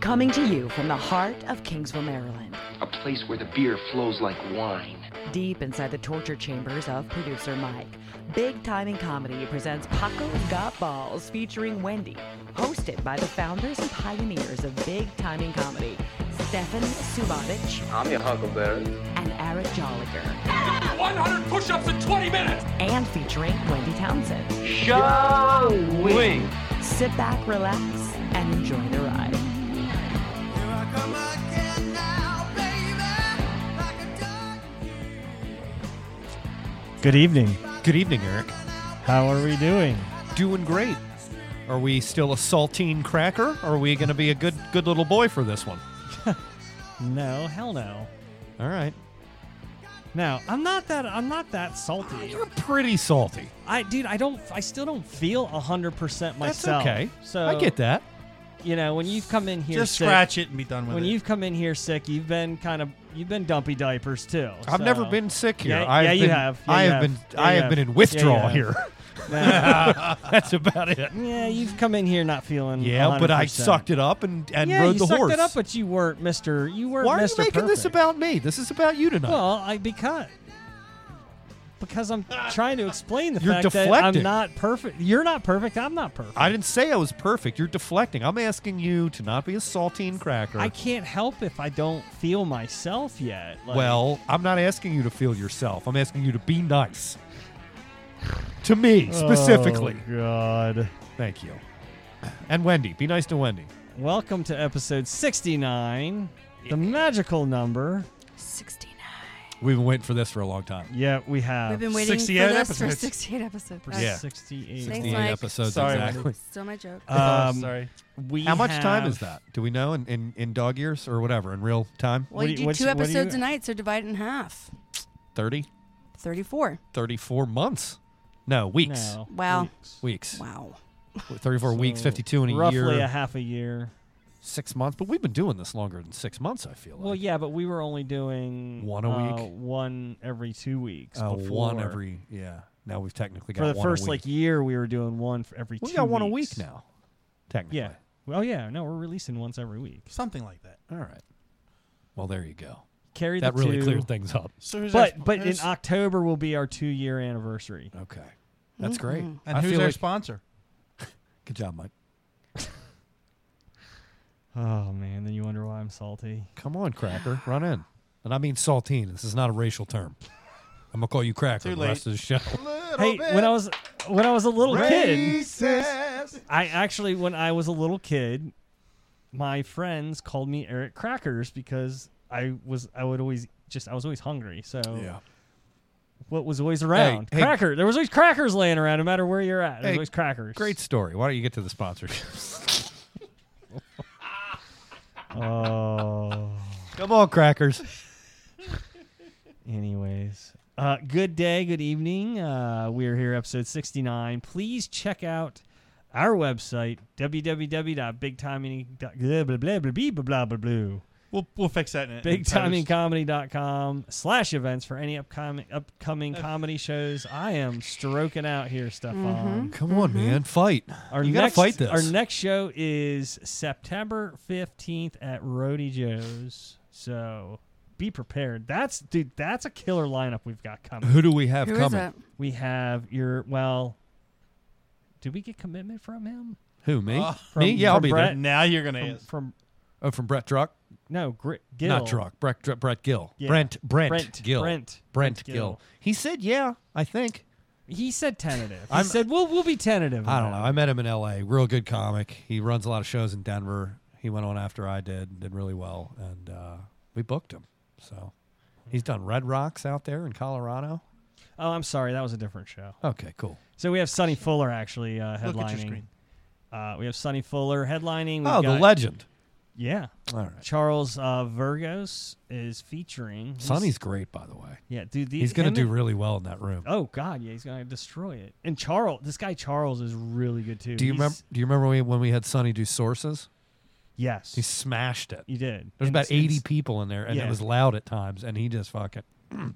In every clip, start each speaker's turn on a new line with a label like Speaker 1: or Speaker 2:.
Speaker 1: Coming to you from the heart of Kingsville, Maryland,
Speaker 2: a place where the beer flows like wine.
Speaker 1: deep inside the torture chambers of producer Mike, Big Time in Comedy presents Paco's Got Balls featuring Wendy, hosted by the founders and pioneers of Big Time in Comedy, Stefan Subotic
Speaker 3: I'm your huckleberry.
Speaker 1: and Eric Jolliger,
Speaker 4: 100 push-ups in 20 minutes.
Speaker 1: and featuring Wendy Townsend.
Speaker 3: Shall we?
Speaker 1: Sit back, relax, and enjoy the ride.
Speaker 5: Good evening.
Speaker 6: Good evening, Eric.
Speaker 5: How are we doing?
Speaker 6: Doing great. Are we still a saltine cracker? Or are we going to be a good good little boy for this one?
Speaker 5: No, hell no.
Speaker 6: All right.
Speaker 5: No, I'm not that. I'm not that salty.
Speaker 6: You're pretty salty.
Speaker 5: I, dude, I don't. I still don't feel hundred percent
Speaker 6: That's
Speaker 5: myself.
Speaker 6: okay.
Speaker 5: So
Speaker 6: I get that.
Speaker 5: You know, when you've come in here,
Speaker 7: Just
Speaker 5: sick-
Speaker 7: scratch it and be done with
Speaker 5: When
Speaker 7: it.
Speaker 5: you've come in here sick, you've been kind of. You've been dumpy diapers too.
Speaker 6: I've
Speaker 5: so-
Speaker 6: never been sick here.
Speaker 5: Yeah,
Speaker 6: I've
Speaker 5: yeah,
Speaker 6: been,
Speaker 5: you have. Yeah,
Speaker 6: I
Speaker 5: you
Speaker 6: have,
Speaker 5: have.
Speaker 6: been.
Speaker 5: Yeah,
Speaker 6: I
Speaker 5: you
Speaker 6: have,
Speaker 5: have.
Speaker 6: been in
Speaker 5: Yeah, you
Speaker 6: withdrawal
Speaker 5: have.
Speaker 6: here.
Speaker 5: Nah.
Speaker 6: That's about it.
Speaker 5: yeah, you've come in here not feeling.
Speaker 6: Yeah, but I
Speaker 5: 100%.
Speaker 6: sucked it up and and
Speaker 5: Yeah,
Speaker 6: rode
Speaker 5: you
Speaker 6: the
Speaker 5: sucked
Speaker 6: horse.
Speaker 5: it up, but you weren't Mister. You weren't.
Speaker 6: Why are you
Speaker 5: Mr.
Speaker 6: making this
Speaker 5: Perfect.
Speaker 6: about me? This is about you tonight.
Speaker 5: Well, I because because I'm trying to explain the
Speaker 6: You're
Speaker 5: fact that I'm
Speaker 6: deflecting.
Speaker 5: not perfect. You're not perfect. I'm not perfect.
Speaker 6: I didn't say I was perfect. You're deflecting. I'm asking you to not be a saltine cracker.
Speaker 5: I can't help if I don't feel myself yet. Like,
Speaker 6: Well, I'm not asking you to feel yourself. I'm asking you to be nice. To me,
Speaker 5: Oh,
Speaker 6: specifically.
Speaker 5: God.
Speaker 6: Thank you. And Wendy. Be nice to Wendy.
Speaker 5: Welcome to episode 69, the magical number.
Speaker 8: 69.
Speaker 6: We've been waiting for this for a long time.
Speaker 5: Yeah, we have.
Speaker 8: We've been waiting for
Speaker 7: 68
Speaker 8: this
Speaker 7: episodes.
Speaker 8: for 68 episodes.
Speaker 6: Yeah.
Speaker 5: 68.
Speaker 8: Thanks,
Speaker 6: 68
Speaker 8: Mike.
Speaker 6: episodes,
Speaker 7: Sorry,
Speaker 6: exactly.
Speaker 8: Still my joke.
Speaker 7: Oh,
Speaker 5: Um,
Speaker 7: sorry.
Speaker 5: we
Speaker 6: How much time is
Speaker 5: have-
Speaker 6: that? Do we know in, in, in dog years or whatever? In real time?
Speaker 5: what
Speaker 8: well, you
Speaker 5: do you-
Speaker 8: do
Speaker 5: what's-
Speaker 8: two
Speaker 5: what do you-
Speaker 8: episodes a night, so divide it in half.
Speaker 6: 30,
Speaker 8: 34.
Speaker 6: 34 months? No, weeks.
Speaker 5: No.
Speaker 8: Wow.
Speaker 5: Weeks.
Speaker 6: Weeks.
Speaker 8: Wow.
Speaker 6: 34 weeks,
Speaker 5: So
Speaker 6: 52 in a
Speaker 5: roughly
Speaker 6: year.
Speaker 5: a half a year.
Speaker 6: six months. But we've been doing this longer than six months, I feel like.
Speaker 5: Well, yeah, but we were only doing
Speaker 6: One a
Speaker 5: uh,
Speaker 6: week?
Speaker 5: one every two weeks.
Speaker 6: Uh, one
Speaker 5: before.
Speaker 6: every, yeah. Now we've technically got
Speaker 5: for the
Speaker 6: one a
Speaker 5: first
Speaker 6: week.
Speaker 5: like year we were doing one for every
Speaker 6: We
Speaker 5: two
Speaker 6: got one a week
Speaker 5: weeks.
Speaker 6: now, technically.
Speaker 5: yeah well yeah no we're releasing once every week
Speaker 7: Something like that.
Speaker 6: All right. Well, there you go.
Speaker 5: carry
Speaker 6: That
Speaker 5: the
Speaker 6: really
Speaker 5: two,
Speaker 6: cleared things up.
Speaker 7: So who's our,
Speaker 5: but but in
Speaker 7: who's-
Speaker 5: october will be our two year anniversary
Speaker 6: Okay. That's great.
Speaker 7: and
Speaker 6: I
Speaker 7: who's
Speaker 6: feel
Speaker 7: our
Speaker 6: like-
Speaker 7: sponsor?
Speaker 6: Good job, Mike.
Speaker 5: oh man then you wonder why i'm salty
Speaker 6: Come on, Cracker. Run in. And I mean saltine. This is not a racial term. I'm going to call you Cracker
Speaker 7: Too
Speaker 6: the
Speaker 7: late.
Speaker 6: rest of the show.
Speaker 5: hey when i was when i was a little kid
Speaker 7: Racist.
Speaker 5: i actually when i was a little kid my friends called me eric crackers because i was i would always just i was always hungry so what was always around
Speaker 6: hey.
Speaker 5: cracker there was always crackers laying around no matter where you're at there was
Speaker 6: Hey,
Speaker 5: always crackers
Speaker 6: Great story. Why don't you get to the sponsorships?
Speaker 5: oh
Speaker 6: Come on, Crackers.
Speaker 5: Anyways, uh, good day, good evening. Uh, we are here, episode 69. Please check out our website, www.bigtiming.com
Speaker 7: We'll we'll fix that in
Speaker 5: bigtimingcomedy.com slash events for any upcoming upcoming comedy shows. I am stroking out here, Stefan.
Speaker 6: Come on, man. Fight.
Speaker 5: Our
Speaker 6: you got to
Speaker 5: next,
Speaker 6: fight this.
Speaker 5: Our next show is September 15th at Roadie Joe's. So be prepared. That's dude, that's a killer lineup we've got coming.
Speaker 6: Who do we have
Speaker 8: Who is
Speaker 6: coming?
Speaker 8: it?
Speaker 5: We have your well. Did we get commitment from him?
Speaker 6: Who, me?
Speaker 7: Uh,
Speaker 6: me?
Speaker 5: from-
Speaker 6: Yeah, I'll
Speaker 5: from
Speaker 6: be
Speaker 5: Brett?
Speaker 6: there.
Speaker 7: Now you're gonna
Speaker 5: From,
Speaker 7: ask.
Speaker 5: from-
Speaker 6: Oh, from Brett Druck?
Speaker 5: no, Gr- Gill.
Speaker 6: Not Druck. Brett, Brett, Brett Gill.
Speaker 5: Yeah.
Speaker 6: Brent, Brent,
Speaker 5: Brent,
Speaker 6: Gill.
Speaker 5: Brent,
Speaker 6: Brent,
Speaker 5: Brent
Speaker 6: Gill.
Speaker 5: Gill.
Speaker 6: He said, yeah, I think.
Speaker 5: He said tentative. He
Speaker 6: I'm-
Speaker 5: said we'll we'll be tentative.
Speaker 6: I don't know.
Speaker 5: about
Speaker 6: I
Speaker 5: it."
Speaker 6: met him in L.A. Real good comic. He runs a lot of shows in Denver. He went on after I did, did really well, and uh, we booked him. So he's done Red Rocks out there in Colorado.
Speaker 5: Oh, I'm sorry. That was a different show.
Speaker 6: Okay, cool.
Speaker 5: So we have Sonny Fuller actually uh, headlining.
Speaker 7: Look at your screen.
Speaker 5: Uh, we have Sonny Fuller headlining. We've
Speaker 6: oh, the
Speaker 5: got-
Speaker 6: legend.
Speaker 5: Yeah,
Speaker 6: All right,
Speaker 5: Charles uh, Virgos is featuring. He's-
Speaker 6: Sonny's great, by the way.
Speaker 5: yeah, dude. the-
Speaker 6: He's gonna
Speaker 5: him
Speaker 6: do
Speaker 5: and-
Speaker 6: really well in that room.
Speaker 5: Oh God, yeah, he's gonna destroy it. And Charles, this guy Charles is really good too.
Speaker 6: Do you
Speaker 5: He's-
Speaker 6: remember? Do you remember when we, when we had Sonny do sources?
Speaker 5: Yes,
Speaker 6: He smashed it.
Speaker 5: you did.
Speaker 6: There's
Speaker 5: And
Speaker 6: about
Speaker 5: it's-
Speaker 6: eighty
Speaker 5: it's-
Speaker 6: people in there, and
Speaker 5: yeah.
Speaker 6: it was loud at times, and he just fucking.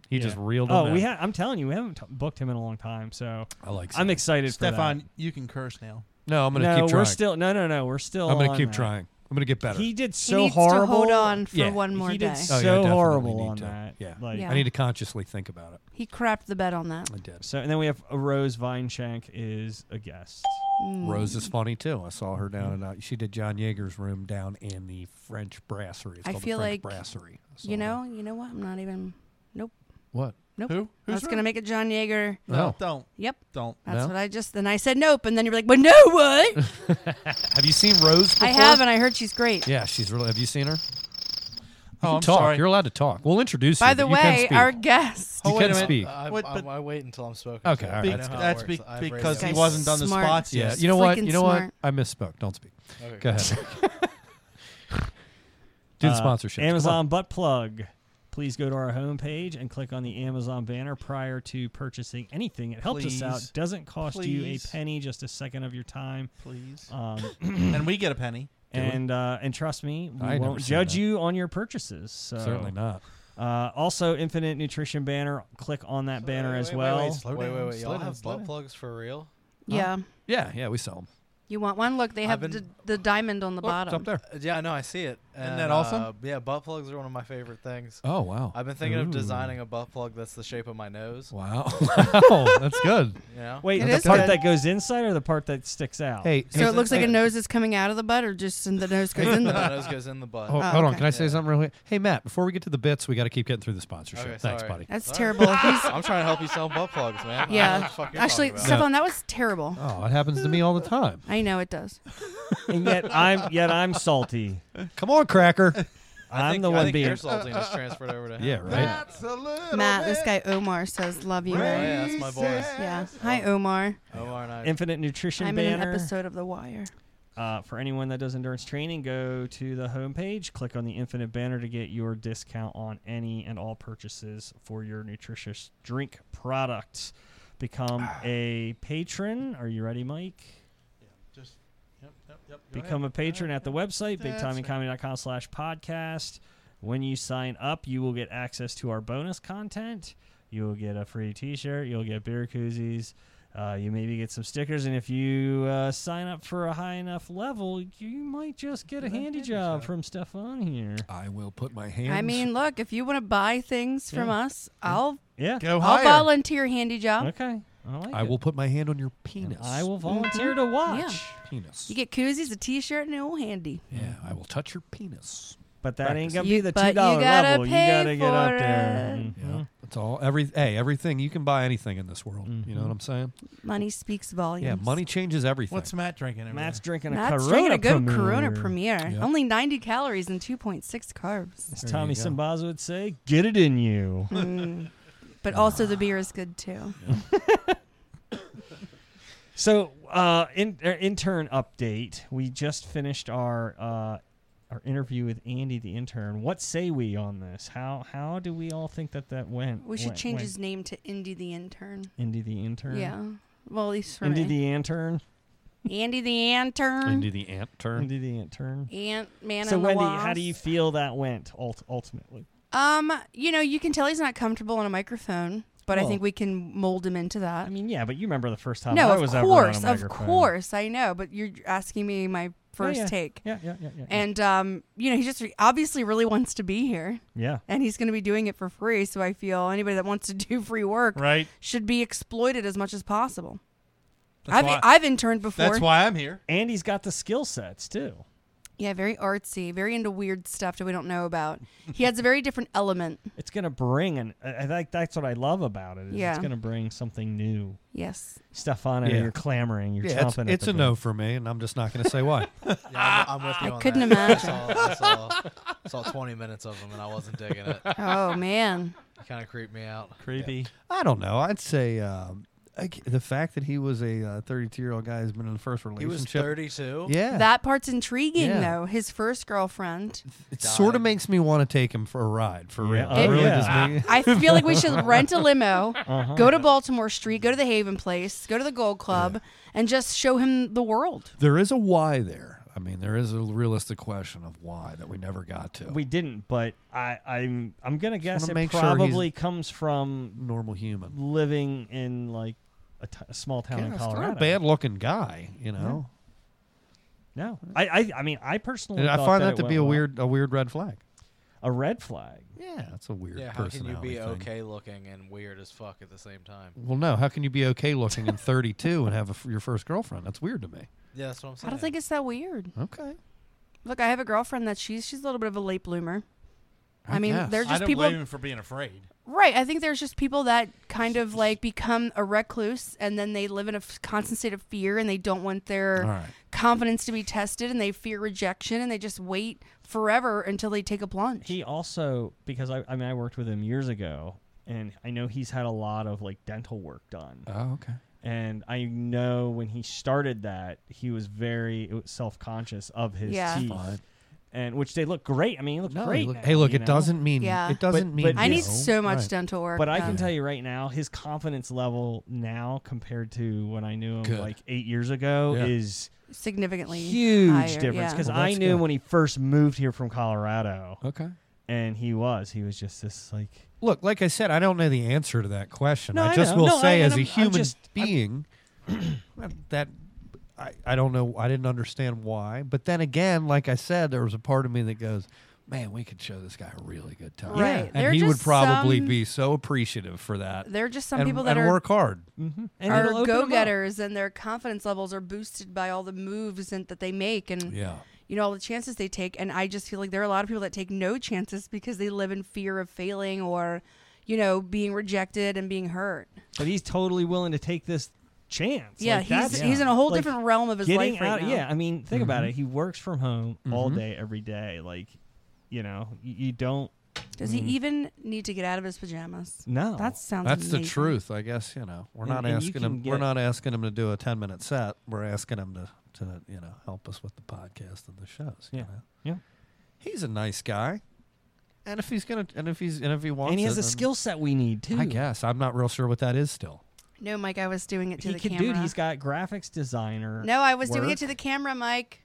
Speaker 6: He just
Speaker 5: Yeah.
Speaker 6: reeled.
Speaker 5: Oh,
Speaker 6: them
Speaker 5: we
Speaker 6: in.
Speaker 5: ha- I'm telling you, we haven't t- booked him in a long time, so
Speaker 6: I like.
Speaker 5: I'm
Speaker 6: Sonny.
Speaker 5: excited for that.
Speaker 7: Stefan, you can curse now.
Speaker 6: No, I'm gonna
Speaker 5: no,
Speaker 6: keep
Speaker 5: we're
Speaker 6: trying.
Speaker 5: still no, no, no. We're still.
Speaker 6: I'm gonna
Speaker 5: on
Speaker 6: keep
Speaker 5: that.
Speaker 6: trying. I'm gonna get better.
Speaker 5: He
Speaker 8: He
Speaker 5: did so
Speaker 8: needs to
Speaker 5: horrible.
Speaker 8: hold on for
Speaker 6: Yeah,
Speaker 8: one more
Speaker 5: he
Speaker 8: day.
Speaker 5: did
Speaker 6: Oh, yeah, I
Speaker 5: so
Speaker 6: definitely
Speaker 5: horrible
Speaker 6: need
Speaker 5: on
Speaker 6: to.
Speaker 5: that.
Speaker 6: Yeah.
Speaker 5: Like,
Speaker 8: Yeah.
Speaker 6: I need to consciously think about it.
Speaker 8: He crapped the bed on that.
Speaker 6: I did.
Speaker 5: So, and then we have uh, Rose Vineshank is a guest.
Speaker 6: Rose is funny too. I saw her
Speaker 5: Mm.
Speaker 6: down and uh, she did John Yeager's room down in the French Brasserie. It's
Speaker 8: I
Speaker 6: called the
Speaker 8: feel
Speaker 6: French
Speaker 8: like,
Speaker 6: Brasserie. I saw
Speaker 8: You
Speaker 6: her.
Speaker 8: know, you know what? I'm not even. Nope.
Speaker 6: what? Oh.
Speaker 8: Nope.
Speaker 7: Who?
Speaker 8: I
Speaker 7: Who's
Speaker 8: was gonna
Speaker 7: wrong?
Speaker 8: make it John Yeager.
Speaker 6: No.
Speaker 7: Don't.
Speaker 8: Yep.
Speaker 7: Don't.
Speaker 8: That's
Speaker 6: No?
Speaker 8: what I just. Then I said nope, and then you were like, "But no, what?
Speaker 6: Have you seen Rose? Before?
Speaker 8: I have, and I heard she's great."
Speaker 6: Yeah, she's really. Have you seen her? You
Speaker 7: Oh,
Speaker 6: can
Speaker 7: I'm
Speaker 6: talk.
Speaker 7: sorry.
Speaker 6: You're allowed to talk. We'll introduce
Speaker 8: By
Speaker 6: you.
Speaker 8: the
Speaker 6: but you can
Speaker 8: way,
Speaker 6: speak.
Speaker 8: our guest.
Speaker 6: you
Speaker 7: Oh, wait a
Speaker 6: can
Speaker 7: minute.
Speaker 6: speak.
Speaker 9: I,
Speaker 7: Wait,
Speaker 9: I,
Speaker 7: but-
Speaker 9: I wait until I'm spoken.
Speaker 6: Okay,
Speaker 9: to.
Speaker 6: all right.
Speaker 9: I know
Speaker 7: That's-
Speaker 9: how it
Speaker 7: that's
Speaker 9: works.
Speaker 7: be-
Speaker 9: I've raised
Speaker 7: because he
Speaker 9: everyone.
Speaker 7: wasn't done the
Speaker 8: Smart.
Speaker 7: spots
Speaker 6: yeah.
Speaker 7: yet.
Speaker 6: You know what?
Speaker 8: freaking
Speaker 6: You know
Speaker 8: smart.
Speaker 6: what? I misspoke. Don't speak.
Speaker 9: Okay.
Speaker 6: Go ahead. Do the
Speaker 5: Uh,
Speaker 6: sponsorship.
Speaker 5: Amazon butt plug. Please go to our homepage and click on the Amazon banner prior to purchasing anything. It helps us out.
Speaker 7: Please.
Speaker 5: Doesn't cost you a
Speaker 7: Please.
Speaker 5: penny, just a second of your time.
Speaker 7: Please.
Speaker 5: Um,
Speaker 7: and we get a penny.
Speaker 5: and uh, and trust me, we
Speaker 6: I ain't never
Speaker 5: won't
Speaker 6: seen
Speaker 5: judge
Speaker 6: that.
Speaker 5: you on your purchases. So.
Speaker 6: Certainly not.
Speaker 5: Uh, also, Infinite Nutrition banner. Click on that banner
Speaker 9: Wait,
Speaker 5: as
Speaker 9: wait,
Speaker 5: well.
Speaker 9: Wait, wait,
Speaker 7: slow
Speaker 9: wait, wait,
Speaker 7: down,
Speaker 9: wait.
Speaker 7: slow
Speaker 9: Y'all
Speaker 7: down,
Speaker 9: have
Speaker 7: slow
Speaker 9: butt
Speaker 7: down.
Speaker 9: plugs for real?
Speaker 8: Yeah.
Speaker 6: Yeah, yeah, we sell them.
Speaker 8: You want one? Look, they have
Speaker 9: I've
Speaker 8: the,
Speaker 9: been-
Speaker 8: the diamond on the
Speaker 6: It's
Speaker 8: bottom.
Speaker 6: up there.
Speaker 9: Uh, Yeah, no, I see it. And,
Speaker 7: that awesome?
Speaker 9: uh, yeah, butt plugs are one of my favorite things.
Speaker 6: Oh wow.
Speaker 9: I've been thinking
Speaker 6: Ooh.
Speaker 9: of designing a butt plug that's the shape of my nose.
Speaker 6: Wow. wow. That's good.
Speaker 9: You know?
Speaker 5: Wait,
Speaker 8: It
Speaker 5: the
Speaker 8: is
Speaker 5: part
Speaker 8: good.
Speaker 5: that goes inside or the part that sticks out?
Speaker 6: Hey.
Speaker 8: So it looks like a nose is coming out of the butt, or just in the nose goes in the
Speaker 9: the
Speaker 8: butt.
Speaker 9: nose goes in the butt.
Speaker 6: Oh,
Speaker 8: Oh,
Speaker 6: hold on.
Speaker 8: okay.
Speaker 6: Can I say something real quick? Hey, Matt, before we get to the bits, we got to keep getting through the sponsorship.
Speaker 9: Okay,
Speaker 6: Thanks,
Speaker 9: sorry.
Speaker 6: buddy.
Speaker 8: That's
Speaker 9: Sorry.
Speaker 8: terrible. He's,
Speaker 9: I'm trying to help you sell butt plugs, man. I don't know
Speaker 8: yeah.
Speaker 9: what the fuck you're
Speaker 8: Actually,
Speaker 9: talking about.
Speaker 8: Stefan, that was terrible.
Speaker 6: Oh, it happens to me all the time.
Speaker 8: I know it does.
Speaker 5: and yet I'm yet I'm salty.
Speaker 6: Come on, Cracker.
Speaker 9: I
Speaker 5: I'm
Speaker 9: think,
Speaker 5: the
Speaker 9: I
Speaker 5: one
Speaker 9: think
Speaker 5: being
Speaker 9: Your salting is transferred over to him.
Speaker 6: yeah, right.
Speaker 8: Matt, this guy Omar says, "Love you."
Speaker 9: Oh,
Speaker 8: man."
Speaker 9: yeah, that's my boys.
Speaker 8: Yeah. Hi, Omar.
Speaker 9: Omar and I.
Speaker 5: Infinite Nutrition
Speaker 8: I'm in an
Speaker 5: banner.
Speaker 8: episode of The Wire.
Speaker 5: Uh, for anyone that does endurance training, go to the homepage, click on the Infinite banner to get your discount on any and all purchases for your nutritious drink product. Become a patron. Are you ready, Mike?
Speaker 7: Just. Yep, yep, yep. Go
Speaker 5: Become a
Speaker 7: ahead.
Speaker 5: patron at the website,
Speaker 7: That's
Speaker 5: bigtimingcomedy.com slash podcast. When you sign up, you will get access to our bonus content. You will get a free t shirt. You'll get beer koozies. Uh, you maybe get some stickers. And if you uh, sign up for a high enough level, you might just get a handy job from Stefan here.
Speaker 6: I will put my hands.
Speaker 8: I mean, look, if you want to buy things from us, I'll
Speaker 5: Yeah.
Speaker 7: Go
Speaker 8: I'll
Speaker 7: higher.
Speaker 8: volunteer handy job.
Speaker 5: Okay. I like
Speaker 6: I
Speaker 5: it.
Speaker 6: will put my hand on your
Speaker 5: And
Speaker 6: penis.
Speaker 5: I will volunteer to watch.
Speaker 6: Penis.
Speaker 8: Mm-hmm. You get koozies, a T-shirt, and an old handy.
Speaker 6: Yeah, I will touch your penis.
Speaker 5: But that ain't
Speaker 6: Practice.
Speaker 5: going to
Speaker 8: You-
Speaker 5: be the
Speaker 8: but you
Speaker 5: $2 level.
Speaker 8: gotta
Speaker 5: You
Speaker 8: pay
Speaker 5: got to get up
Speaker 8: for
Speaker 5: there.
Speaker 8: it.
Speaker 5: Mhm.
Speaker 6: Yeah, Mm-hmm. that's all. Every hey, everything you can buy anything in this world. You know what I'm saying?
Speaker 8: Money speaks volumes.
Speaker 6: Yeah, money changes everything.
Speaker 7: What's Matt drinking? over
Speaker 5: Mm. Matt's
Speaker 7: there?
Speaker 5: drinking a
Speaker 8: Matt's
Speaker 5: Corona
Speaker 8: drinking a good Corona
Speaker 5: Premier.
Speaker 8: Premier.
Speaker 6: Yeah.
Speaker 8: Only 90 calories and 2.6 carbs.
Speaker 5: As
Speaker 6: There you
Speaker 5: Tommy
Speaker 6: go.
Speaker 5: Simbaza would say, get it in you.
Speaker 8: Mm. But also the beer is good too.
Speaker 5: so, uh, in, uh, intern update. We just finished our uh, our interview with Andy, the intern. What say we on this? How how do we all think that that went?
Speaker 8: We should
Speaker 5: went-
Speaker 8: change
Speaker 5: went?
Speaker 8: his name to Indy the Intern.
Speaker 5: Andy the intern.
Speaker 8: Yeah. Well, at least for
Speaker 5: Indy
Speaker 8: me.
Speaker 5: the intern.
Speaker 8: Andy the Intern.
Speaker 6: Into the ant turn.
Speaker 5: Indy the intern.
Speaker 8: Ant Man
Speaker 5: so
Speaker 8: and
Speaker 5: Wendy,
Speaker 8: the Wasp.
Speaker 5: how do you feel that went ult- ultimately?
Speaker 8: Um, you know, you can tell he's not comfortable on a microphone, but I
Speaker 5: Well-
Speaker 8: think we can mold him into that.
Speaker 5: I mean, yeah, but you remember the first time
Speaker 8: no,
Speaker 5: I
Speaker 8: of
Speaker 5: was ever on a
Speaker 8: course, of
Speaker 5: microphone.
Speaker 8: course, I know. But you're asking me my first
Speaker 5: yeah.
Speaker 8: take,
Speaker 5: Yeah, yeah, yeah, yeah. yeah.
Speaker 8: and um, you know, he just re- obviously really wants to be here,
Speaker 5: yeah.
Speaker 8: and he's going to be doing it for free. So I feel anybody that wants to do free work
Speaker 7: Right.
Speaker 8: should be exploited as much as possible.
Speaker 7: That's
Speaker 8: I've
Speaker 7: why-
Speaker 8: I've interned before.
Speaker 7: That's why I'm here.
Speaker 5: Andy's got the skill sets too.
Speaker 8: Yeah, very artsy, very into weird stuff that we don't know about. He has a very different element.
Speaker 5: it's gonna bring and I I think that's what I love about it. Is
Speaker 8: Yeah.
Speaker 5: it's gonna bring something new.
Speaker 8: Yes.
Speaker 5: Stefano,
Speaker 6: Yeah.
Speaker 5: you're clamoring, you're
Speaker 6: Yeah, it's,
Speaker 5: chomping. at
Speaker 6: it's
Speaker 5: the
Speaker 6: a no for me, and I'm just not going to say why.
Speaker 9: Yeah, I'm, I'm with you
Speaker 8: I
Speaker 9: on
Speaker 8: couldn't
Speaker 9: that. I saw, I, saw, I saw 20 minutes of him and I wasn't digging it. It
Speaker 8: Oh man.
Speaker 9: kind of creeped me out.
Speaker 7: Creepy.
Speaker 6: I don't know. I'd say um, I c the fact that he was a 32 year old guy who's been in the first
Speaker 9: He was
Speaker 6: relationship.
Speaker 9: 32.
Speaker 6: yeah,
Speaker 8: That part's intriguing
Speaker 6: Yeah.
Speaker 8: though. His first girlfriend.
Speaker 6: it sort of
Speaker 9: died.
Speaker 6: makes me want to take him for a ride for real.
Speaker 5: Yeah.
Speaker 6: It
Speaker 8: Oh,
Speaker 6: really
Speaker 5: yeah.
Speaker 6: does me.
Speaker 8: I feel like we should rent a limo, go to Baltimore Street, go to the Haven Place, go to the Gold Club, and just show him the world.
Speaker 6: There is a why there. I mean, there is a realistic question of why that we never got to.
Speaker 5: We didn't, but I, I'm I'm gonna guess
Speaker 6: wanna
Speaker 5: it
Speaker 6: make sure he's-
Speaker 5: probably comes from
Speaker 6: normal human.
Speaker 5: living in like a, t- a small town
Speaker 6: Yeah,
Speaker 5: in
Speaker 6: it's
Speaker 5: Colorado.
Speaker 6: not a bad looking guy, you know.
Speaker 5: No, I, I, I mean, I personally,
Speaker 6: I
Speaker 5: thought
Speaker 6: find
Speaker 5: it
Speaker 6: that, to
Speaker 5: went
Speaker 6: be a
Speaker 5: well.
Speaker 6: weird, a weird red flag.
Speaker 5: a red flag.
Speaker 6: Yeah, that's a weird
Speaker 9: Yeah, how can you
Speaker 6: personality
Speaker 9: be
Speaker 6: thing. Mm.
Speaker 9: okay looking and weird as fuck at the same time?
Speaker 6: Well, no. How can you be okay looking and 32 and have a f your first girlfriend? That's weird to me.
Speaker 9: Yeah, that's what I'm saying.
Speaker 8: I don't think it's that weird.
Speaker 6: Okay.
Speaker 8: Look, I have a girlfriend that she's she's a little bit of a late bloomer. I mean,
Speaker 6: guess.
Speaker 8: they're
Speaker 7: I
Speaker 8: just
Speaker 7: don't
Speaker 8: people.
Speaker 7: blame him for being afraid.
Speaker 8: Right. I think there's just people that kind of like become a recluse and then they live in a f- constant state of fear and they don't want their
Speaker 6: All right.
Speaker 8: confidence to be tested and they fear rejection and they just wait forever until they take a plunge.
Speaker 5: He also because I, I mean I worked with him years ago, and I know he's had a lot of like dental work done,
Speaker 6: Oh, okay.
Speaker 5: and I know when he started that he was very self conscious of his
Speaker 8: Yeah.
Speaker 5: teeth,
Speaker 6: Fine.
Speaker 5: and which they look great. I mean, he look
Speaker 6: No,
Speaker 5: great.
Speaker 6: look-
Speaker 5: now,
Speaker 6: hey, look,
Speaker 5: you
Speaker 6: it
Speaker 5: know?
Speaker 6: doesn't mean
Speaker 8: Yeah.
Speaker 6: it doesn't
Speaker 5: But-
Speaker 6: mean
Speaker 5: but
Speaker 8: I need
Speaker 5: No,
Speaker 8: so much
Speaker 6: right.
Speaker 8: dental work.
Speaker 5: But I
Speaker 8: done.
Speaker 5: can tell you right now, his confidence level now compared to when I knew him
Speaker 6: Good.
Speaker 5: like eight years ago
Speaker 6: Yeah.
Speaker 5: is
Speaker 8: significantly
Speaker 5: huge
Speaker 8: higher,
Speaker 5: difference.
Speaker 8: yeah.
Speaker 5: Because
Speaker 6: Well,
Speaker 5: I
Speaker 6: that's
Speaker 5: knew
Speaker 6: good.
Speaker 5: when he first moved here from Colorado,
Speaker 6: Okay.
Speaker 5: and he was he was just this like
Speaker 6: Look, like I said, I don't know the answer to that question.
Speaker 5: No,
Speaker 6: I
Speaker 5: I
Speaker 6: just
Speaker 5: know.
Speaker 6: will
Speaker 5: No, I-
Speaker 6: say,
Speaker 5: and
Speaker 6: as a
Speaker 5: I'm- I'm
Speaker 6: human
Speaker 5: just- I'm-
Speaker 6: being, that I, I don't know. I didn't understand why. But then again, like I said, there was a part of me that goes, "Man, we could show this guy a really good time."
Speaker 8: Right.
Speaker 6: And
Speaker 8: There are
Speaker 6: he would
Speaker 8: just
Speaker 6: probably
Speaker 8: some-
Speaker 6: be so appreciative for that.
Speaker 8: There are just some
Speaker 6: and,
Speaker 8: people that
Speaker 6: and
Speaker 8: are
Speaker 6: work hard.
Speaker 5: and it'll
Speaker 8: are
Speaker 5: open 'em up.
Speaker 8: go getters and their confidence levels are boosted by all the moves and, that they make and
Speaker 6: Yeah.
Speaker 8: you know all the chances they take. And I just feel like there are a lot of people that take no chances because they live in fear of failing or you know being rejected and being hurt.
Speaker 5: But he's totally willing to take this chance.
Speaker 8: yeah,
Speaker 5: Like,
Speaker 8: he's
Speaker 5: that's-
Speaker 8: he's in a whole
Speaker 5: like,
Speaker 8: different realm of his
Speaker 5: getting
Speaker 8: life right
Speaker 5: out.
Speaker 8: now.
Speaker 5: Yeah, I mean, think about
Speaker 6: Mm-hmm.
Speaker 5: it. He works from home all day, every day. Like, you know, you, you don't.
Speaker 8: Does he even need to get out of his pajamas?
Speaker 5: Mm-hmm. No.
Speaker 8: that sounds.
Speaker 6: That's the
Speaker 8: amazing.
Speaker 6: truth, I guess. You know, we're
Speaker 5: And-
Speaker 6: not
Speaker 5: and you
Speaker 6: asking
Speaker 5: can
Speaker 6: him. We're
Speaker 5: get-
Speaker 6: not asking him to do a ten minute set. We're asking him to, to you know, help us with the podcast and the shows. You
Speaker 5: Yeah.
Speaker 6: know?
Speaker 5: Yeah.
Speaker 6: he's a nice guy, and if he's gonna, and if he's, and if he wants,
Speaker 5: And he has
Speaker 6: it,
Speaker 5: a
Speaker 6: then-
Speaker 5: skill set we need too.
Speaker 6: I guess I'm not real sure what that is still.
Speaker 8: No, Mike, I was doing it to
Speaker 5: He
Speaker 8: the
Speaker 5: could,
Speaker 8: camera.
Speaker 5: dude. He's got graphics designer.
Speaker 8: no, I was doing it
Speaker 5: work.
Speaker 8: to the camera, Mike.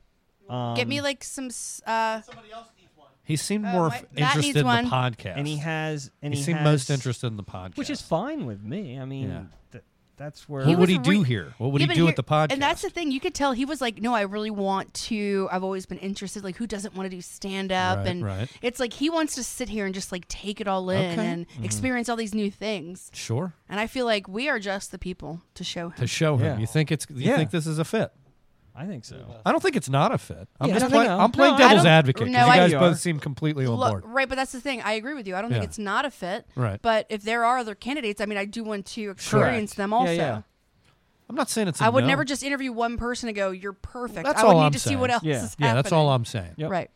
Speaker 5: Um,
Speaker 8: Get me like some. s- Uh,
Speaker 6: He seemed
Speaker 8: Oh,
Speaker 6: more
Speaker 8: my-
Speaker 6: f-
Speaker 8: that needs
Speaker 6: interested in
Speaker 8: one.
Speaker 6: the podcast.
Speaker 5: And he has. And
Speaker 6: he,
Speaker 5: he,
Speaker 6: seemed
Speaker 5: has-
Speaker 6: most interested in the podcast.
Speaker 5: which is fine with me. I mean,
Speaker 6: Yeah.
Speaker 5: th- that's where.
Speaker 6: What
Speaker 8: He
Speaker 6: would
Speaker 8: was
Speaker 6: he do
Speaker 8: re-
Speaker 6: here? What would
Speaker 8: Yeah,
Speaker 6: he
Speaker 8: but
Speaker 6: do
Speaker 8: here-
Speaker 6: with the podcast?
Speaker 8: And that's the thing. You could tell he was like, no, I really want to. I've always been interested. Like, who doesn't want to do stand up?
Speaker 6: Right,
Speaker 8: and
Speaker 6: right.
Speaker 8: it's like he wants to sit here and just like take it all in
Speaker 6: Okay. Mm-hmm.
Speaker 8: and experience all these new things.
Speaker 6: sure
Speaker 8: And I feel like we are just the people to show him.
Speaker 6: to show him.
Speaker 5: Yeah.
Speaker 6: You think it's? You
Speaker 5: Yeah.
Speaker 6: think this is a fit?
Speaker 5: I think so.
Speaker 6: I don't think it's not a fit. I'm
Speaker 5: Yeah, I
Speaker 6: just
Speaker 5: don't think
Speaker 6: play,
Speaker 5: so.
Speaker 6: I'm playing
Speaker 5: No, I
Speaker 6: devil's
Speaker 8: don't-
Speaker 6: advocate. 'cause
Speaker 8: no, I-
Speaker 6: you guys
Speaker 5: You are.
Speaker 6: both seem completely on
Speaker 8: Look-
Speaker 6: board.
Speaker 8: right, but that's the thing. I agree with you. I don't
Speaker 6: Yeah.
Speaker 8: think it's not a fit.
Speaker 6: Right.
Speaker 8: But if there are other candidates, I mean, I do want to experience
Speaker 6: Correct.
Speaker 8: them also.
Speaker 5: Yeah, yeah.
Speaker 6: I'm not saying it's. I
Speaker 8: I would never just interview one person and go, "You're perfect."
Speaker 6: That's
Speaker 8: I would
Speaker 6: all
Speaker 8: need
Speaker 6: I'm
Speaker 8: to see what
Speaker 6: saying.
Speaker 8: else
Speaker 5: Yeah.
Speaker 8: is
Speaker 6: Yeah,
Speaker 8: happening.
Speaker 6: that's all I'm saying.
Speaker 5: Yep.
Speaker 8: Right.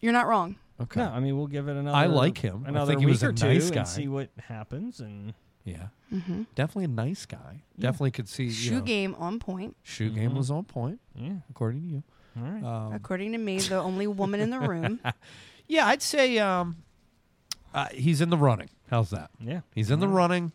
Speaker 8: You're not wrong.
Speaker 6: Okay.
Speaker 5: No, I mean we'll give it another.
Speaker 6: like him. I
Speaker 5: Another
Speaker 6: think he
Speaker 5: week
Speaker 6: was a
Speaker 5: or two
Speaker 6: nice guy.
Speaker 5: and see what happens. And
Speaker 6: Yeah.
Speaker 5: Mm-hmm.
Speaker 6: Definitely a nice guy. Definitely could see. You
Speaker 8: Shoe
Speaker 6: know,
Speaker 8: game on point.
Speaker 6: Shoe game was on point,
Speaker 5: yeah,
Speaker 6: according to you.
Speaker 5: all right.
Speaker 8: According to me, the only woman in the room.
Speaker 6: Yeah, I'd say um, uh, he's in the running. How's that?
Speaker 5: yeah.
Speaker 6: He's in the running.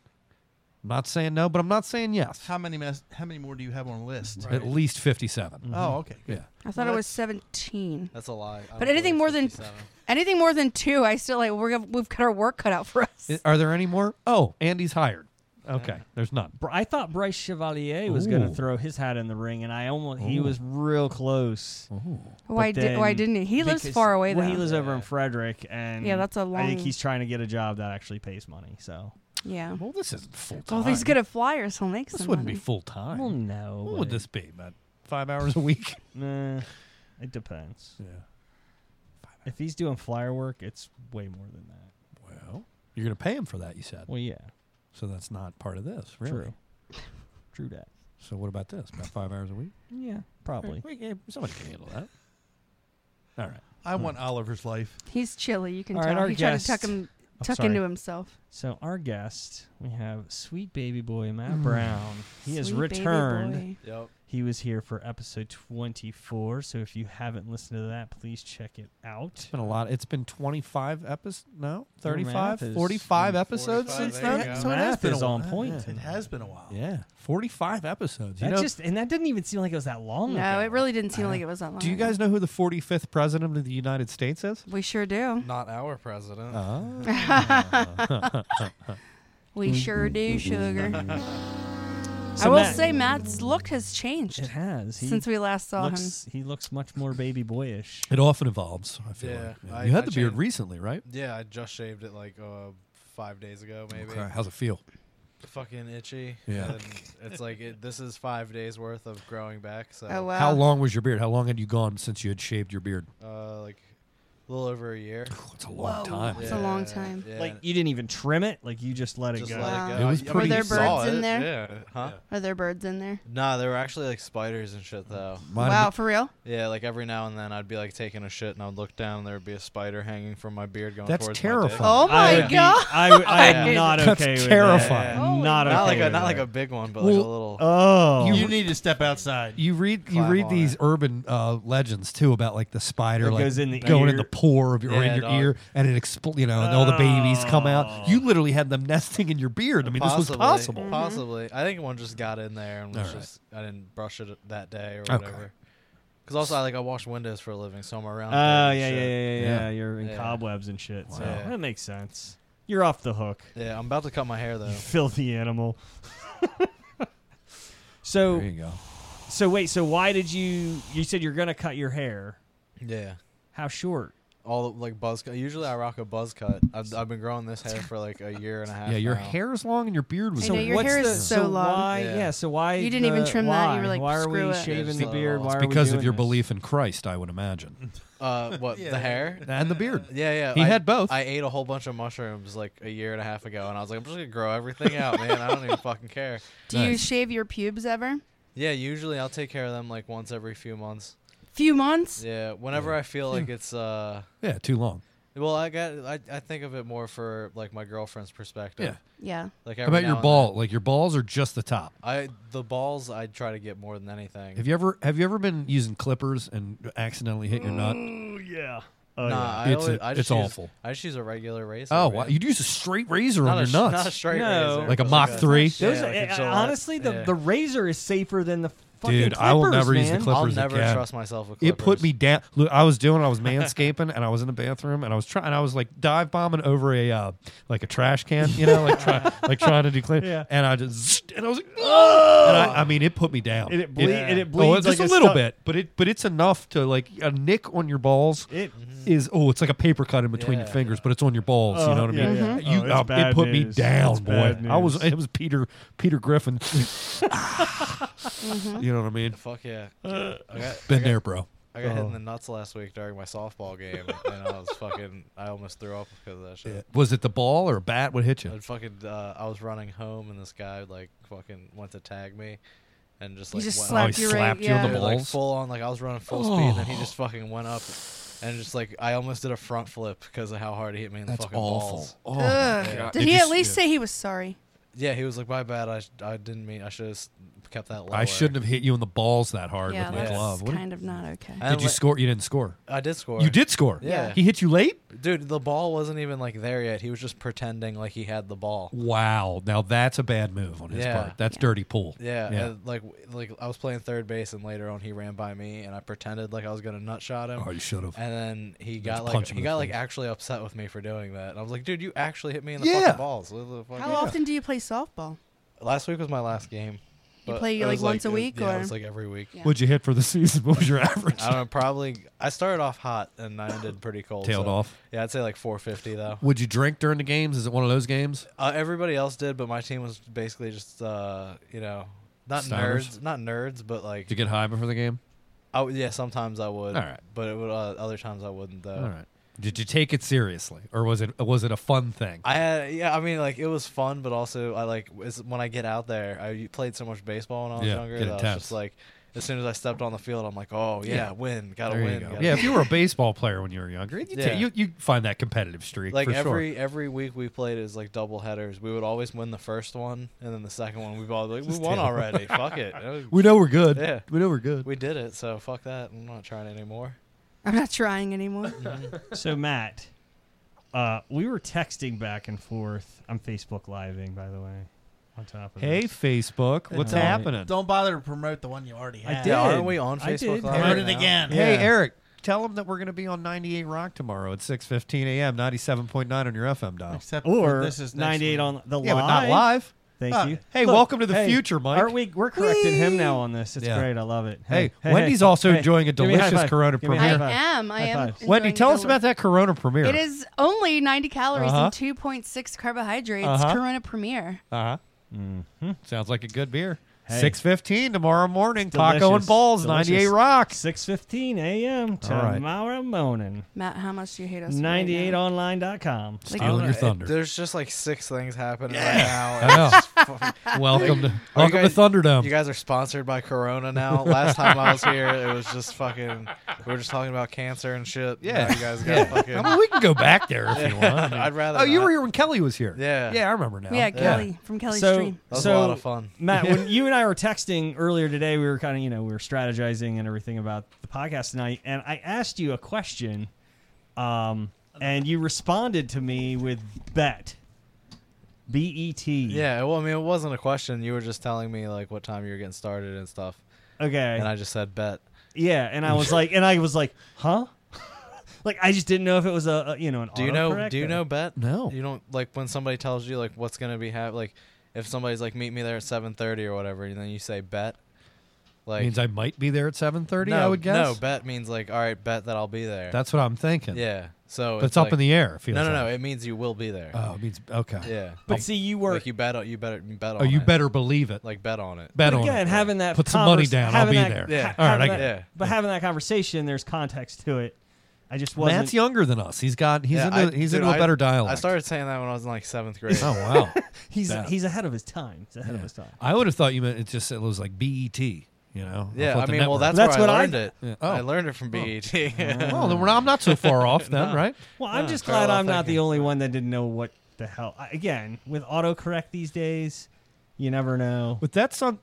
Speaker 6: I'm not saying no, but I'm not saying yes.
Speaker 7: How many mes- how many more do you have on the list?
Speaker 6: At least 57.
Speaker 7: Oh, okay.
Speaker 6: Yeah.
Speaker 7: good.
Speaker 8: I thought it was 17.
Speaker 9: That's a lie. I
Speaker 8: But
Speaker 9: don't
Speaker 8: anything
Speaker 9: believe
Speaker 8: more than
Speaker 9: 57.
Speaker 8: anything more than two, I still like we're, gonna- we've got our work cut out for us.
Speaker 6: I- Are there any more? Oh, Andy's hired. Okay, there's none.
Speaker 5: Br- I thought Bryce Chevalier was going
Speaker 6: Ooh.
Speaker 5: to throw his hat in the ring, and I almost—he was real close.
Speaker 6: Oh.
Speaker 8: why
Speaker 5: But
Speaker 8: did why
Speaker 5: then-
Speaker 8: didn't he? He lives
Speaker 5: because-
Speaker 8: far away though.
Speaker 5: Well, he lives over in Frederick, and
Speaker 8: Yeah, that's a
Speaker 5: I
Speaker 8: long-
Speaker 5: think he's trying to get a job that actually pays money. So,
Speaker 8: yeah.
Speaker 6: Well, this isn't full time.
Speaker 8: Well, if he's gonna fly or he'll make
Speaker 6: This
Speaker 8: some
Speaker 6: wouldn't
Speaker 8: money.
Speaker 6: be full time.
Speaker 5: well, no.
Speaker 6: What would
Speaker 5: but-
Speaker 6: this be, man? Five hours a week?
Speaker 5: Nah, it depends.
Speaker 6: Yeah.
Speaker 5: If he's doing flyer work, it's way more than that.
Speaker 6: Well, you're going to pay him for that, you said.
Speaker 5: Well, yeah,
Speaker 6: So that's not part of this, really.
Speaker 5: true, true that.
Speaker 6: So what about this? About five hours a week?
Speaker 5: Yeah, probably.
Speaker 6: We can- somebody can handle that. All right.
Speaker 7: I want Oliver's life.
Speaker 8: He's chilly. You can
Speaker 5: All right,
Speaker 8: tell.
Speaker 5: our
Speaker 8: he tried
Speaker 5: guest-
Speaker 8: to tuck him
Speaker 5: Oh,
Speaker 8: tuck
Speaker 5: sorry.
Speaker 8: into himself.
Speaker 5: So our guest, we have sweet baby boy Matt Brown. He has
Speaker 8: Sweet baby
Speaker 5: returned.
Speaker 8: boy.
Speaker 9: Yep.
Speaker 5: He was here for episode 24, so if you haven't listened to that, please check it out.
Speaker 6: It's been a lot. It's been 25 episodes. No, 35,
Speaker 5: math is- mm, eh?
Speaker 6: 45 episodes
Speaker 9: 45,
Speaker 6: since
Speaker 9: there you
Speaker 6: then.
Speaker 9: go.
Speaker 7: So it
Speaker 5: Math
Speaker 7: has been
Speaker 5: is
Speaker 7: a while.
Speaker 5: on point
Speaker 7: Yeah, it
Speaker 5: tonight.
Speaker 7: has been a while.
Speaker 6: Yeah, 45 episodes. You
Speaker 5: That
Speaker 6: know,
Speaker 5: just and that didn't even seem like it was that long
Speaker 8: No,
Speaker 5: ago. Uh,
Speaker 8: it really didn't seem like it was that long.
Speaker 6: do you
Speaker 8: ago.
Speaker 6: guys know who the 45th president of the United States is?
Speaker 8: We sure do.
Speaker 9: Not our president.
Speaker 6: Oh.
Speaker 5: Uh-huh.
Speaker 8: We sure do, sugar.
Speaker 5: Mm-hmm. So
Speaker 8: I will
Speaker 5: Matt-
Speaker 8: say Matt's look has
Speaker 5: It
Speaker 8: changed
Speaker 5: has. He
Speaker 8: since we last saw him.
Speaker 5: looks, He looks much more baby boyish.
Speaker 6: It often evolves. I feel
Speaker 9: Yeah,
Speaker 6: like man.
Speaker 9: I-
Speaker 6: you had
Speaker 9: I
Speaker 6: the beard
Speaker 9: changed.
Speaker 6: recently, right?
Speaker 9: Yeah, I just shaved it like uh, five days ago, maybe.
Speaker 6: Okay. Oh, How's it feel?
Speaker 9: Fucking itchy.
Speaker 6: Yeah.
Speaker 9: And it's like it, this is five days worth of growing back. So
Speaker 8: Oh wow!
Speaker 6: How long was your beard? How long had you gone since you had shaved your beard?
Speaker 9: uh, like a little over a year.
Speaker 6: It's a long time.
Speaker 8: It's a long time.
Speaker 9: Yeah.
Speaker 5: Like you didn't even trim it. Like you just let it
Speaker 9: just
Speaker 5: go.
Speaker 9: let
Speaker 8: Wow.
Speaker 9: it go.
Speaker 6: It was
Speaker 9: I- I
Speaker 6: pretty-
Speaker 9: mean,
Speaker 6: Were
Speaker 9: you
Speaker 6: there
Speaker 9: saw
Speaker 8: birds in
Speaker 9: it.
Speaker 8: there?
Speaker 9: Yeah. Huh?
Speaker 8: Are there birds in there?
Speaker 9: Nah, there were actually like spiders and shit though.
Speaker 6: Mine-
Speaker 8: wow, for real?
Speaker 9: Yeah, like every now and then I'd be like taking a shit and I'd look down and there would be a spider hanging from my beard going
Speaker 6: That's
Speaker 9: towards
Speaker 8: Oh
Speaker 6: terrifying.
Speaker 9: my dick.
Speaker 5: I
Speaker 8: my
Speaker 5: would be-
Speaker 8: god!
Speaker 5: I would- I am
Speaker 9: Yeah.
Speaker 5: not
Speaker 6: That's
Speaker 5: okay with
Speaker 6: terrifying.
Speaker 5: that.
Speaker 8: Holy
Speaker 5: Not okay.
Speaker 9: Not like a
Speaker 5: with
Speaker 9: not like
Speaker 5: that.
Speaker 9: a big one, but like a
Speaker 6: Well, uh,
Speaker 9: little.
Speaker 5: Oh,
Speaker 7: You need to step outside.
Speaker 6: You read you
Speaker 9: Climb
Speaker 6: read
Speaker 9: on
Speaker 6: these
Speaker 9: it.
Speaker 6: urban uh, legends too about like the spider
Speaker 5: It
Speaker 6: like
Speaker 5: goes in the
Speaker 6: going in
Speaker 5: ear.
Speaker 6: the pore of your or
Speaker 9: Yeah,
Speaker 6: in your
Speaker 9: dog.
Speaker 6: ear and it expl- you know and all the babies come out.
Speaker 5: Oh.
Speaker 6: You literally had them nesting in your beard. I mean, this was
Speaker 9: possibly,
Speaker 6: possible.
Speaker 9: Possibly, I think one just got in there and was
Speaker 6: All right.
Speaker 9: just I didn't brush it that day or
Speaker 6: Okay.
Speaker 9: whatever. Because also I like I wash windows for a living, so I'm around.
Speaker 5: Oh
Speaker 9: dirt
Speaker 5: yeah,
Speaker 9: and
Speaker 5: yeah, yeah,
Speaker 9: shit.
Speaker 5: yeah,
Speaker 6: Ah, Yeah.
Speaker 5: yeah. You're in
Speaker 9: Yeah.
Speaker 5: cobwebs and shit. So
Speaker 9: Wow.
Speaker 5: that makes sense. You're off the hook.
Speaker 9: Yeah, I'm about to cut my hair though.
Speaker 5: Filthy animal. so
Speaker 6: There you go.
Speaker 5: so wait. So why did you? You said you're gonna cut your hair.
Speaker 9: yeah,
Speaker 5: How short?
Speaker 9: all the, like buzz cut. Usually I rock a buzz cut. I've, I've been growing this hair for like a year and a half.
Speaker 6: Yeah, your
Speaker 9: now.
Speaker 6: hair's long and your beard was
Speaker 8: I know,
Speaker 6: long.
Speaker 8: your
Speaker 5: what's
Speaker 8: hair is
Speaker 5: the-
Speaker 8: so long.
Speaker 5: Why, yeah.
Speaker 9: Yeah.
Speaker 5: So why
Speaker 8: You didn't even
Speaker 5: the-
Speaker 8: trim that. You were
Speaker 5: why?
Speaker 8: like,
Speaker 5: why are
Speaker 8: "Screw
Speaker 5: we
Speaker 8: it."
Speaker 9: Yeah,
Speaker 5: shaving
Speaker 9: just
Speaker 5: the
Speaker 9: let it
Speaker 5: beard?
Speaker 9: all-
Speaker 5: Why
Speaker 9: It's
Speaker 5: are we
Speaker 6: because of
Speaker 5: doing
Speaker 6: your
Speaker 5: this?
Speaker 6: belief in Christ, I would imagine.
Speaker 9: Uh, what the hair?
Speaker 6: And the beard.
Speaker 9: Yeah, yeah.
Speaker 6: He
Speaker 9: I,
Speaker 6: had both.
Speaker 9: I ate a whole bunch of mushrooms like a year and a half ago, and I was like, I'm just gonna grow everything out, man. I don't even fucking care.
Speaker 8: Do you
Speaker 6: Nice.
Speaker 8: shave your pubes ever?
Speaker 9: Yeah, usually I'll take care of them like once every few months.
Speaker 8: Few months.
Speaker 9: Yeah, whenever I feel like it's uh,
Speaker 6: Yeah, too long.
Speaker 9: well, I got I, I think of it more for like my girlfriend's perspective.
Speaker 6: Yeah.
Speaker 8: Yeah.
Speaker 9: Like
Speaker 6: How
Speaker 9: every
Speaker 6: about
Speaker 9: now
Speaker 6: your
Speaker 9: and
Speaker 6: ball? Like your balls are just the top.
Speaker 9: then. I the balls I try to get more than anything.
Speaker 6: Have you ever have you ever been using clippers and accidentally hit your nut?
Speaker 9: Mm.
Speaker 5: Ooh, yeah. Oh, yeah.
Speaker 9: nah, I,
Speaker 6: It's a-
Speaker 9: always, I just
Speaker 6: it's
Speaker 9: use,
Speaker 6: awful.
Speaker 9: I just use a regular razor.
Speaker 6: Oh,
Speaker 9: man.
Speaker 6: wow. you'd use a straight razor
Speaker 9: Not
Speaker 6: on
Speaker 9: a,
Speaker 6: your
Speaker 9: sh-
Speaker 6: nuts.
Speaker 9: Not a straight
Speaker 5: No.
Speaker 9: razor,
Speaker 6: like a
Speaker 9: but
Speaker 6: Mach
Speaker 9: a-
Speaker 6: three.
Speaker 9: Yeah,
Speaker 5: Those,
Speaker 9: like a
Speaker 5: uh,
Speaker 9: Gillette.
Speaker 5: honestly, the,
Speaker 9: Yeah.
Speaker 5: the razor is safer than the fucking
Speaker 6: Dude, I will
Speaker 5: clippers,
Speaker 6: never
Speaker 5: man.
Speaker 6: use the clip-
Speaker 9: I'll
Speaker 6: Clippers
Speaker 9: never
Speaker 6: again.
Speaker 9: trust myself with clippers.
Speaker 6: It put me down. Look, I was doing. I was manscaping, and I was in the bathroom, and I was trying. I was like dive bombing over a uh, like a trash can, you know, like try, like trying to do clean.
Speaker 5: Yeah.
Speaker 6: And I just zzzt, and I was like, oh! and I, I mean, it put me down.
Speaker 5: And it ble- and it
Speaker 6: oh,
Speaker 5: bleeds
Speaker 6: just
Speaker 5: like a
Speaker 6: a little
Speaker 5: stu-
Speaker 6: bit, but it but it's enough to like a nick on your balls
Speaker 5: It-
Speaker 6: is oh, it's like a paper cut in between your
Speaker 9: Yeah.
Speaker 6: fingers, but it's on your balls. you know what I
Speaker 5: yeah,
Speaker 6: mean?
Speaker 5: yeah.
Speaker 6: You,
Speaker 5: Oh, it's
Speaker 6: uh, it
Speaker 5: bad
Speaker 6: put me
Speaker 5: news.
Speaker 6: down,
Speaker 5: It's
Speaker 6: boy.
Speaker 5: bad
Speaker 6: I was
Speaker 5: news.
Speaker 6: it was Peter Peter Griffin. You know what I mean?
Speaker 9: Fuck yeah. I got,
Speaker 6: Been there, bro.
Speaker 9: I got hit in the nuts last week during my softball game, and I was fucking. I almost threw up because of that shit.
Speaker 6: Was it the ball or a bat would hit you?
Speaker 9: I'd fucking. Uh, I was running home, and this guy like fucking went to tag me, and just like
Speaker 8: just
Speaker 9: went
Speaker 8: slapped
Speaker 6: oh,
Speaker 9: up.
Speaker 6: he
Speaker 8: you right-
Speaker 6: slapped you on the
Speaker 8: yeah.
Speaker 9: Dude, like
Speaker 6: balls.
Speaker 9: full on. Like I was running full speed, and then he just
Speaker 6: Oh.
Speaker 9: fucking went up, and just like I almost did a front flip because of how hard he hit me in the
Speaker 6: That's
Speaker 9: fucking
Speaker 6: awful.
Speaker 9: balls.
Speaker 6: Oh,
Speaker 8: Ugh. Did
Speaker 6: It
Speaker 8: he at
Speaker 6: just-
Speaker 8: least
Speaker 6: yeah.
Speaker 8: say he was sorry?
Speaker 9: Yeah, he was like, "My bad. I, sh- I didn't mean. I should have kept that lower."
Speaker 6: I shouldn't have hit you in the balls that hard
Speaker 8: Yeah,
Speaker 6: with my
Speaker 8: that's
Speaker 6: glove. What
Speaker 8: kind of not okay.
Speaker 9: I
Speaker 6: did you
Speaker 9: let-
Speaker 6: score? You didn't score.
Speaker 9: I did score.
Speaker 6: You did score.
Speaker 9: Yeah.
Speaker 6: He hit you late.
Speaker 9: dude. The ball wasn't even like there yet. He was just pretending like he had the ball.
Speaker 6: Wow. Now that's a bad move on his
Speaker 9: Yeah.
Speaker 6: part. That's dirty pool.
Speaker 9: Yeah, and, like like I was playing third base, and later on he ran by me, and I pretended like I was gonna nut shot him.
Speaker 6: Oh, you should have.
Speaker 9: and then he got
Speaker 6: Just
Speaker 9: like
Speaker 6: punch him
Speaker 9: he
Speaker 6: in the
Speaker 9: got like
Speaker 6: face.
Speaker 9: actually upset with me for doing that. And I was like, dude, you actually hit me in the
Speaker 6: Yeah.
Speaker 9: fucking balls. What the fuck?
Speaker 8: How often do you play softball?
Speaker 9: Last week was my last game.
Speaker 8: You
Speaker 9: but
Speaker 8: play,
Speaker 9: it
Speaker 8: like,
Speaker 9: was,
Speaker 8: once a
Speaker 9: it-
Speaker 8: week,
Speaker 9: yeah,
Speaker 8: or-
Speaker 9: it was like every week.
Speaker 8: Yeah.
Speaker 6: What'd you hit for the season? What was your average?
Speaker 9: I don't know. Probably I started off hot and I ended pretty cold.
Speaker 6: Tailed
Speaker 9: so-
Speaker 6: off.
Speaker 9: Yeah, I'd say like 450 though.
Speaker 6: Would you drink during the games? Is it one of those games?
Speaker 9: Uh, everybody else did, but my team was basically just uh, you know. Not
Speaker 6: Stoners?
Speaker 9: nerds, not nerds, but like
Speaker 6: Did you get high before the game?
Speaker 9: I w- yeah, sometimes I would.
Speaker 6: All right.
Speaker 9: But it would, uh, other times I wouldn't though.
Speaker 6: All right. Did you take it seriously, or was it was it a fun thing?
Speaker 9: I had yeah, I mean like it was fun, but also I like it's, when I get out there, I played so much baseball when I was
Speaker 6: Yeah,
Speaker 9: younger
Speaker 6: get
Speaker 9: that I was
Speaker 6: intense.
Speaker 9: just like, as soon as I stepped on the field, I'm like, oh yeah,
Speaker 6: Yeah.
Speaker 9: win, gotta
Speaker 6: There you
Speaker 9: win.
Speaker 6: go.
Speaker 9: gotta
Speaker 6: Yeah,
Speaker 9: win.
Speaker 6: if you were a baseball player when you were younger, you, ta-
Speaker 9: Yeah.
Speaker 6: you, you find that competitive streak
Speaker 9: Like
Speaker 6: for
Speaker 9: every
Speaker 6: sure.
Speaker 9: every week we played is like double headers. We would always win the first one, and then the second one we'd all be like, we won
Speaker 6: terrible.
Speaker 9: already. fuck it,
Speaker 6: We know we're good.
Speaker 9: Yeah.
Speaker 6: We know we're good.
Speaker 9: we did it. So fuck that. I'm not trying anymore.
Speaker 8: I'm not trying anymore.
Speaker 5: so Matt, uh, we were texting back and forth. I'm Facebook living, by the way. On top of
Speaker 6: hey,
Speaker 5: this.
Speaker 6: Facebook, what's
Speaker 5: Don't-
Speaker 6: happening?
Speaker 7: Don't bother to promote the one you already
Speaker 5: I
Speaker 7: have.
Speaker 5: did.
Speaker 9: Yeah, aren't we on
Speaker 5: I
Speaker 9: Facebook
Speaker 5: did.
Speaker 9: Live
Speaker 7: Promote
Speaker 9: right
Speaker 7: it
Speaker 9: now?
Speaker 7: again.
Speaker 6: Hey,
Speaker 5: Yeah.
Speaker 6: Eric, tell them that we're going to be on 98 Rock tomorrow at 6:15 a.m. 97.9 on your FM dial.
Speaker 7: Except
Speaker 5: or
Speaker 7: this is next
Speaker 5: 98
Speaker 7: week.
Speaker 5: on the
Speaker 6: yeah,
Speaker 5: live.
Speaker 6: but not live.
Speaker 5: Thank
Speaker 6: Ah,
Speaker 5: you.
Speaker 6: hey, welcome to the future, Mike.
Speaker 5: Aren't we? We're correcting him now on this. It's
Speaker 6: Yeah.
Speaker 5: great. I love it.
Speaker 6: Hey, Wendy's also enjoying a
Speaker 5: Give me high
Speaker 6: delicious
Speaker 5: five.
Speaker 6: Corona
Speaker 5: Give me high
Speaker 6: Premier.
Speaker 8: I
Speaker 5: five.
Speaker 8: am. I
Speaker 5: High
Speaker 8: am.
Speaker 5: fives.
Speaker 6: Wendy,
Speaker 8: enjoying
Speaker 6: tell
Speaker 8: the
Speaker 6: us about that Corona premiere.
Speaker 8: It is only 90 calories
Speaker 6: Uh-huh.
Speaker 8: and 2.6 carbohydrates.
Speaker 6: Uh-huh.
Speaker 8: Corona Premier.
Speaker 6: Uh huh. Sounds like a good beer.
Speaker 5: Mm-hmm. Hey.
Speaker 6: Six fifteen tomorrow morning. Taco
Speaker 5: Delicious.
Speaker 6: and balls.
Speaker 5: Delicious.
Speaker 6: Ninety eight rocks.
Speaker 5: Six fifteen a.m.
Speaker 6: All right.
Speaker 5: tomorrow morning.
Speaker 8: Matt, how much do you hate us? right now?
Speaker 5: 98online.com.
Speaker 8: Like,
Speaker 6: Stealing your
Speaker 9: It-
Speaker 6: thunder.
Speaker 9: there's just like six things happening right now. and
Speaker 6: I know.
Speaker 9: it's just fucking-
Speaker 6: welcome to
Speaker 9: Are you
Speaker 6: welcome to Thunderdome.
Speaker 9: You guys are sponsored by Corona now. Last time I was here, it was just fucking. We were just talking about cancer and shit.
Speaker 6: Yeah.
Speaker 9: Now you guys got
Speaker 6: I mean,
Speaker 9: fucking.
Speaker 6: we can go back there if you want.
Speaker 9: I'd rather.
Speaker 6: Oh, you
Speaker 9: not.
Speaker 6: were here when Kelly was here.
Speaker 9: Yeah.
Speaker 6: Yeah, I remember now.
Speaker 8: Yeah, Kelly from Kelly's
Speaker 5: so,
Speaker 8: Stream.
Speaker 9: That was
Speaker 5: so,
Speaker 9: a lot of fun.
Speaker 5: Matt, when you and I were texting earlier today, we were kind of, you know, we were strategizing and everything about the podcast tonight, and I asked you a question, um, and you responded to me with bet, B E T.
Speaker 9: Yeah. Well, I mean, it wasn't a question. You were just telling me like what time you were getting started and stuff,
Speaker 5: Okay.
Speaker 9: and I just said bet.
Speaker 5: yeah, and I was like, and I was like, huh? like I just didn't know if it was a, a you know an.
Speaker 9: Do you know?
Speaker 5: autocorrect
Speaker 9: Do you
Speaker 5: or-
Speaker 9: know bet?
Speaker 6: No.
Speaker 9: You don't like when somebody tells you like what's gonna be hap Like if somebody's like meet me there at seven thirty or whatever, and then you say bet. Like
Speaker 6: Means I might be there at seven thirty.
Speaker 9: no,
Speaker 6: I would guess.
Speaker 9: No, bet means like all right, bet that I'll be there.
Speaker 6: That's what I'm thinking.
Speaker 9: yeah. So
Speaker 6: but it's, up
Speaker 9: like-
Speaker 6: in the air. It feels
Speaker 9: No, no, no.
Speaker 6: like.
Speaker 9: It means you will be there.
Speaker 6: Oh, it means okay.
Speaker 9: yeah.
Speaker 5: But see, you were
Speaker 9: like you bet on you better you bet on.
Speaker 6: Oh, you
Speaker 9: it.
Speaker 6: better believe it.
Speaker 9: like bet on it.
Speaker 6: Bet
Speaker 5: but
Speaker 6: on
Speaker 5: again
Speaker 6: it.
Speaker 5: having that
Speaker 6: Put some money
Speaker 5: convers-
Speaker 6: down, I'll
Speaker 5: having
Speaker 6: be
Speaker 5: that-
Speaker 6: there.
Speaker 9: Yeah.
Speaker 5: ha-
Speaker 6: All right,
Speaker 5: having
Speaker 6: I get
Speaker 5: that-
Speaker 9: it.
Speaker 5: But having that conversation, there's context to it. I just wasn't.
Speaker 6: Matt's younger than us. He's got. He's
Speaker 9: Yeah,
Speaker 6: into.
Speaker 9: I-
Speaker 6: he's
Speaker 9: dude,
Speaker 6: into a
Speaker 9: I-
Speaker 6: better dialect.
Speaker 9: I started saying that when I was in like seventh grade.
Speaker 6: Oh wow.
Speaker 5: He's
Speaker 6: Yeah.
Speaker 5: he's ahead of his time. He's ahead of his time.
Speaker 6: I would have thought you meant it just it was like BET. You know.
Speaker 9: Yeah,
Speaker 6: thought
Speaker 9: I
Speaker 6: the
Speaker 9: mean, well,
Speaker 6: network-
Speaker 9: that's,
Speaker 5: That's
Speaker 9: where
Speaker 5: what I
Speaker 9: I learned
Speaker 5: d-
Speaker 9: it.
Speaker 6: Yeah.
Speaker 9: I
Speaker 6: Oh.
Speaker 9: learned it from E BET.
Speaker 6: Well, then we're not, I'm not so far off then, right?
Speaker 5: Well, I'm
Speaker 9: Yeah,
Speaker 5: just glad
Speaker 9: parallel
Speaker 5: I'm not the
Speaker 9: thinking.
Speaker 5: only one that didn't know what the hell. I, again, with autocorrect these days, you never know.
Speaker 6: With that son,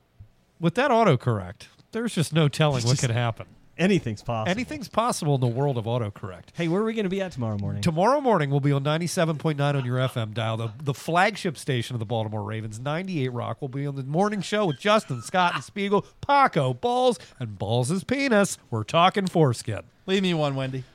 Speaker 6: with that autocorrect, there's just no telling what
Speaker 5: Just-
Speaker 6: could happen.
Speaker 5: Anything's possible.
Speaker 6: Anything's possible in the world of autocorrect.
Speaker 5: Hey, where are we going to be at tomorrow morning?
Speaker 6: Tomorrow morning, we'll be on 97.9 on your FM dial, the, the flagship station of the Baltimore Ravens, 98 Rock. We'll be on the morning show with Justin, Scott, and Spiegel, Paco, Balls, and Balls' penis. We're talking foreskin.
Speaker 7: Leave me one, Wendy.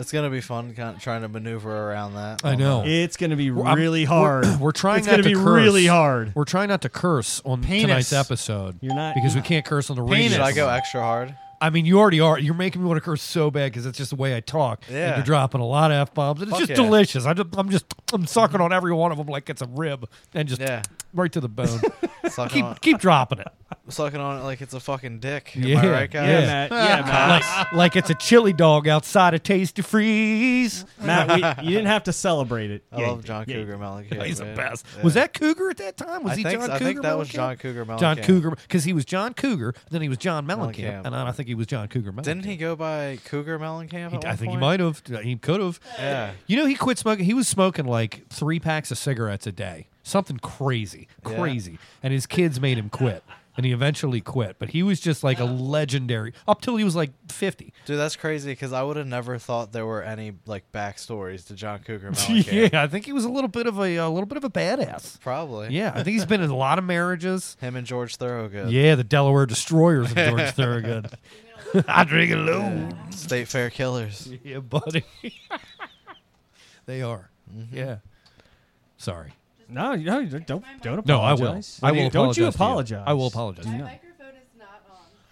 Speaker 9: It's gonna be fun, kind of trying to maneuver around that.
Speaker 6: I know.
Speaker 5: it's going to be
Speaker 6: Oh, I'm-
Speaker 5: really hard.
Speaker 6: We're trying
Speaker 5: It's
Speaker 6: not
Speaker 5: gonna
Speaker 6: to
Speaker 5: be
Speaker 6: curse.
Speaker 5: really hard.
Speaker 6: We're trying not to curse on
Speaker 7: Penis.
Speaker 6: tonight's episode.
Speaker 5: You're not-
Speaker 6: because we can't curse on the radio.
Speaker 9: Should I go extra hard?
Speaker 6: I mean, you already are. You're making me want to curse so bad because that's just the way I talk. And
Speaker 9: Yeah.
Speaker 6: you're dropping a lot of f bombs, and it's
Speaker 9: Fuck
Speaker 6: just
Speaker 9: yeah.
Speaker 6: delicious. I just, I'm just, I'm sucking on every one of them like it's a rib, and just
Speaker 9: Yeah.
Speaker 6: right to the bone.
Speaker 9: Sucking,
Speaker 6: keep,
Speaker 9: on,
Speaker 6: keep dropping it,
Speaker 9: sucking on it like it's a fucking dick.
Speaker 6: Yeah.
Speaker 9: Am I right,
Speaker 5: yeah, Matt.
Speaker 9: guys?
Speaker 5: Yeah, Matt.
Speaker 6: like, like it's a chili dog outside a Tasty Freeze.
Speaker 5: Matt, we, you didn't have to celebrate it.
Speaker 9: I
Speaker 5: Yeah,
Speaker 9: love
Speaker 5: you
Speaker 9: John
Speaker 5: did. Yeah, you
Speaker 9: Cougar
Speaker 5: did.
Speaker 9: Mellencamp.
Speaker 6: He's the
Speaker 9: man.
Speaker 6: best.
Speaker 9: Yeah.
Speaker 6: Was that Cougar at that time? Was
Speaker 9: I
Speaker 6: he
Speaker 9: think,
Speaker 6: John
Speaker 9: I
Speaker 6: Cougar?
Speaker 9: think that was
Speaker 6: Mellencamp?
Speaker 9: John Cougar Mellencamp.
Speaker 6: John Cougar because he was John Cougar, then he was John Mellencamp,
Speaker 9: Mellencamp.
Speaker 6: and then I think he was John Cougar. Mellencamp.
Speaker 9: Didn't he go by Cougar Mellencamp?
Speaker 6: He-
Speaker 9: at
Speaker 6: I
Speaker 9: one
Speaker 6: think he
Speaker 9: point?
Speaker 6: might have. He could have.
Speaker 9: Yeah.
Speaker 6: You know, he quit smoking. He was smoking like three packs of cigarettes a day, something crazy,
Speaker 9: Yeah.
Speaker 6: crazy. And his kids made him quit, and he eventually quit. But he was just like a legendary up till he was like fifty.
Speaker 9: Dude, that's crazy because I would have never thought there were any like backstories to John Cougar
Speaker 6: yeah,
Speaker 9: Mellencamp.
Speaker 6: Oh, I think he was a little bit of a, a little bit of a badass.
Speaker 9: Probably.
Speaker 6: Yeah, I think he's been in a lot of marriages.
Speaker 9: Him and George Thorogood.
Speaker 6: Yeah, the Delaware Destroyers of George Thorogood. I drink alone.
Speaker 9: State Fair killers.
Speaker 6: Yeah, buddy. they are. Yeah. Sorry.
Speaker 5: No, no, you don't don't apologize.
Speaker 6: No, I will. I will.
Speaker 5: Don't you
Speaker 6: apologize to
Speaker 5: apologize?
Speaker 6: I will apologize.
Speaker 8: microphone is not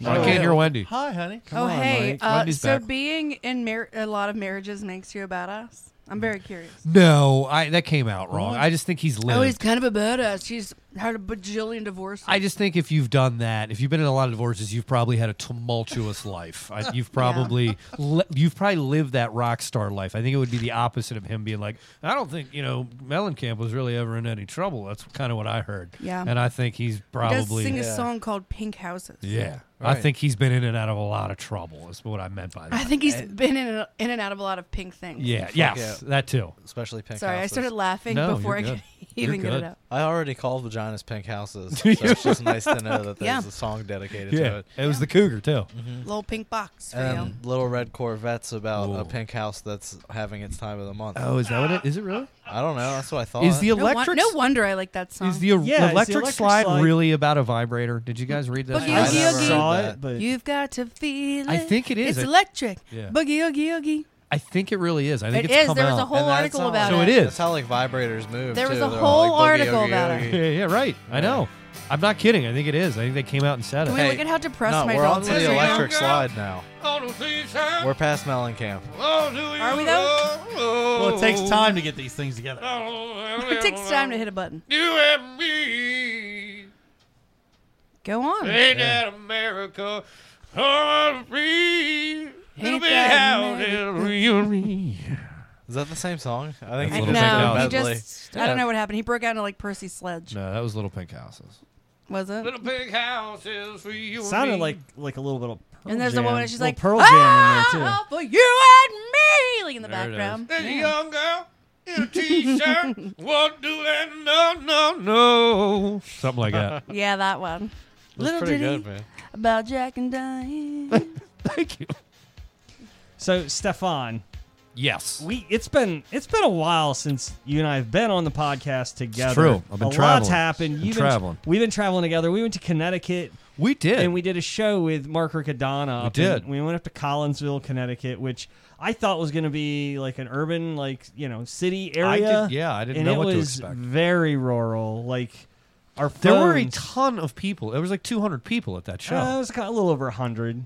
Speaker 8: on.
Speaker 6: I can't hear Wendy.
Speaker 7: Hi, honey.
Speaker 8: oh, hey.
Speaker 5: Mike.
Speaker 8: Uh,
Speaker 6: Wendy's
Speaker 8: so
Speaker 6: back.
Speaker 8: being in mar- a lot of marriages makes you a badass? I'm very curious.
Speaker 6: No, I that came out wrong. I just think he's lived.
Speaker 8: Oh, he's kind of a badass. He's had a bajillion divorces.
Speaker 6: I just think if you've done that, if you've been in a lot of divorces, you've probably had a tumultuous life. I, you've probably li- you've probably lived that rock star life. I think it would be the opposite of him being like, I don't think you know Mellencamp was really ever in any trouble. That's kind of what I heard.
Speaker 8: Yeah.
Speaker 6: and I think he's
Speaker 8: He does
Speaker 6: probably
Speaker 8: sing a
Speaker 9: Yeah.
Speaker 8: song called Pink Houses.
Speaker 6: yeah. I
Speaker 9: Right.
Speaker 6: think he's been in and out of a lot of trouble. Is what I meant by
Speaker 8: I
Speaker 6: that.
Speaker 8: think he's been in, a, in and out of a lot of pink things.
Speaker 6: Yeah, yes,
Speaker 9: yeah.
Speaker 6: that too.
Speaker 9: Especially pink
Speaker 8: Sorry, I
Speaker 9: houses.
Speaker 8: started laughing
Speaker 6: No,
Speaker 8: before I
Speaker 6: you're
Speaker 8: could
Speaker 6: good. You're
Speaker 8: even get
Speaker 6: good.
Speaker 8: it out.
Speaker 9: I already called vaginas pink houses. So it's just nice to know that there's
Speaker 8: Yeah.
Speaker 9: a song dedicated to
Speaker 6: Yeah,
Speaker 9: it.
Speaker 6: it was the cougar too.
Speaker 8: Little pink box for you.
Speaker 6: Um,
Speaker 9: And Little Red Corvette's about
Speaker 6: Ooh.
Speaker 9: a pink house that's having its time of the month.
Speaker 6: Oh, is that what it is? It really
Speaker 9: I don't know. That's what I thought.
Speaker 6: is the
Speaker 8: No, won-
Speaker 6: electric?
Speaker 8: no wonder I like that song.
Speaker 6: Is the
Speaker 5: Uh, Yeah, it's the
Speaker 6: electric,
Speaker 5: electric
Speaker 6: slide,
Speaker 5: slide.
Speaker 6: really about a vibrator? Did you guys read that?
Speaker 8: Boogie
Speaker 9: I
Speaker 8: Oogie Oogie.
Speaker 9: never heard
Speaker 5: saw
Speaker 9: that.
Speaker 5: it, but
Speaker 8: You've got to feel it.
Speaker 6: I think it is.
Speaker 8: It's
Speaker 6: I-
Speaker 8: electric.
Speaker 6: Yeah.
Speaker 8: Boogie oogie oogie.
Speaker 6: I think it really is. I think
Speaker 8: It
Speaker 6: it's
Speaker 8: is.
Speaker 6: come
Speaker 8: There
Speaker 6: out.
Speaker 8: was a whole
Speaker 9: And that's
Speaker 8: article
Speaker 9: how,
Speaker 8: about
Speaker 6: So
Speaker 8: it.
Speaker 6: it is.
Speaker 9: That's how like vibrators move.
Speaker 8: There was
Speaker 9: too.
Speaker 8: a
Speaker 9: They're
Speaker 8: whole
Speaker 9: like, boogie,
Speaker 8: article
Speaker 9: oogie,
Speaker 8: about it.
Speaker 9: oogie.
Speaker 6: yeah, yeah, right. I know. I'm not kidding. I think it is. I think they came out and said
Speaker 8: Can
Speaker 6: it.
Speaker 8: we
Speaker 9: Hey,
Speaker 8: look at how depressed
Speaker 9: No,
Speaker 8: my
Speaker 9: we're on
Speaker 8: dog
Speaker 9: to the
Speaker 8: is?
Speaker 9: electric slide now. We're past Mellencamp.
Speaker 8: Are we though?
Speaker 7: Well, it takes time to get these things together.
Speaker 8: It takes time to hit a button.
Speaker 10: Oh, You and me.
Speaker 8: Go on.
Speaker 10: Ain't that America? Oh, free. Little bit
Speaker 8: that
Speaker 10: how
Speaker 8: America.
Speaker 10: you and me.
Speaker 9: Is that the same song? I think
Speaker 8: I,
Speaker 9: it's
Speaker 6: Little Big
Speaker 8: no, he
Speaker 6: House.
Speaker 9: medley.
Speaker 8: just. I don't know what happened. He broke out into like Percy Sledge.
Speaker 6: No, that was Little Pink Houses.
Speaker 8: Was it?
Speaker 10: Little big houses for you. and
Speaker 5: Sounded
Speaker 10: me.
Speaker 5: like like a little bit of Pearl
Speaker 8: And there's
Speaker 5: Jam,
Speaker 8: a woman. and She's
Speaker 5: little
Speaker 8: like,
Speaker 5: Pearl
Speaker 8: ah,
Speaker 5: Jam in there too.
Speaker 8: for you and me, like in the
Speaker 6: There it is.
Speaker 8: background.
Speaker 10: There's a
Speaker 8: Yeah.
Speaker 10: young girl in a t-shirt. what do I know? No, no.
Speaker 6: Something like that.
Speaker 8: Yeah, that one.
Speaker 9: That's pretty good, man.
Speaker 8: about Jack and Diane.
Speaker 6: Thank you.
Speaker 5: So Stefan,
Speaker 6: Yes.
Speaker 5: we it's been it's been a while since you and I have been on the podcast together.
Speaker 6: true. I've been
Speaker 5: a lot's
Speaker 6: traveling.
Speaker 5: happened.
Speaker 6: Been
Speaker 5: You've
Speaker 6: traveling.
Speaker 5: Been, we've been traveling together. We went to Connecticut
Speaker 6: We did.
Speaker 5: and we did a show with Mark Riccadonna.
Speaker 6: We
Speaker 5: up in-
Speaker 6: did.
Speaker 5: we went up to Collinsville, Connecticut, which I thought was going to be like an urban, like you know, city
Speaker 6: I did-
Speaker 5: area.
Speaker 6: yeah, I didn't
Speaker 5: and
Speaker 6: know
Speaker 5: it
Speaker 6: what to
Speaker 5: was
Speaker 6: expect.
Speaker 5: Very rural, like our phones.
Speaker 6: there were a ton of people. There was like 200 people at that show.
Speaker 5: Uh, it was kind of a little over hundred.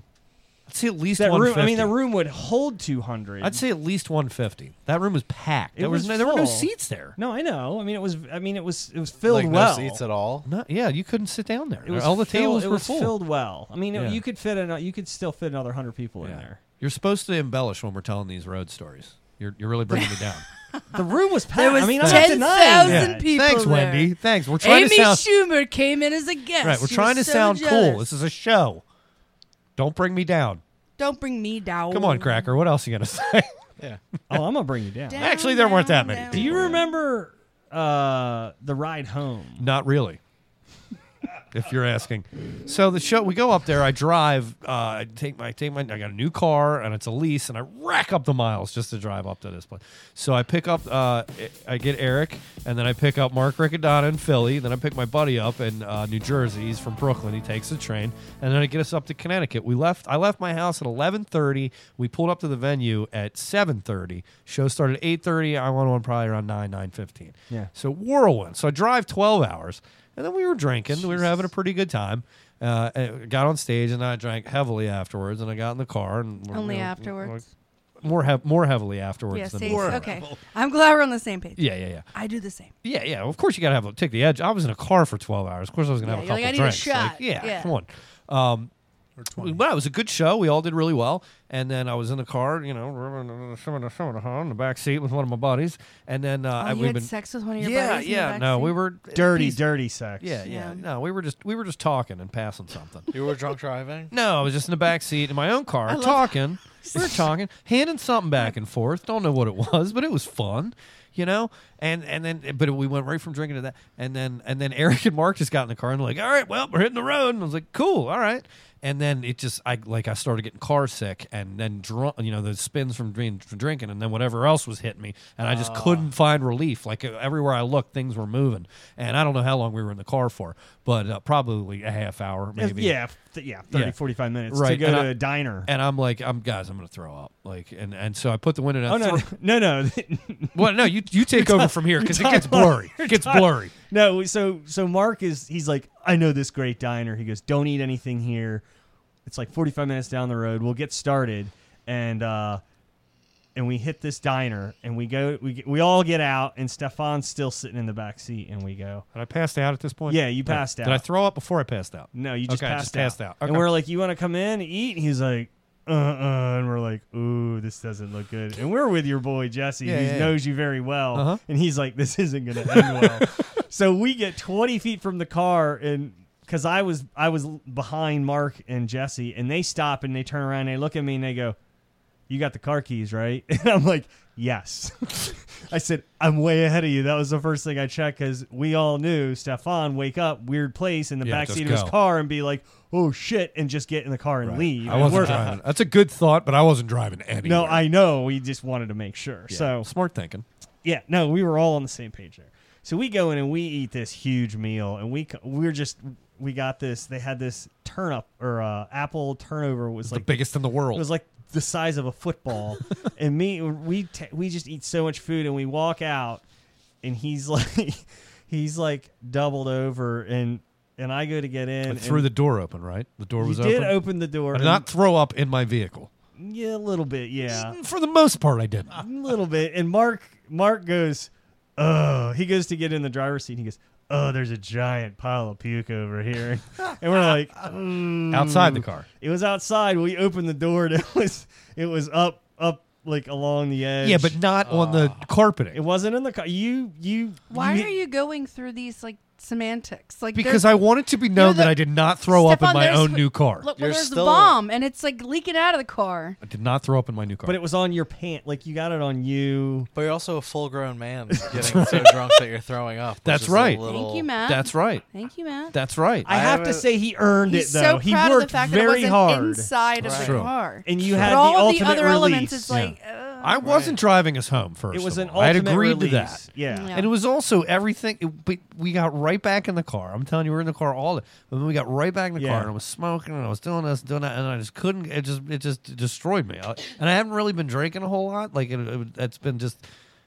Speaker 6: I'd say at least
Speaker 5: That room, I
Speaker 6: 150.
Speaker 5: mean, the room would hold two hundred.
Speaker 6: I'd say at least 150. That room was packed.
Speaker 5: It
Speaker 6: There was,
Speaker 5: was
Speaker 6: no, there were no
Speaker 5: full.
Speaker 6: seats there.
Speaker 5: No, I know. I mean, it was. I mean, it was. It was filled
Speaker 9: Like no
Speaker 5: well.
Speaker 9: seats at all.
Speaker 6: No, yeah, you couldn't sit down there.
Speaker 5: It was
Speaker 6: All the
Speaker 5: fill-
Speaker 6: tables
Speaker 5: it
Speaker 6: were
Speaker 5: was
Speaker 6: full.
Speaker 5: filled well. I mean, it-
Speaker 6: Yeah.
Speaker 5: you could fit an, You could still fit another hundred people in
Speaker 6: Yeah.
Speaker 5: there.
Speaker 6: You're supposed to embellish when we're telling these road stories. You're, you're really bringing me down.
Speaker 5: The room was packed.
Speaker 8: There was
Speaker 5: I mean, I'm not
Speaker 8: 10,000
Speaker 5: denying that.
Speaker 8: people.
Speaker 6: Thanks,
Speaker 8: there.
Speaker 6: Wendy. Thanks. We're trying
Speaker 8: Amy
Speaker 6: to sound
Speaker 8: Schumer came in as a guest.
Speaker 6: right. We're
Speaker 8: She
Speaker 6: trying to
Speaker 8: was so
Speaker 6: sound cool.
Speaker 8: jealous.
Speaker 6: This is a show. Don't bring me down.
Speaker 8: Don't bring me down.
Speaker 6: Come on, Cracker. What else you gonna say?
Speaker 9: Yeah.
Speaker 5: Oh, I'm gonna bring you down.
Speaker 8: Down,
Speaker 6: Actually, there weren't
Speaker 8: down,
Speaker 6: that many
Speaker 8: down.
Speaker 5: Do you remember uh, the ride home?
Speaker 6: Not really. if you're asking. So the show we go up there, I drive, uh, I take my take my I got a new car and it's a lease and I rack up the miles just to drive up to this place. So I pick up uh, I get Eric and then I pick up Mark Riccadonna in Philly, then I pick my buddy up in uh, New Jersey. He's from Brooklyn. He takes the train and then I get us up to Connecticut. We left I left my house at 11:30. We pulled up to the venue at 7:30. Show started at 8:30. I went on probably around 9 9:15.
Speaker 5: Yeah.
Speaker 6: So whirlwind. So I drive 12 hours, and then we were drinking. We were having a pretty good time. Uh, and got on stage, and I drank heavily afterwards. And I got in the car, and we're-
Speaker 8: Only
Speaker 6: we're-
Speaker 8: afterwards.
Speaker 6: more hev- more heavily afterwards.
Speaker 8: Yeah,
Speaker 6: than
Speaker 8: see,
Speaker 6: before.
Speaker 8: okay. I'm glad we're on the same page.
Speaker 6: Yeah, yeah, yeah,
Speaker 8: I do the same.
Speaker 6: yeah, yeah. Of course, you gotta have a, take the edge. I was in a car for 12 hours. Of course, I was gonna
Speaker 8: Yeah,
Speaker 6: have
Speaker 8: you're
Speaker 6: a couple
Speaker 8: like, "I need a
Speaker 6: drinks. Like,
Speaker 8: shot."
Speaker 6: yeah,
Speaker 8: Yeah.
Speaker 6: come on. Um,
Speaker 7: Or 20.
Speaker 6: well, it was a good show. We all did really well. And then I was in the car, you know, in the back seat with one of my buddies. And then uh,
Speaker 8: Oh,
Speaker 6: I-
Speaker 8: you
Speaker 6: we've
Speaker 8: had
Speaker 6: been
Speaker 8: sex with one of your
Speaker 6: yeah,
Speaker 8: buddies in the
Speaker 6: yeah.
Speaker 8: back
Speaker 6: No,
Speaker 8: seat?
Speaker 6: we were
Speaker 5: Dirty,
Speaker 6: He's-
Speaker 5: dirty sex.
Speaker 6: Yeah, yeah,
Speaker 8: Yeah.
Speaker 6: No, we were just we were just talking and passing something.
Speaker 9: You were drunk driving.
Speaker 6: No, I was just in the back seat in my own car talking. we were talking, handing something back and forth. Don't know what it was, but it was fun, you know. And and then, but we went right from drinking to that. And then and then Eric and Mark just got in the car and like, all right, well, we're hitting the road. And I was like, cool, all right. And then it just I like I started getting car sick and then drunk, you know, the spins from being from drinking and then whatever else was hitting me, and I just couldn't find relief. Like uh, everywhere I looked, things were moving, and I don't know how long we were in the car for, but uh, probably a half hour, maybe.
Speaker 5: Yeah, f- yeah, 30,
Speaker 6: Yeah.
Speaker 5: 45 minutes to
Speaker 6: Right,
Speaker 5: go
Speaker 6: and
Speaker 5: to
Speaker 6: I-
Speaker 5: a diner.
Speaker 6: And I'm like, I'm guys, I'm gonna throw up. Like, and and so I put the window down.
Speaker 5: oh no,
Speaker 6: throw-
Speaker 5: no, no,
Speaker 6: Well, no, you you take over from here because it gets blurry. It gets blurry.
Speaker 5: no. So, so Mark is he's like, I know this great diner. He goes, don't eat anything here. It's like 45 minutes down the road. We'll get started, and uh, and we hit this diner, and we go, we get- we all get out, and Stefan's still sitting in the back seat, and we go,
Speaker 6: And I passed out at this point.
Speaker 5: Yeah, you passed
Speaker 6: Did I
Speaker 5: out.
Speaker 6: throw up before I passed out?
Speaker 5: No, you just
Speaker 6: Okay, I
Speaker 5: passed
Speaker 6: just passed out.
Speaker 5: And
Speaker 6: Okay.
Speaker 5: we're like, you want to come in and eat? And he's like, uh uh And we're like, ooh, this doesn't look good. And we're with your boy, Jesse,
Speaker 6: Yeah,
Speaker 5: who
Speaker 6: yeah, yeah.
Speaker 5: knows you very well.
Speaker 6: Uh-huh.
Speaker 5: And he's like, this isn't going to end well. so we get 20 feet from the car and. Cause I was I was behind Mark and Jesse, and they stop and they turn around and they look at me and they go, "You got the car keys, right?" And I'm like, "Yes." I said, "I'm way ahead of you." That was the first thing I checked because we all knew Stefan wake up weird place in the
Speaker 6: Yeah,
Speaker 5: back
Speaker 6: just
Speaker 5: seat of his
Speaker 6: go.
Speaker 5: car car and be like, "Oh shit," and just get in the car and leave.
Speaker 6: I wasn't
Speaker 5: We're-
Speaker 6: driving. That's a good thought, but I wasn't driving anywhere.
Speaker 5: No, I know. We just wanted to make sure.
Speaker 6: Yeah,
Speaker 5: So
Speaker 6: smart thinking.
Speaker 5: yeah, no, we were all on the same page there. So we go in and we eat this huge meal, and we c- we're just we got this. They had this turnip or uh, apple turnover was like
Speaker 6: biggest in the world.
Speaker 5: It was like the size of a football, and me we ta we just eat so much food, and we walk out, and he's like he's like doubled over, and and I go to get in,
Speaker 6: I
Speaker 5: and
Speaker 6: threw the door open, right? The door
Speaker 5: You
Speaker 6: was
Speaker 5: did
Speaker 6: open.
Speaker 5: open the door
Speaker 6: I did
Speaker 5: and-
Speaker 6: not throw up in my vehicle.
Speaker 5: yeah a little bit yeah
Speaker 6: For the most part, I didn't.
Speaker 5: a little bit. And Mark Mark goes, oh, he goes to get in the driver's seat. And he goes, oh, there's a giant pile of puke over here, and we're like "Ooh."
Speaker 6: Outside the car.
Speaker 5: It was outside. We opened the door, and it was it was up up like along the edge.
Speaker 6: Yeah, but not on the carpeting.
Speaker 5: Ah. It wasn't in the car. You you
Speaker 8: Why
Speaker 5: you-
Speaker 8: are you going through these like semantics? Like
Speaker 6: Because
Speaker 8: they're-
Speaker 6: I want it to be known
Speaker 8: You're the-
Speaker 6: that I did not throw up
Speaker 8: Stefan,
Speaker 6: in my
Speaker 8: there's-
Speaker 6: own new car.
Speaker 8: Look, well,
Speaker 9: You're
Speaker 8: there's the
Speaker 9: still-
Speaker 8: bomb, and it's like leaking out of the car.
Speaker 6: I did not throw up in my new car.
Speaker 5: But it was on your pant. Like you got it on you.
Speaker 9: But you're also a full-grown man getting so drunk that you're throwing up. which
Speaker 6: That's
Speaker 9: is a
Speaker 6: right.
Speaker 9: little-
Speaker 8: Thank you, Matt.
Speaker 6: That's right.
Speaker 8: Thank you, Matt.
Speaker 6: That's right.
Speaker 5: I, have to
Speaker 9: haven't-
Speaker 5: say he earned
Speaker 8: He's
Speaker 5: it though.
Speaker 8: so
Speaker 5: he
Speaker 8: proud
Speaker 5: worked
Speaker 8: of the fact that it
Speaker 5: very
Speaker 8: wasn't
Speaker 5: hard.
Speaker 8: inside of
Speaker 9: Right.
Speaker 8: the
Speaker 6: True.
Speaker 8: car.
Speaker 5: And you
Speaker 8: But
Speaker 5: had
Speaker 8: all
Speaker 5: the
Speaker 8: of the
Speaker 5: ultimate
Speaker 8: other elements.
Speaker 5: release.
Speaker 8: It's like uh,
Speaker 6: I wasn't driving us home first.
Speaker 5: it was
Speaker 6: of
Speaker 5: an
Speaker 6: all. I had
Speaker 5: ultimate
Speaker 6: agreed
Speaker 5: release.
Speaker 6: to that.
Speaker 5: Yeah.
Speaker 8: Yeah.
Speaker 6: And it was also everything. It, but we got right back in the car. I'm telling you, we were in the car all. the And then we got right back in the
Speaker 5: Yeah.
Speaker 6: car, and I was smoking, and I was doing this, doing that, and I just couldn't. It just, it just destroyed me. I- and I haven't really been drinking a whole lot. Like it, it, has been just.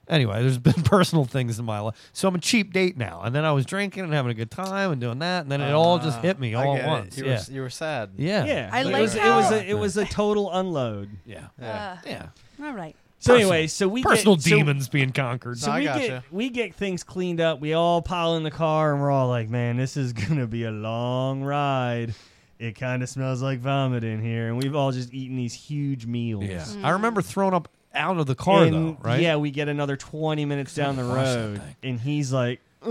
Speaker 6: Anyway, there's been personal things in my life, so I'm a cheap date now. And then I was drinking and having a good time and doing that, and then it all
Speaker 5: Ah,
Speaker 6: just hit me
Speaker 9: I
Speaker 6: all
Speaker 9: get
Speaker 6: at
Speaker 9: it.
Speaker 6: once.
Speaker 9: You,
Speaker 6: Yeah.
Speaker 9: were, you were sad.
Speaker 6: yeah,
Speaker 5: Yeah,
Speaker 8: I
Speaker 5: it
Speaker 8: like
Speaker 5: was, it
Speaker 8: how-
Speaker 5: was a, it was a total unload.
Speaker 6: yeah,
Speaker 9: Yeah.
Speaker 6: yeah.
Speaker 8: Uh, all right.
Speaker 5: So
Speaker 6: Personal-
Speaker 5: anyway, so we
Speaker 6: personal
Speaker 5: get, so-
Speaker 6: demons being conquered.
Speaker 5: So,
Speaker 9: No, I
Speaker 5: we
Speaker 9: gotcha.
Speaker 5: get we get things cleaned up. We all pile in the car and we're all like, "Man, this is gonna be a long ride." It kind of smells like vomit in here, and we've all just eaten these huge meals.
Speaker 6: Yeah,
Speaker 8: Mm.
Speaker 6: I remember throwing up out of the car
Speaker 5: And,
Speaker 6: though, right?
Speaker 5: Yeah, we get another twenty minutes down the
Speaker 6: wash that
Speaker 5: road,
Speaker 6: thing.
Speaker 5: and he's like, "Uh,"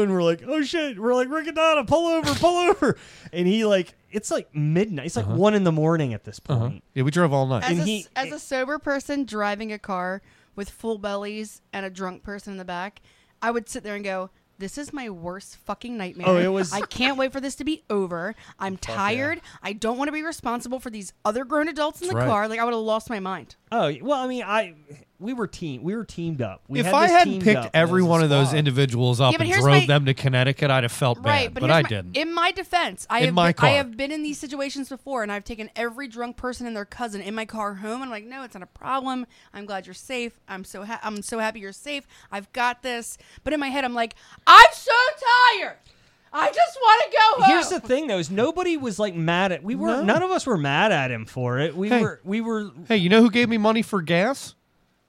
Speaker 5: and we're like, "Oh shit!" We're like, "Riccadonna, pull over, pull over!" And he like, it's like midnight. It's like one in the morning at this point.
Speaker 6: Uh-huh. yeah. We drove all night.
Speaker 8: As,
Speaker 5: And
Speaker 8: a,
Speaker 5: he-
Speaker 8: as a sober person driving a car with full bellies and a drunk person in the back, I would sit there and go, "This is my worst fucking nightmare.
Speaker 5: Oh, it was-
Speaker 8: I can't wait for this to be over. I'm tired. I don't want to be responsible for these other grown adults in
Speaker 6: That's
Speaker 8: the
Speaker 6: right.
Speaker 8: car. Like I would have lost my mind.
Speaker 5: Oh well, I mean, I we were team we were teamed up. We
Speaker 6: if
Speaker 5: had
Speaker 6: I
Speaker 5: this
Speaker 6: hadn't
Speaker 5: teamed
Speaker 6: picked
Speaker 5: up.
Speaker 6: every
Speaker 9: as a
Speaker 6: one of those
Speaker 9: squad.
Speaker 6: individuals up
Speaker 8: Yeah, but
Speaker 6: and
Speaker 8: here's
Speaker 6: drove
Speaker 8: my-
Speaker 6: them to Connecticut, I'd have felt
Speaker 8: right,
Speaker 6: bad.
Speaker 8: but,
Speaker 6: But,
Speaker 8: here's
Speaker 6: I
Speaker 8: my-
Speaker 6: didn't.
Speaker 8: In my defense, I
Speaker 6: In
Speaker 8: have
Speaker 6: my
Speaker 8: been, I
Speaker 6: car.
Speaker 8: have been in these situations before, and I've taken every drunk person and their cousin in my car home. And I'm like, no, it's not a problem. I'm glad you're safe. I'm so ha- I'm so happy you're safe. I've got this. But in my head, I'm like, I'm so tired. I just want to go home.
Speaker 5: Here's the thing, though: is nobody was like mad at we were
Speaker 6: No.
Speaker 5: not none of us were mad at him for it. We
Speaker 6: Hey.
Speaker 5: were we were
Speaker 6: hey, you know who gave me money for gas?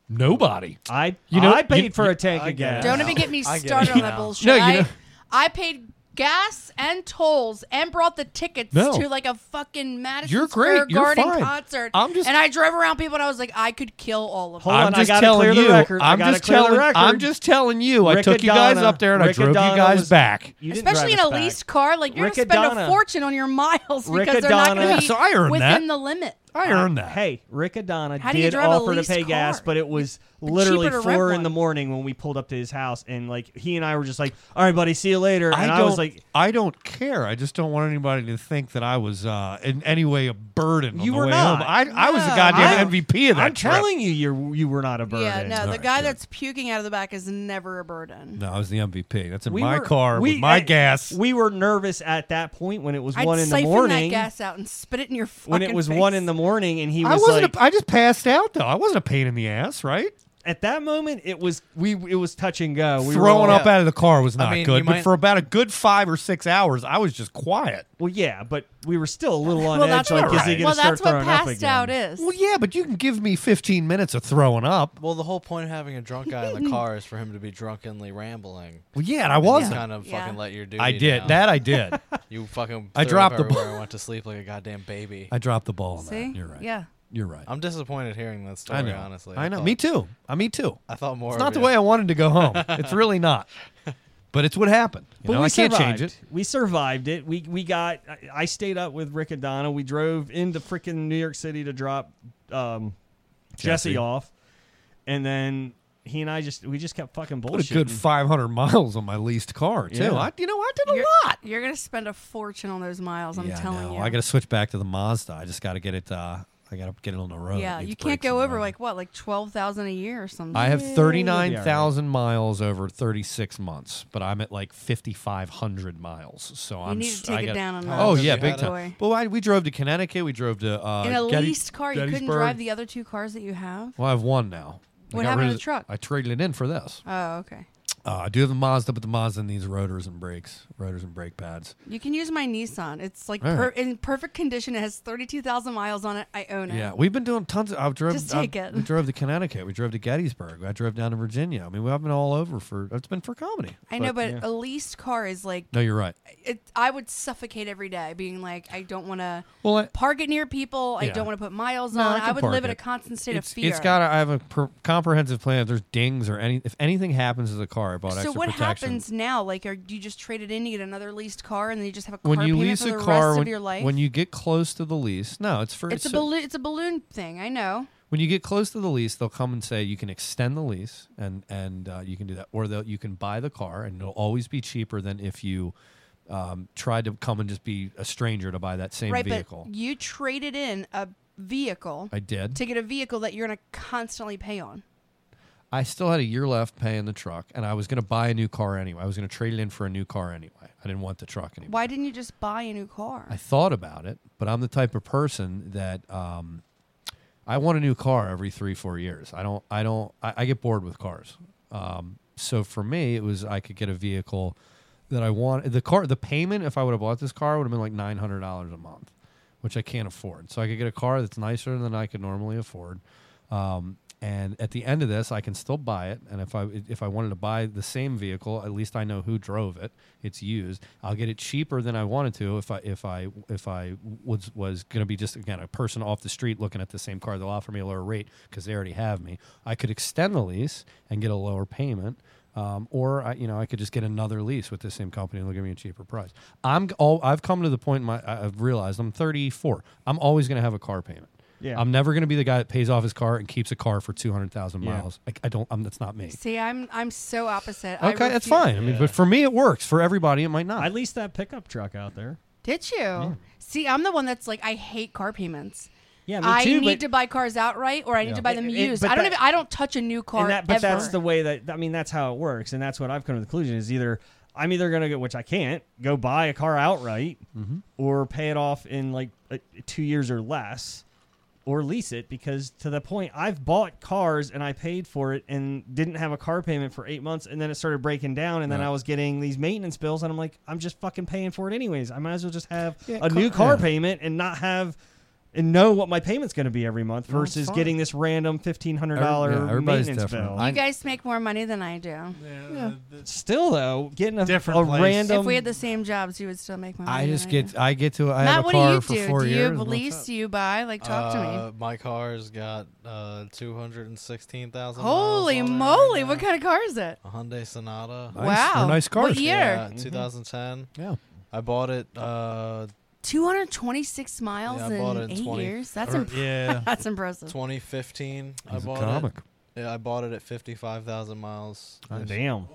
Speaker 6: Nobody.
Speaker 5: I
Speaker 6: You know-
Speaker 5: I paid
Speaker 6: you-
Speaker 5: for a tank
Speaker 9: I
Speaker 5: of
Speaker 9: get
Speaker 5: gas.
Speaker 9: it.
Speaker 8: Don't even get me
Speaker 9: I get
Speaker 8: started
Speaker 9: it
Speaker 8: on that
Speaker 9: now.
Speaker 8: bullshit.
Speaker 6: No, you
Speaker 8: I,
Speaker 6: know-
Speaker 8: I paid gas and tolls and brought the tickets
Speaker 6: No.
Speaker 8: to like a fucking Madison
Speaker 6: You're
Speaker 8: Square
Speaker 6: great. You're
Speaker 8: Garden
Speaker 6: fine.
Speaker 8: concert.
Speaker 6: I'm just-
Speaker 8: and I drove around people and I was like, I could kill all of them.
Speaker 5: Hold
Speaker 6: I'm
Speaker 5: on, I
Speaker 6: just
Speaker 5: gotta
Speaker 6: telling
Speaker 5: clear the
Speaker 6: you.
Speaker 5: record. I
Speaker 6: I'm
Speaker 5: gotta
Speaker 6: just
Speaker 5: clear the
Speaker 6: telling. I'm
Speaker 5: record.
Speaker 6: just telling you. I took you guys
Speaker 5: Riccadonna-
Speaker 6: up there and I drove you
Speaker 5: Riccadonna
Speaker 6: guys
Speaker 5: was-
Speaker 6: back.
Speaker 5: you didn't
Speaker 8: Especially in
Speaker 5: drive
Speaker 8: a
Speaker 5: us back.
Speaker 8: leased car, like you're gonna spend
Speaker 5: Riccadonna.
Speaker 8: a fortune on your miles because they're not
Speaker 5: Riccadonna.
Speaker 8: gonna
Speaker 5: Yeah,
Speaker 8: be
Speaker 6: so I earned
Speaker 8: within
Speaker 6: that.
Speaker 8: the limit.
Speaker 6: I earned that.
Speaker 5: Hey, Rick Adana
Speaker 8: How do you
Speaker 5: did
Speaker 8: drive a
Speaker 5: offer to
Speaker 8: leased
Speaker 5: pay
Speaker 8: car?
Speaker 5: gas, but it was
Speaker 8: cheaper
Speaker 5: literally
Speaker 8: to rent
Speaker 5: four in
Speaker 8: one.
Speaker 5: the morning when we pulled up to his house, and like he and I were just like, "All right, buddy, see you later." And I,
Speaker 6: don't,
Speaker 5: was like,
Speaker 6: I don't care. I just don't want anybody to think that I was uh, in any way a burden. on
Speaker 5: You
Speaker 6: the
Speaker 5: were
Speaker 6: way
Speaker 5: not.
Speaker 6: Home. I, I was the
Speaker 8: No.
Speaker 6: goddamn
Speaker 5: I-
Speaker 6: MVP of that
Speaker 5: "I'm
Speaker 6: trip.
Speaker 5: telling you, you you were not a burden."
Speaker 8: Yeah, no,
Speaker 6: All
Speaker 8: the
Speaker 6: right,
Speaker 8: guy
Speaker 6: good.
Speaker 8: that's puking out of the back is never a burden.
Speaker 6: No, I was the MVP. That's in
Speaker 5: We
Speaker 6: my
Speaker 5: were-
Speaker 6: car
Speaker 5: we-
Speaker 6: with my
Speaker 5: I-
Speaker 6: gas.
Speaker 5: We were nervous at that point when it was
Speaker 8: I'd
Speaker 5: one in the
Speaker 8: siphon
Speaker 5: morning.
Speaker 8: that gas out and spit it in your fucking
Speaker 5: when it was
Speaker 8: face.
Speaker 5: one in the morning, and he
Speaker 6: I
Speaker 5: was
Speaker 6: wasn't.
Speaker 5: like,
Speaker 6: a, I just passed out though. I wasn't a pain in the ass, right?
Speaker 5: at that moment, it was we it was touch and go. We were
Speaker 6: Throwing
Speaker 5: all-
Speaker 6: up out of the car was not
Speaker 9: mean, you
Speaker 6: good, but
Speaker 9: might-
Speaker 6: for about a good five or six hours, I was just quiet.
Speaker 5: Well, yeah, but we were still a little on
Speaker 8: well,
Speaker 5: edge.
Speaker 8: that's
Speaker 5: Like,
Speaker 8: what,
Speaker 5: is he going to
Speaker 8: well,
Speaker 5: start
Speaker 8: that's what
Speaker 5: throwing up
Speaker 8: passed
Speaker 5: again?
Speaker 8: out is.
Speaker 6: Well, yeah, but you can give me 15 minutes of throwing up.
Speaker 9: Well, the whole point of having a drunk guy in the car is for him to be drunkenly rambling.
Speaker 6: Well, yeah, and I
Speaker 9: And you
Speaker 6: wasn't.
Speaker 9: kind of
Speaker 8: Yeah.
Speaker 9: fucking let your duty
Speaker 6: I did
Speaker 9: down.
Speaker 6: that. I did.
Speaker 9: You fucking.
Speaker 6: I
Speaker 9: threw up
Speaker 6: dropped the
Speaker 9: everywhere
Speaker 6: ball.
Speaker 9: and went to sleep like a goddamn baby.
Speaker 6: I dropped the ball. On
Speaker 8: See?
Speaker 6: that. You're right.
Speaker 8: Yeah.
Speaker 6: you're right.
Speaker 9: I'm disappointed hearing that story.
Speaker 6: I know.
Speaker 9: Honestly,
Speaker 6: I know.
Speaker 9: thought-
Speaker 6: me too. I me too.
Speaker 9: I thought more.
Speaker 6: It's
Speaker 9: of
Speaker 6: not the
Speaker 9: you.
Speaker 6: way I wanted to go home. it's really not. But it's what happened. You
Speaker 5: But
Speaker 6: know,
Speaker 5: we
Speaker 6: I can't
Speaker 5: survived.
Speaker 6: change it.
Speaker 5: We survived it. We we got. I- I stayed up with Rick and Donna. We drove into freaking New York City to drop um, Jesse.
Speaker 6: Jesse.
Speaker 5: off, and then he and I just we just kept fucking
Speaker 6: What a
Speaker 5: bullshit.
Speaker 6: good 500 miles on my leased car too.
Speaker 5: Yeah.
Speaker 6: I, you know, I did a
Speaker 8: You're,
Speaker 6: lot.
Speaker 8: you're gonna spend a fortune on those miles. I'm
Speaker 6: yeah,
Speaker 8: telling
Speaker 6: no,
Speaker 8: you.
Speaker 6: I got to switch back to the Mazda. I just got to get it. Uh,
Speaker 10: I gotta get it on the road.
Speaker 8: yeah,
Speaker 10: It needs
Speaker 8: you can't
Speaker 10: brakes on
Speaker 8: go
Speaker 10: the
Speaker 8: over
Speaker 10: road.
Speaker 8: like what, like twelve thousand a year or something.
Speaker 10: I have
Speaker 8: Yeah.
Speaker 10: thirty nine thousand miles over thirty six months, but I'm at like fifty five hundred miles. So I'm.
Speaker 8: need
Speaker 10: s-
Speaker 8: to take
Speaker 10: I
Speaker 8: it
Speaker 10: got-
Speaker 8: down on
Speaker 10: Oh
Speaker 8: that.
Speaker 10: yeah,
Speaker 8: Have
Speaker 10: big
Speaker 8: you had
Speaker 10: time.
Speaker 8: it?
Speaker 10: But I, we drove to Connecticut. We drove to uh,
Speaker 8: In a
Speaker 10: Gettys-
Speaker 8: leased car, you couldn't
Speaker 10: Gettysburg.
Speaker 8: drive the other two cars that you have.
Speaker 10: Well, I have one now. I
Speaker 8: What
Speaker 10: got
Speaker 8: happened
Speaker 10: rid
Speaker 8: to
Speaker 10: of
Speaker 8: the truck?
Speaker 10: I traded it in for this.
Speaker 8: Oh, okay.
Speaker 10: Uh, I do have the Mazda, but the Mazda needs rotors and brakes, rotors and brake pads.
Speaker 8: You can use my Nissan. It's like
Speaker 10: All
Speaker 8: per-
Speaker 10: right.
Speaker 8: in perfect condition. It has thirty-two thousand miles on it. I own it.
Speaker 10: Yeah, we've been doing tons. Of, I've drove.
Speaker 8: Just
Speaker 10: I've-
Speaker 8: take it.
Speaker 10: We drove to Connecticut. We drove to Gettysburg. I drove down to Virginia. I mean, we've been all over for. It's been for comedy.
Speaker 8: I know, but
Speaker 10: yeah.
Speaker 8: a leased car is like
Speaker 10: no, you're right.
Speaker 8: it, I would suffocate every day, being like, I don't want to
Speaker 10: Well, I-
Speaker 8: park it near people. I
Speaker 10: Yeah.
Speaker 8: don't want to put miles
Speaker 10: No,
Speaker 8: on.
Speaker 10: I
Speaker 8: it. I,
Speaker 10: can
Speaker 8: would
Speaker 10: park
Speaker 8: live in
Speaker 10: it.
Speaker 8: a constant state
Speaker 10: It's,
Speaker 8: of fear.
Speaker 10: it's got. I have a per- comprehensive plan. If there's dings or any, if anything happens to the car, I bought
Speaker 8: so
Speaker 10: extra
Speaker 8: what
Speaker 10: protection.
Speaker 8: happens now? Like, are do you just trade it in? You get another leased car, and then you just have a car
Speaker 10: when you
Speaker 8: payment
Speaker 10: lease
Speaker 8: for
Speaker 10: a
Speaker 8: the
Speaker 10: car,
Speaker 8: rest
Speaker 10: when,
Speaker 8: of your life.
Speaker 10: when you get close to the lease, no, it's for
Speaker 8: it's a
Speaker 10: so-
Speaker 8: balloon. It's a balloon thing. I know.
Speaker 10: When you get close to the lease, they'll come and say you can extend the lease and and uh, you can do that, or they'll, you can buy the car and it'll always be cheaper than if you um, tried to come and just be a stranger to buy that same
Speaker 8: right,
Speaker 10: vehicle.
Speaker 8: but you traded in a vehicle
Speaker 10: I did.
Speaker 8: to get a vehicle that you're gonna constantly pay on.
Speaker 10: I still had a year left paying the truck, and I was going to buy a new car anyway. I was going to trade it in for a new car anyway. I didn't want the truck anymore.
Speaker 8: Why didn't you just buy a new car?
Speaker 10: I thought about it, but I'm the type of person that um, I want a new car every three, four years. I don't, I don't, I, I get bored with cars. Um, so for me, it was I could get a vehicle that I want. The car, the payment, if I would have bought this car, would have been like nine hundred dollars a month, which I can't afford. So I could get a car that's nicer than I could normally afford. Um, and at the end of this, I can still buy it. And if I if I wanted to buy the same vehicle, at least I know who drove it. It's used. I'll get it cheaper than I wanted to if I if I if I was was going to be just again a person off the street looking at the same car. They'll offer me a lower rate because they already have me. I could extend the lease and get a lower payment. Um, or I, you know, I could just get another lease with the same company and they'll give me a cheaper price. I'm all, I've come to the point in my I- I've realized I'm 34. I'm always going to have a car payment.
Speaker 5: Yeah.
Speaker 10: I'm never going to be the guy that pays off his car and keeps a car for 200,000
Speaker 5: Yeah.
Speaker 10: miles. Like I don't I'm that's not me.
Speaker 8: See, I'm I'm so opposite. I
Speaker 10: Okay, that's
Speaker 8: refu-
Speaker 10: fine. I mean,
Speaker 5: Yeah.
Speaker 10: but for me it works. For everybody it might not.
Speaker 5: I leased that pickup truck out there.
Speaker 8: Did you? See, I'm the one that's like, I hate car payments.
Speaker 5: Yeah, me
Speaker 8: I
Speaker 5: too,
Speaker 8: need
Speaker 5: but-
Speaker 8: to buy cars outright, or I need
Speaker 10: Yeah.
Speaker 8: to buy them
Speaker 5: It- it-
Speaker 8: used.
Speaker 5: but
Speaker 8: I don't
Speaker 5: that-
Speaker 8: even. I don't touch a new car
Speaker 5: and that, but
Speaker 8: ever.
Speaker 5: that's the way that I mean that's how it works, and that's what I've come to the conclusion is either I'm either gonna go, which I can't, go buy a car outright,
Speaker 6: Mm-hmm.
Speaker 5: or pay it off in like uh, two years or less, or lease it because to the point I've bought cars and I paid for it and didn't have a car payment for eight months, and then it started breaking down, and then
Speaker 10: Right.
Speaker 5: I was getting these maintenance bills, and I'm like, I'm just fucking paying for it anyways. I might as well just have
Speaker 10: Yeah, car-
Speaker 5: a new car
Speaker 10: yeah.
Speaker 5: payment and not have. And know what my payment's going to be every month
Speaker 10: No, it's
Speaker 5: versus
Speaker 10: fine.
Speaker 5: getting this random fifteen hundred dollar
Speaker 10: Every- yeah, everybody's
Speaker 5: maintenance
Speaker 10: different.
Speaker 5: bill.
Speaker 10: I-
Speaker 8: you guys make more money than I do.
Speaker 5: Still though, getting a,
Speaker 7: Different
Speaker 5: a
Speaker 7: place.
Speaker 5: random.
Speaker 8: If we had the same jobs, you would still make more money.
Speaker 10: I just
Speaker 8: than
Speaker 10: get
Speaker 8: do.
Speaker 10: I get to I
Speaker 8: Matt,
Speaker 10: have a
Speaker 8: what
Speaker 10: car
Speaker 8: do
Speaker 10: for
Speaker 8: you do?
Speaker 10: 4
Speaker 8: do
Speaker 10: years.
Speaker 8: you
Speaker 10: What's
Speaker 8: lease?
Speaker 10: up?
Speaker 8: Do you buy? Like, talk to
Speaker 9: Uh,
Speaker 8: me.
Speaker 9: My car's got uh, 216,000
Speaker 8: Holy
Speaker 9: miles on it
Speaker 8: moly!
Speaker 9: right
Speaker 8: what
Speaker 9: now.
Speaker 8: kind of car is it?
Speaker 9: A Hyundai Sonata.
Speaker 10: Nice.
Speaker 8: Wow.
Speaker 10: They're nice
Speaker 8: What
Speaker 10: cars.
Speaker 8: year?
Speaker 9: Yeah, 2010.
Speaker 10: Yeah.
Speaker 9: I bought it. Uh,
Speaker 8: 226 miles
Speaker 9: Yeah, I bought
Speaker 8: in,
Speaker 9: it in
Speaker 8: eight
Speaker 9: 20
Speaker 8: years. That's
Speaker 7: Or-
Speaker 8: imp-
Speaker 7: yeah.
Speaker 8: that's impressive.
Speaker 9: 2015. I
Speaker 10: He's a
Speaker 9: bought
Speaker 10: comic.
Speaker 9: it. Yeah, I bought it at 55,000 miles.
Speaker 5: Damn.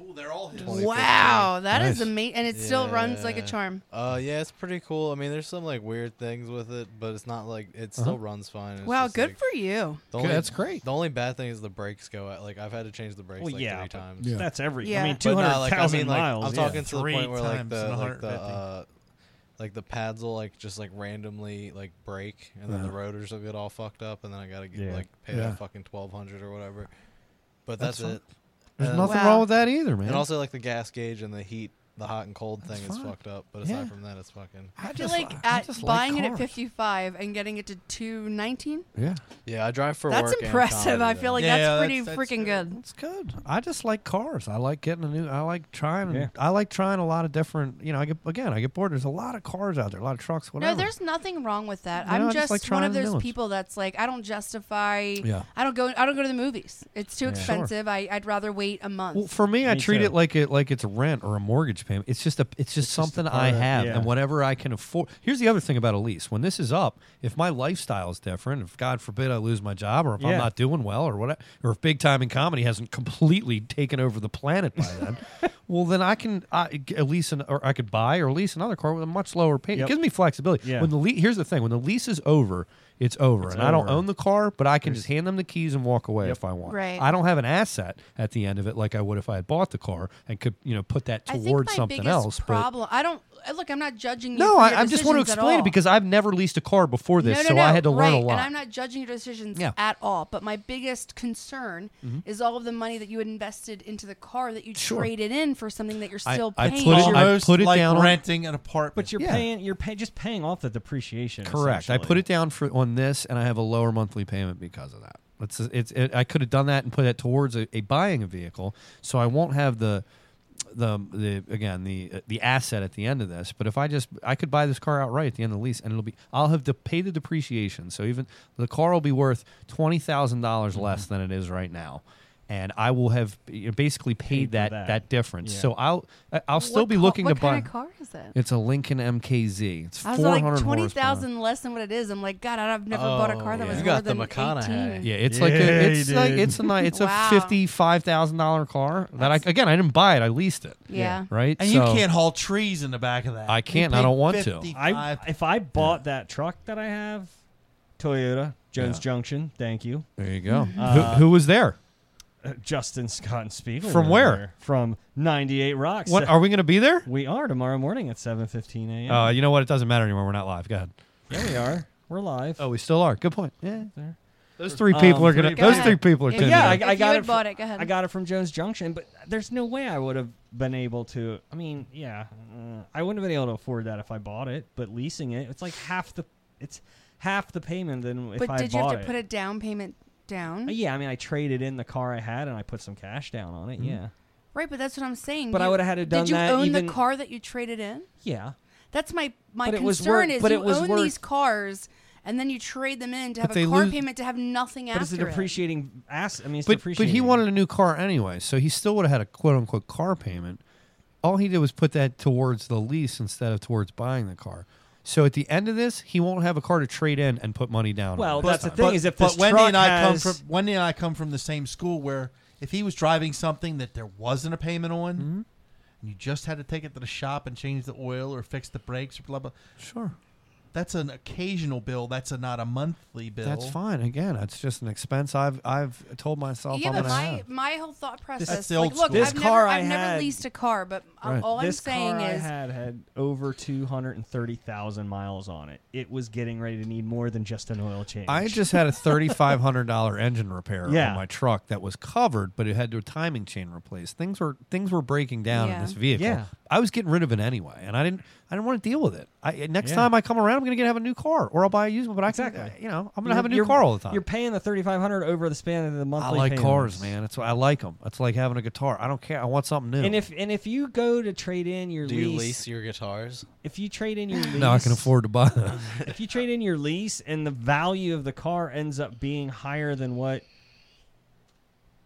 Speaker 8: Wow, that is
Speaker 10: Nice.
Speaker 8: amazing, and it still runs like a
Speaker 9: Yeah.
Speaker 8: charm.
Speaker 9: Uh, yeah, it's pretty cool. I mean, there's some like weird things with it, but it's not like it still runs fine. It's
Speaker 8: Wow,
Speaker 9: just,
Speaker 8: good
Speaker 9: like,
Speaker 8: for you.
Speaker 9: the
Speaker 10: Uh-huh. Good, that's great.
Speaker 9: The only bad thing is the brakes go out. Like I've had to change the brakes
Speaker 5: Well,
Speaker 9: like
Speaker 5: yeah,
Speaker 9: three
Speaker 5: but-
Speaker 9: times.
Speaker 7: Yeah.
Speaker 5: That's every.
Speaker 8: Yeah.
Speaker 5: I mean,
Speaker 8: But
Speaker 5: two
Speaker 9: But
Speaker 5: hundred
Speaker 9: nah, like,
Speaker 5: thousand
Speaker 9: I mean, like,
Speaker 5: miles.
Speaker 9: I'm
Speaker 5: yeah.
Speaker 9: talking to the
Speaker 7: Three
Speaker 9: point where like
Speaker 7: times in
Speaker 9: the like the
Speaker 7: 150.
Speaker 9: uh, like the pads will like just like randomly like break, and then the rotors will get all fucked up, and then I gotta get
Speaker 5: Yeah.
Speaker 9: like pay
Speaker 10: Yeah.
Speaker 9: that fucking twelve hundred or whatever. But
Speaker 10: That's
Speaker 9: that's,
Speaker 10: fine.
Speaker 9: it.
Speaker 10: There's
Speaker 9: And-
Speaker 10: nothing
Speaker 8: Wow.
Speaker 10: wrong with that either, man.
Speaker 9: And also like the gas gauge and the heat, the hot and cold
Speaker 10: That's
Speaker 9: thing is
Speaker 10: fine.
Speaker 9: fucked up. But aside
Speaker 10: Yeah.
Speaker 9: from that, it's fucking.
Speaker 8: I feel
Speaker 10: just
Speaker 8: like
Speaker 10: li- I
Speaker 8: at
Speaker 10: just like
Speaker 8: buying it at
Speaker 10: cars.
Speaker 8: 55 and getting it to 219.
Speaker 10: Yeah.
Speaker 9: Yeah, I drive for
Speaker 8: That's
Speaker 9: work. and
Speaker 8: impressive.
Speaker 9: comedy,
Speaker 8: I
Speaker 9: though.
Speaker 8: feel like
Speaker 7: Yeah,
Speaker 8: that's
Speaker 7: that's-
Speaker 8: pretty
Speaker 7: that's
Speaker 8: freaking good.
Speaker 10: It's good. I just like cars. I like getting a new. I like trying.
Speaker 5: Yeah.
Speaker 10: I like trying a lot of different. You know, I get again. I get bored. There's a lot of cars out there. A lot of trucks. Whatever.
Speaker 8: No, there's nothing wrong with that.
Speaker 10: You know,
Speaker 8: I'm
Speaker 10: I just
Speaker 8: just,
Speaker 10: like
Speaker 8: one of
Speaker 10: trying new
Speaker 8: those
Speaker 10: ones.
Speaker 8: people that's like I don't justify.
Speaker 10: Yeah.
Speaker 8: I don't go. I don't go to the movies. It's too
Speaker 10: Yeah. Sure.
Speaker 8: expensive. I, I'd rather wait a month.
Speaker 10: Well, for me, I
Speaker 5: Me
Speaker 10: treat
Speaker 5: too.
Speaker 10: it like it like it's rent or a mortgage payment. It's just a it's just something I
Speaker 5: part of-
Speaker 10: have
Speaker 5: yeah.
Speaker 10: and whatever I can afford. Here's the other thing about a lease. When this is up, if my lifestyle is different, if God forbid I lose my job or if
Speaker 5: Yeah.
Speaker 10: I'm not doing well or what, or if big time in comedy hasn't completely taken over the planet by then, well then I can I, get a lease an, or I could buy or lease another car with a much lower payment.
Speaker 5: Yep.
Speaker 10: It gives me flexibility.
Speaker 5: Yeah.
Speaker 10: When the le- here's the thing, when the lease is over, it's over.
Speaker 5: It's
Speaker 10: and I don't
Speaker 5: over.
Speaker 10: own the car, but I can just hand them the keys and walk away
Speaker 5: Yep.
Speaker 10: if I want.
Speaker 8: Right.
Speaker 10: I don't have an asset at the end of it like I would if I had bought the car and could you know put that
Speaker 8: I think
Speaker 10: towards
Speaker 8: my
Speaker 10: something
Speaker 8: biggest
Speaker 10: else. but
Speaker 8: Problem. I don't uh, look. I'm not judging you.
Speaker 10: No,
Speaker 8: for
Speaker 10: I,
Speaker 8: your
Speaker 10: I just want to
Speaker 8: decisions at
Speaker 10: explain
Speaker 8: all.
Speaker 10: it because I've never leased a car before this,
Speaker 8: no, no,
Speaker 10: so
Speaker 8: no,
Speaker 10: I had to learn
Speaker 8: right.
Speaker 10: a lot.
Speaker 8: And I'm not judging your decisions
Speaker 10: Yeah. Mm-hmm.
Speaker 8: at all. But my biggest concern is all of the money that you invested into the car that you
Speaker 10: Sure.
Speaker 8: traded in for something that you're still
Speaker 10: I
Speaker 8: paying.
Speaker 10: put it-
Speaker 8: on.
Speaker 10: I
Speaker 7: Almost
Speaker 10: put it
Speaker 7: like
Speaker 10: down on-
Speaker 7: renting an apartment.
Speaker 5: But you're
Speaker 10: Yeah.
Speaker 5: paying. You're pay, just paying off the depreciation.
Speaker 10: Correct. I put
Speaker 5: essentially.
Speaker 10: it down for on this, and I have a lower monthly payment because of that. It's, it's it, I could have done that and put it towards a, a buying a vehicle, so I won't have the the the again the uh, the asset at the end of this. But if I just I could buy this car outright at the end of the lease, and it'll be I'll have to pay the depreciation. So even the car will be worth twenty thousand dollars
Speaker 5: Mm-hmm.
Speaker 10: less than it is right now. And I will have you know, basically paid,
Speaker 5: for
Speaker 10: that, that
Speaker 5: that.
Speaker 10: difference.
Speaker 5: Yeah.
Speaker 10: So I'll I- I'll still
Speaker 8: What
Speaker 10: be
Speaker 8: ca-
Speaker 10: looking
Speaker 8: what
Speaker 10: to buy.
Speaker 8: kind of car is it?
Speaker 10: It's a Lincoln MKZ. It's
Speaker 8: I was
Speaker 10: four
Speaker 8: like
Speaker 10: hundred Oh,
Speaker 8: twenty thousand less than what it is. I'm like, God, I've never bought a car that
Speaker 9: yeah.
Speaker 8: was
Speaker 9: You
Speaker 8: more
Speaker 9: got the
Speaker 8: than
Speaker 9: McConaughey.
Speaker 8: 18.
Speaker 10: Yeah, it's like
Speaker 5: Yeah,
Speaker 10: a,
Speaker 5: you
Speaker 10: it's like
Speaker 5: did.
Speaker 10: it's a ni- it's
Speaker 8: Wow.
Speaker 10: a fifty five thousand dollar car that I again I didn't buy it I leased it
Speaker 8: Yeah.
Speaker 10: right
Speaker 7: and
Speaker 10: So-
Speaker 7: you can't haul trees in the back of that.
Speaker 10: I
Speaker 7: You
Speaker 10: can't, and I
Speaker 7: pay
Speaker 10: don't want to.
Speaker 5: I,
Speaker 7: 55
Speaker 5: if I bought that truck that I have, Toyota Jones Junction. Thank you,
Speaker 10: there you go
Speaker 5: Uh,
Speaker 10: who, who was there
Speaker 5: uh, Justin Scott and Spiegel.
Speaker 10: From
Speaker 5: were
Speaker 10: where?
Speaker 5: there. From 98 Rocks.
Speaker 10: what are we gonna be there
Speaker 5: we are tomorrow morning at 7:15 a.m.
Speaker 10: uh, you know what it doesn't matter anymore we're not live go ahead
Speaker 5: yeah, we are. We're live.
Speaker 10: oh we still are good point yeah
Speaker 5: There.
Speaker 10: those three people are gonna
Speaker 8: Go
Speaker 10: those
Speaker 8: ahead.
Speaker 10: three people are
Speaker 8: If
Speaker 10: tuning
Speaker 5: yeah,
Speaker 10: in.
Speaker 5: I,
Speaker 8: If
Speaker 5: I
Speaker 8: you
Speaker 5: got
Speaker 8: had
Speaker 5: it.
Speaker 8: bought it, go
Speaker 5: From,
Speaker 8: ahead.
Speaker 5: I got it from Jones Junction, but there's no way I would have been able to. I mean, yeah, uh, I wouldn't have been able to afford that if I bought it. But leasing it, it's like half the it's half the payment than if
Speaker 8: But
Speaker 5: I
Speaker 8: did you
Speaker 5: bought
Speaker 8: have to
Speaker 5: it.
Speaker 8: put a down payment down?
Speaker 5: Uh, Yeah, I mean, I traded in the car I had and I put some cash down on it. Yeah,
Speaker 8: Right, but that's what I'm saying.
Speaker 5: But I
Speaker 8: You-
Speaker 5: would've had to done
Speaker 8: Did you
Speaker 5: that
Speaker 8: own
Speaker 5: even-
Speaker 8: the car that you traded in?
Speaker 5: yeah.
Speaker 8: That's my my
Speaker 5: But it
Speaker 8: concern
Speaker 5: was worth-
Speaker 8: is
Speaker 5: but
Speaker 8: you
Speaker 5: it was
Speaker 8: own
Speaker 5: worth-
Speaker 8: these cars and then you trade them in to
Speaker 10: But
Speaker 8: have
Speaker 10: they
Speaker 8: a car
Speaker 10: lose-
Speaker 8: payment to have nothing
Speaker 5: But it's
Speaker 8: after
Speaker 5: a depreciating ass. I mean, it's
Speaker 10: but but
Speaker 5: depreciating.
Speaker 10: he wanted a new car anyway so he still would have had a quote unquote car payment all he did was put that towards the lease instead of towards buying the car so at the end of this he won't have a car to trade in and put money down on
Speaker 5: Well,
Speaker 10: this
Speaker 5: that's the
Speaker 10: time.
Speaker 5: thing is if
Speaker 7: but
Speaker 5: this
Speaker 7: Wendy
Speaker 5: truck
Speaker 7: and I
Speaker 5: has-
Speaker 7: come from Wendy and I come from the same school where if he was driving something that there wasn't a payment on,
Speaker 10: Mm-hmm.
Speaker 7: and you just had to take it to the shop and change the oil or fix the brakes or blah blah,
Speaker 10: sure
Speaker 7: that's an occasional bill. That's a, not a monthly bill.
Speaker 10: That's fine. Again, it's just an expense I've I've told myself
Speaker 8: Yeah,
Speaker 10: I'm
Speaker 8: but
Speaker 10: gonna
Speaker 8: my,
Speaker 10: have.
Speaker 8: my whole thought process
Speaker 7: That's the
Speaker 8: like,
Speaker 7: old
Speaker 8: look,
Speaker 7: school.
Speaker 8: I've
Speaker 5: This car
Speaker 8: never,
Speaker 5: I
Speaker 8: I've never
Speaker 5: had-
Speaker 8: leased a car, but um,
Speaker 10: Right.
Speaker 8: all I'm
Speaker 5: this
Speaker 8: saying
Speaker 5: car
Speaker 8: is
Speaker 5: I had had over 230,000 miles on it. It was getting ready to need more than just an oil change.
Speaker 10: I just had a thirty five hundred dollar engine repair
Speaker 5: Yeah.
Speaker 10: on my truck that was covered, but it had a timing chain replaced. Things were things were breaking down in
Speaker 8: Yeah.
Speaker 10: this vehicle.
Speaker 5: Yeah.
Speaker 10: I was getting rid of it anyway, and I didn't I didn't want to deal with it. I, eh, next
Speaker 5: Yeah.
Speaker 10: time I come around, I'm gonna get have a new car, or I'll buy a used one. But I can- eh,
Speaker 5: Exactly.
Speaker 10: you know, I'm gonna
Speaker 5: You're-
Speaker 10: have a new
Speaker 5: you're-
Speaker 10: car all the time.
Speaker 5: You're paying the 3500 over the span of the
Speaker 10: I
Speaker 5: monthly
Speaker 10: like
Speaker 5: payments.
Speaker 10: cars, man. That's why I like them. That's like having a guitar. I don't care. I want something new.
Speaker 5: And if and if you go to trade in your
Speaker 9: Do
Speaker 5: lease,
Speaker 9: you lease your guitars?
Speaker 5: if you trade in your lease,
Speaker 10: now I can afford to buy them.
Speaker 5: if you trade in your lease and the value of the car ends up being higher than what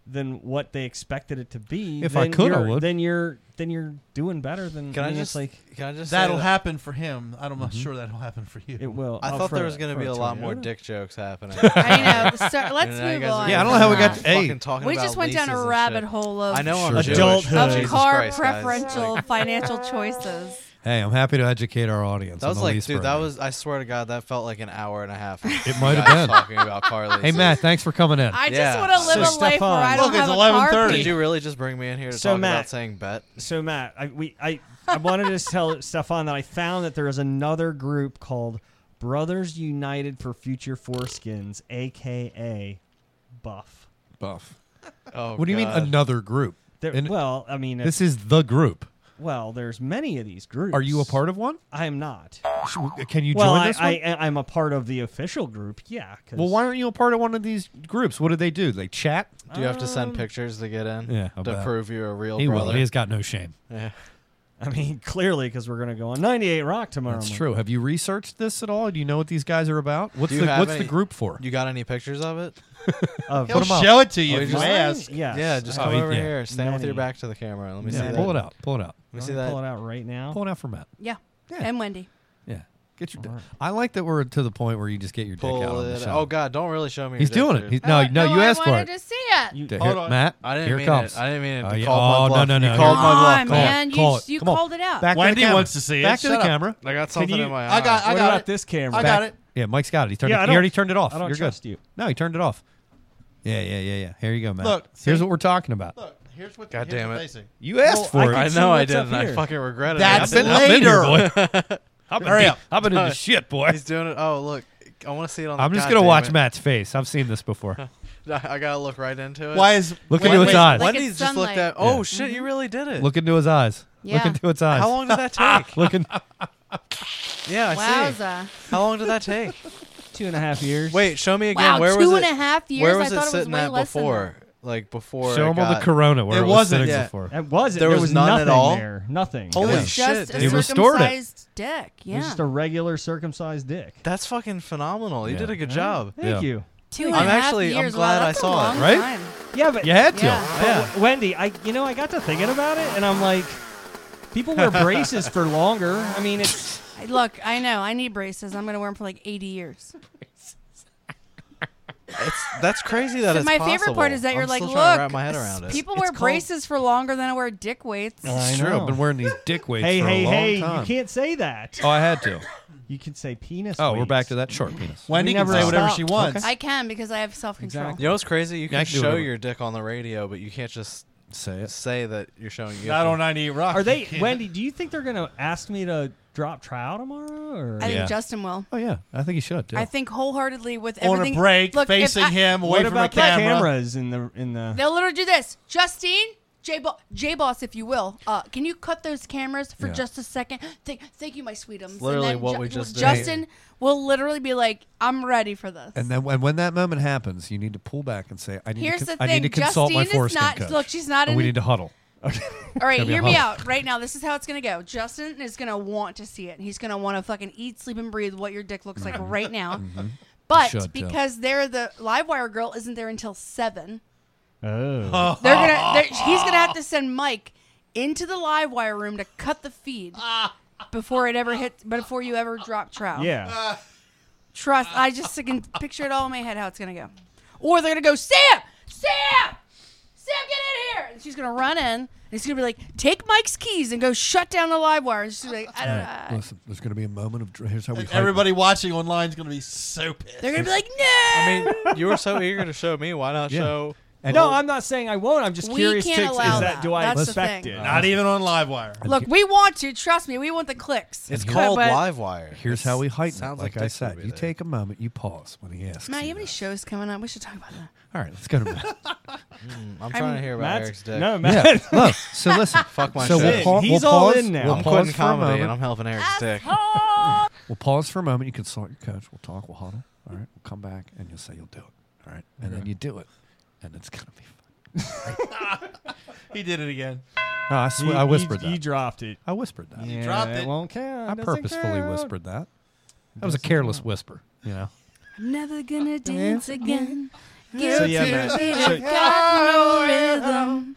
Speaker 5: than what they expected it to be,
Speaker 10: If I
Speaker 5: then
Speaker 10: could, I
Speaker 5: you're-
Speaker 10: would.
Speaker 5: Then you're then you're doing better than.
Speaker 9: Can I,
Speaker 5: mean,
Speaker 9: just
Speaker 5: it's like
Speaker 9: Can I just say
Speaker 7: That'll
Speaker 9: that-
Speaker 7: happen for him. I'm
Speaker 10: Mm-hmm.
Speaker 7: not sure that'll happen for you.
Speaker 5: it will.
Speaker 9: I
Speaker 5: oh,
Speaker 9: thought
Speaker 5: for
Speaker 9: there
Speaker 5: a-
Speaker 9: was going
Speaker 5: for
Speaker 9: to be a lot more
Speaker 5: Toyota?
Speaker 9: dick jokes happening.
Speaker 8: I know. So, let's
Speaker 9: You know, you
Speaker 8: move
Speaker 9: guys are
Speaker 8: on.
Speaker 10: Yeah, I don't know how we got
Speaker 8: from
Speaker 10: to- hey,
Speaker 9: fucking talking
Speaker 8: that. We
Speaker 9: about
Speaker 8: just went down
Speaker 9: leases
Speaker 8: a
Speaker 9: and
Speaker 8: rabbit
Speaker 9: shit.
Speaker 8: hole of
Speaker 9: I know I'm
Speaker 10: Sure.
Speaker 9: Jewish.
Speaker 5: Adulthood.
Speaker 8: of
Speaker 9: Jesus
Speaker 8: car
Speaker 9: Christ, guys.
Speaker 8: preferential
Speaker 9: Like,
Speaker 8: financial choices.
Speaker 10: hey, I'm happy to educate our audience.
Speaker 9: that
Speaker 10: on
Speaker 9: was
Speaker 10: the
Speaker 9: like,
Speaker 10: lease
Speaker 9: dude, that
Speaker 10: program.
Speaker 9: was. I swear to God, that felt like an hour and a half. of
Speaker 10: It
Speaker 9: you
Speaker 10: might have
Speaker 9: guys
Speaker 10: been.
Speaker 9: talking about car leases.
Speaker 10: Hey Matt, thanks for coming in.
Speaker 8: I just
Speaker 9: Yeah.
Speaker 8: want to
Speaker 9: So,
Speaker 8: live a life where
Speaker 5: Stefan-
Speaker 8: I don't
Speaker 7: Look, it's
Speaker 8: have a car
Speaker 7: 11:30.
Speaker 9: Did
Speaker 8: payment.
Speaker 9: you really just bring me in here to
Speaker 5: So,
Speaker 9: talk
Speaker 5: Matt-
Speaker 9: about saying bet?
Speaker 5: So Matt, I we I, I wanted to tell Stefan that I found that there is another group called Brothers United for Future Foreskins, aka Buff.
Speaker 10: Buff.
Speaker 9: Oh,
Speaker 10: What do you mean
Speaker 9: God.
Speaker 10: another group?
Speaker 5: There,
Speaker 10: And
Speaker 5: well, I mean,
Speaker 10: this is the group.
Speaker 5: well, there's many of these groups.
Speaker 10: Are you a part of one?
Speaker 5: I am not.
Speaker 10: Sh-
Speaker 9: Oh.
Speaker 10: Can you
Speaker 5: well,
Speaker 10: join
Speaker 5: I,
Speaker 10: this one?
Speaker 5: I, I am a part of the official group. Yeah. 'cause-
Speaker 10: well, why aren't you a part of one of these groups? What do they do? They chat.
Speaker 9: Do you have to
Speaker 8: Um,
Speaker 9: send pictures to get in?
Speaker 10: uh, Yeah, I'll
Speaker 9: to
Speaker 10: bet.
Speaker 9: prove you're a real
Speaker 10: He will.
Speaker 9: brother.
Speaker 10: He has got no shame.
Speaker 9: Yeah.
Speaker 5: I mean, clearly, because we're gonna go on 98 Rock tomorrow.
Speaker 10: That's
Speaker 5: morning.
Speaker 10: true. Have you researched this at all? Do you know what these guys are about? What's
Speaker 9: Do you
Speaker 10: the
Speaker 9: have
Speaker 10: What's
Speaker 9: any-
Speaker 10: the group for? Oh.
Speaker 9: You got any pictures of it?
Speaker 5: Of
Speaker 7: He'll
Speaker 10: Put 'em up.
Speaker 7: show it to you if you
Speaker 5: mine?
Speaker 7: ask.
Speaker 5: Yes.
Speaker 9: Yeah, just
Speaker 10: Oh,
Speaker 9: come
Speaker 10: he-
Speaker 9: over
Speaker 10: yeah.
Speaker 9: here. Stand with your
Speaker 5: Many.
Speaker 9: back to the camera. Let me see
Speaker 10: yeah,
Speaker 9: that.
Speaker 10: pull it out. Pull it out.
Speaker 9: Let me
Speaker 5: You
Speaker 9: see
Speaker 5: wanna Pull it
Speaker 9: that.
Speaker 5: out right now.
Speaker 10: Pull it out for Matt.
Speaker 8: Yeah.
Speaker 10: Yeah.
Speaker 8: And Wendy.
Speaker 10: Yeah. Get your. I like that we're to the point where you just get your
Speaker 9: Pull
Speaker 10: dick out on the
Speaker 9: it
Speaker 10: show.
Speaker 9: out. Oh God, don't really show me.
Speaker 10: He's
Speaker 9: your dick,
Speaker 10: doing
Speaker 9: dude.
Speaker 10: it. He's, no,
Speaker 8: Oh,
Speaker 10: no, you asked
Speaker 8: I
Speaker 10: for
Speaker 8: wanted
Speaker 10: it.
Speaker 8: to see it.
Speaker 5: You-
Speaker 10: Here-
Speaker 7: Hold on.
Speaker 10: Matt,
Speaker 9: I didn't
Speaker 10: here
Speaker 9: mean
Speaker 10: comes.
Speaker 9: it. I didn't mean it.
Speaker 10: Oh,
Speaker 9: to
Speaker 10: yeah.
Speaker 9: call my
Speaker 10: Oh, no,
Speaker 9: bluff.
Speaker 10: no, no.
Speaker 9: You called
Speaker 8: Come
Speaker 9: my bluff.
Speaker 8: on,
Speaker 10: Call it.
Speaker 8: man. You-
Speaker 10: Call it.
Speaker 8: you
Speaker 10: Come on.
Speaker 8: called it out.
Speaker 10: Back to the
Speaker 7: Wendy
Speaker 10: camera.
Speaker 7: wants to see it.
Speaker 10: Back to
Speaker 7: Shut
Speaker 10: the
Speaker 7: up.
Speaker 10: camera.
Speaker 9: I got something
Speaker 5: you-
Speaker 9: in my eye.
Speaker 7: I got. I
Speaker 5: what
Speaker 7: got
Speaker 5: about
Speaker 7: it.
Speaker 5: this camera?
Speaker 7: I got it.
Speaker 10: Yeah, Mike's got it. He turned.
Speaker 5: Yeah, I
Speaker 10: it, he
Speaker 5: don't-
Speaker 10: already turned it off.
Speaker 5: I don't
Speaker 10: You're
Speaker 5: trust
Speaker 10: good.
Speaker 5: you.
Speaker 10: No, he turned it off. Yeah, yeah, yeah, yeah. Here you go, Matt.
Speaker 7: Look,
Speaker 10: here's
Speaker 7: see?
Speaker 10: what we're talking about.
Speaker 7: Look, here's what.
Speaker 9: God
Speaker 7: here's
Speaker 9: damn
Speaker 7: what
Speaker 9: it.
Speaker 7: they say.
Speaker 10: You asked
Speaker 5: Well, I
Speaker 10: for
Speaker 5: can
Speaker 9: I
Speaker 10: it.
Speaker 5: see
Speaker 9: know I
Speaker 5: what's up
Speaker 9: didn't. I
Speaker 5: here.
Speaker 9: fucking regret it.
Speaker 7: That's
Speaker 9: I've been-
Speaker 10: I've been here,
Speaker 7: later.
Speaker 10: boy. I've been
Speaker 7: Hurry
Speaker 10: deep-
Speaker 7: up.
Speaker 10: I've been into shit, boy.
Speaker 9: He's doing it. Oh, look. I want to see it on the
Speaker 10: I'm just
Speaker 9: God
Speaker 10: gonna
Speaker 9: damn
Speaker 10: watch
Speaker 9: it.
Speaker 10: Matt's face. I've seen this before.
Speaker 9: I gotta look right into it.
Speaker 7: Why is
Speaker 10: Look
Speaker 7: wait,
Speaker 10: into its
Speaker 7: wait,
Speaker 10: eyes.
Speaker 8: Like
Speaker 9: Wendy's
Speaker 8: it's
Speaker 9: just looked
Speaker 8: sunlight.
Speaker 9: at. Oh shit! You really did it.
Speaker 10: Look Ah, into his eyes. Look
Speaker 8: Yeah.
Speaker 10: into its eyes.
Speaker 9: How long did that take?
Speaker 10: Look in-
Speaker 9: yeah, I see.
Speaker 8: Wowza.
Speaker 9: How long did that take?
Speaker 5: Two and a half years.
Speaker 9: Wait, show me again.
Speaker 8: Wow,
Speaker 9: where
Speaker 8: two
Speaker 9: was
Speaker 8: and
Speaker 9: it?
Speaker 8: a half years.
Speaker 9: Where
Speaker 8: I
Speaker 9: was it
Speaker 8: thought it was
Speaker 9: sitting
Speaker 8: way
Speaker 9: at
Speaker 8: less than
Speaker 9: before? Like before.
Speaker 10: Show
Speaker 9: it
Speaker 10: him all the
Speaker 9: got-
Speaker 10: corona where
Speaker 7: It
Speaker 10: it, was
Speaker 7: wasn't.
Speaker 10: sitting
Speaker 9: Yeah.
Speaker 10: before.
Speaker 5: It wasn't.
Speaker 9: There
Speaker 5: There was,
Speaker 9: was none at
Speaker 5: nothing
Speaker 9: all?
Speaker 5: there. Nothing.
Speaker 9: Holy
Speaker 5: it
Speaker 9: Yeah.
Speaker 5: was,
Speaker 8: It's
Speaker 9: shit,
Speaker 8: just a
Speaker 9: dude.
Speaker 10: He restored it.
Speaker 8: circumcised dick.
Speaker 5: it was
Speaker 8: Yeah.
Speaker 5: just a regular circumcised dick.
Speaker 9: That's fucking phenomenal. You
Speaker 10: Yeah.
Speaker 9: did a good job.
Speaker 5: Thank
Speaker 10: Yeah.
Speaker 5: you.
Speaker 8: Two and
Speaker 9: I'm
Speaker 8: a half
Speaker 9: actually- I'm
Speaker 8: years. Wow,
Speaker 9: glad I
Speaker 8: that's a
Speaker 9: saw it,
Speaker 8: long
Speaker 10: right?
Speaker 8: time.
Speaker 5: Yeah, but
Speaker 10: You had to.
Speaker 8: Yeah.
Speaker 5: But W- Wendy, I you know I got to thinking about it, and I'm like, people wear braces for longer. I mean, it's
Speaker 8: I- Look, I know. I need braces. I'm gonna wear them for like 80 years.
Speaker 9: That's crazy. That
Speaker 8: But
Speaker 9: it's
Speaker 8: my
Speaker 9: possible.
Speaker 8: favorite part is that you're
Speaker 9: I'm
Speaker 8: like,
Speaker 9: still
Speaker 8: look,
Speaker 9: trying to wrap my head
Speaker 8: s-
Speaker 9: around it.
Speaker 8: people wear braces for longer than I wear dick weights.
Speaker 10: It's true. I've been wearing these dick weights
Speaker 5: hey,
Speaker 10: for
Speaker 5: hey,
Speaker 10: a long
Speaker 5: hey,
Speaker 10: time.
Speaker 5: you can't say that.
Speaker 10: oh, I had to.
Speaker 5: You can say penis.
Speaker 10: Oh, we're
Speaker 5: weights.
Speaker 10: back to that short penis.
Speaker 7: Wendy
Speaker 5: We
Speaker 7: can
Speaker 5: never
Speaker 7: say whatever
Speaker 5: stopped.
Speaker 7: she wants.
Speaker 8: I can because I have self control.
Speaker 5: Exactly.
Speaker 9: You know what's crazy? You
Speaker 10: I
Speaker 9: can
Speaker 10: can do
Speaker 9: show
Speaker 10: whatever.
Speaker 9: your dick on the radio, but you can't just
Speaker 10: Say it.
Speaker 9: say that you're showing your.
Speaker 7: Not on 98 Rock.
Speaker 5: Are they,
Speaker 7: you can't.
Speaker 5: Wendy? Do you think they're gonna ask me to drop trial tomorrow? Or
Speaker 8: I think
Speaker 10: Yeah.
Speaker 8: Justin will.
Speaker 10: Oh yeah, I think you should. Too.
Speaker 8: I think wholeheartedly with
Speaker 7: on a
Speaker 8: everything.
Speaker 7: break,
Speaker 8: look, if
Speaker 7: facing
Speaker 8: I-
Speaker 7: him away
Speaker 5: what
Speaker 7: from
Speaker 5: about
Speaker 7: a camera?
Speaker 5: the cameras in the in the?
Speaker 8: They'll literally do this. Justine, J Bo- J Boss, if you will, uh, can you cut those cameras for
Speaker 10: Yeah.
Speaker 8: just a second? Thank, thank you, my sweetums.
Speaker 9: literally
Speaker 8: and then
Speaker 9: what we just did.
Speaker 8: Justin will literally be like, I'm ready for this.
Speaker 10: And then when, when that moment happens, you need to pull back and say, "I need
Speaker 8: Here's
Speaker 10: to, con-
Speaker 8: the
Speaker 10: I need to
Speaker 8: thing,
Speaker 10: consult my
Speaker 8: Justine is
Speaker 10: foreskin
Speaker 8: not-
Speaker 10: coach."
Speaker 8: look, she's not
Speaker 10: And
Speaker 8: in
Speaker 10: we
Speaker 8: the-
Speaker 10: need to huddle.
Speaker 8: All right,
Speaker 10: Gotta be
Speaker 8: hear me
Speaker 10: humble.
Speaker 8: out right now. This is how it's gonna go. Justin is gonna want to see it. He's gonna want to fucking eat, sleep, and breathe what your dick looks like right now.
Speaker 10: Mm-hmm.
Speaker 8: But
Speaker 10: Should, yeah.
Speaker 8: because they're the Livewire girl isn't there until seven,
Speaker 5: Oh,
Speaker 8: they're gonna. They're, he's gonna have to send Mike into the Livewire room to cut the feed before it ever hits. Before you ever drop trout.
Speaker 5: yeah.
Speaker 8: Uh, Trust. I just can picture it all in my head how it's gonna go. Or they're gonna go, Sam, Sam, Sam, get in here, and she's gonna run in, and he's gonna be like, take Mike's keys and go shut down the live wire, and she's gonna be like, I don't know. I-
Speaker 10: Listen, there's going to be a moment of. dr- Here's how we.
Speaker 7: And Everybody watching online is going to be so pissed.
Speaker 8: They're gonna be like, no.
Speaker 9: I mean, you were so eager to show me. Why not
Speaker 10: Yeah.
Speaker 9: show?
Speaker 5: no, I'm not saying I won't. I'm just
Speaker 8: We
Speaker 5: curious.
Speaker 8: can't
Speaker 5: to, is
Speaker 8: allow
Speaker 5: that
Speaker 8: that.
Speaker 5: do I
Speaker 8: That's the
Speaker 5: expect
Speaker 8: thing.
Speaker 5: it?
Speaker 7: Not even on Livewire.
Speaker 8: Look, we want you. Trust me, we want the clicks.
Speaker 9: It's
Speaker 8: But-
Speaker 9: called
Speaker 8: but-
Speaker 9: Livewire.
Speaker 10: Here's how we heighten. it,
Speaker 9: sounds
Speaker 10: like,
Speaker 9: like
Speaker 10: I
Speaker 9: dick
Speaker 10: said,
Speaker 9: movie
Speaker 10: you
Speaker 9: there.
Speaker 10: take a moment, you pause when he asks.
Speaker 8: Matt, you
Speaker 10: you
Speaker 8: have any
Speaker 10: that.
Speaker 8: shows coming up? We should talk about that.
Speaker 10: All right, let's go to Matt.
Speaker 9: I'm trying to hear about
Speaker 5: Matt's-
Speaker 9: Eric's dick.
Speaker 5: No, Matt.
Speaker 10: yeah, look. So listen.
Speaker 9: Fuck my
Speaker 10: so we'll,
Speaker 9: shit.
Speaker 10: pa-
Speaker 5: He's
Speaker 10: we'll
Speaker 5: all
Speaker 10: pause,
Speaker 5: in now.
Speaker 10: We'll
Speaker 9: I'm
Speaker 10: pause for
Speaker 9: quitting
Speaker 10: a
Speaker 9: comedy
Speaker 10: moment.
Speaker 9: and I'm helping Eric's dick.
Speaker 10: We'll pause for a moment. You consult your coach. We'll talk. We'll huddle. All right. We'll come back and you'll say you'll do it. All right. And then you do it. And it's going to be fun.
Speaker 7: He did it again.
Speaker 10: No, I, swear,
Speaker 5: You-
Speaker 10: I
Speaker 5: you-
Speaker 10: whispered that.
Speaker 5: You dropped it.
Speaker 10: I whispered that.
Speaker 5: Yeah,
Speaker 7: dropped it.
Speaker 5: won't count.
Speaker 10: I
Speaker 5: Doesn't
Speaker 10: purposefully
Speaker 5: count.
Speaker 10: whispered that. That was a careless whisper, you know.
Speaker 8: I'm never gonna dance again. Guilty
Speaker 5: So yeah, Matt.
Speaker 8: feet
Speaker 5: so-
Speaker 8: have got no rhythm.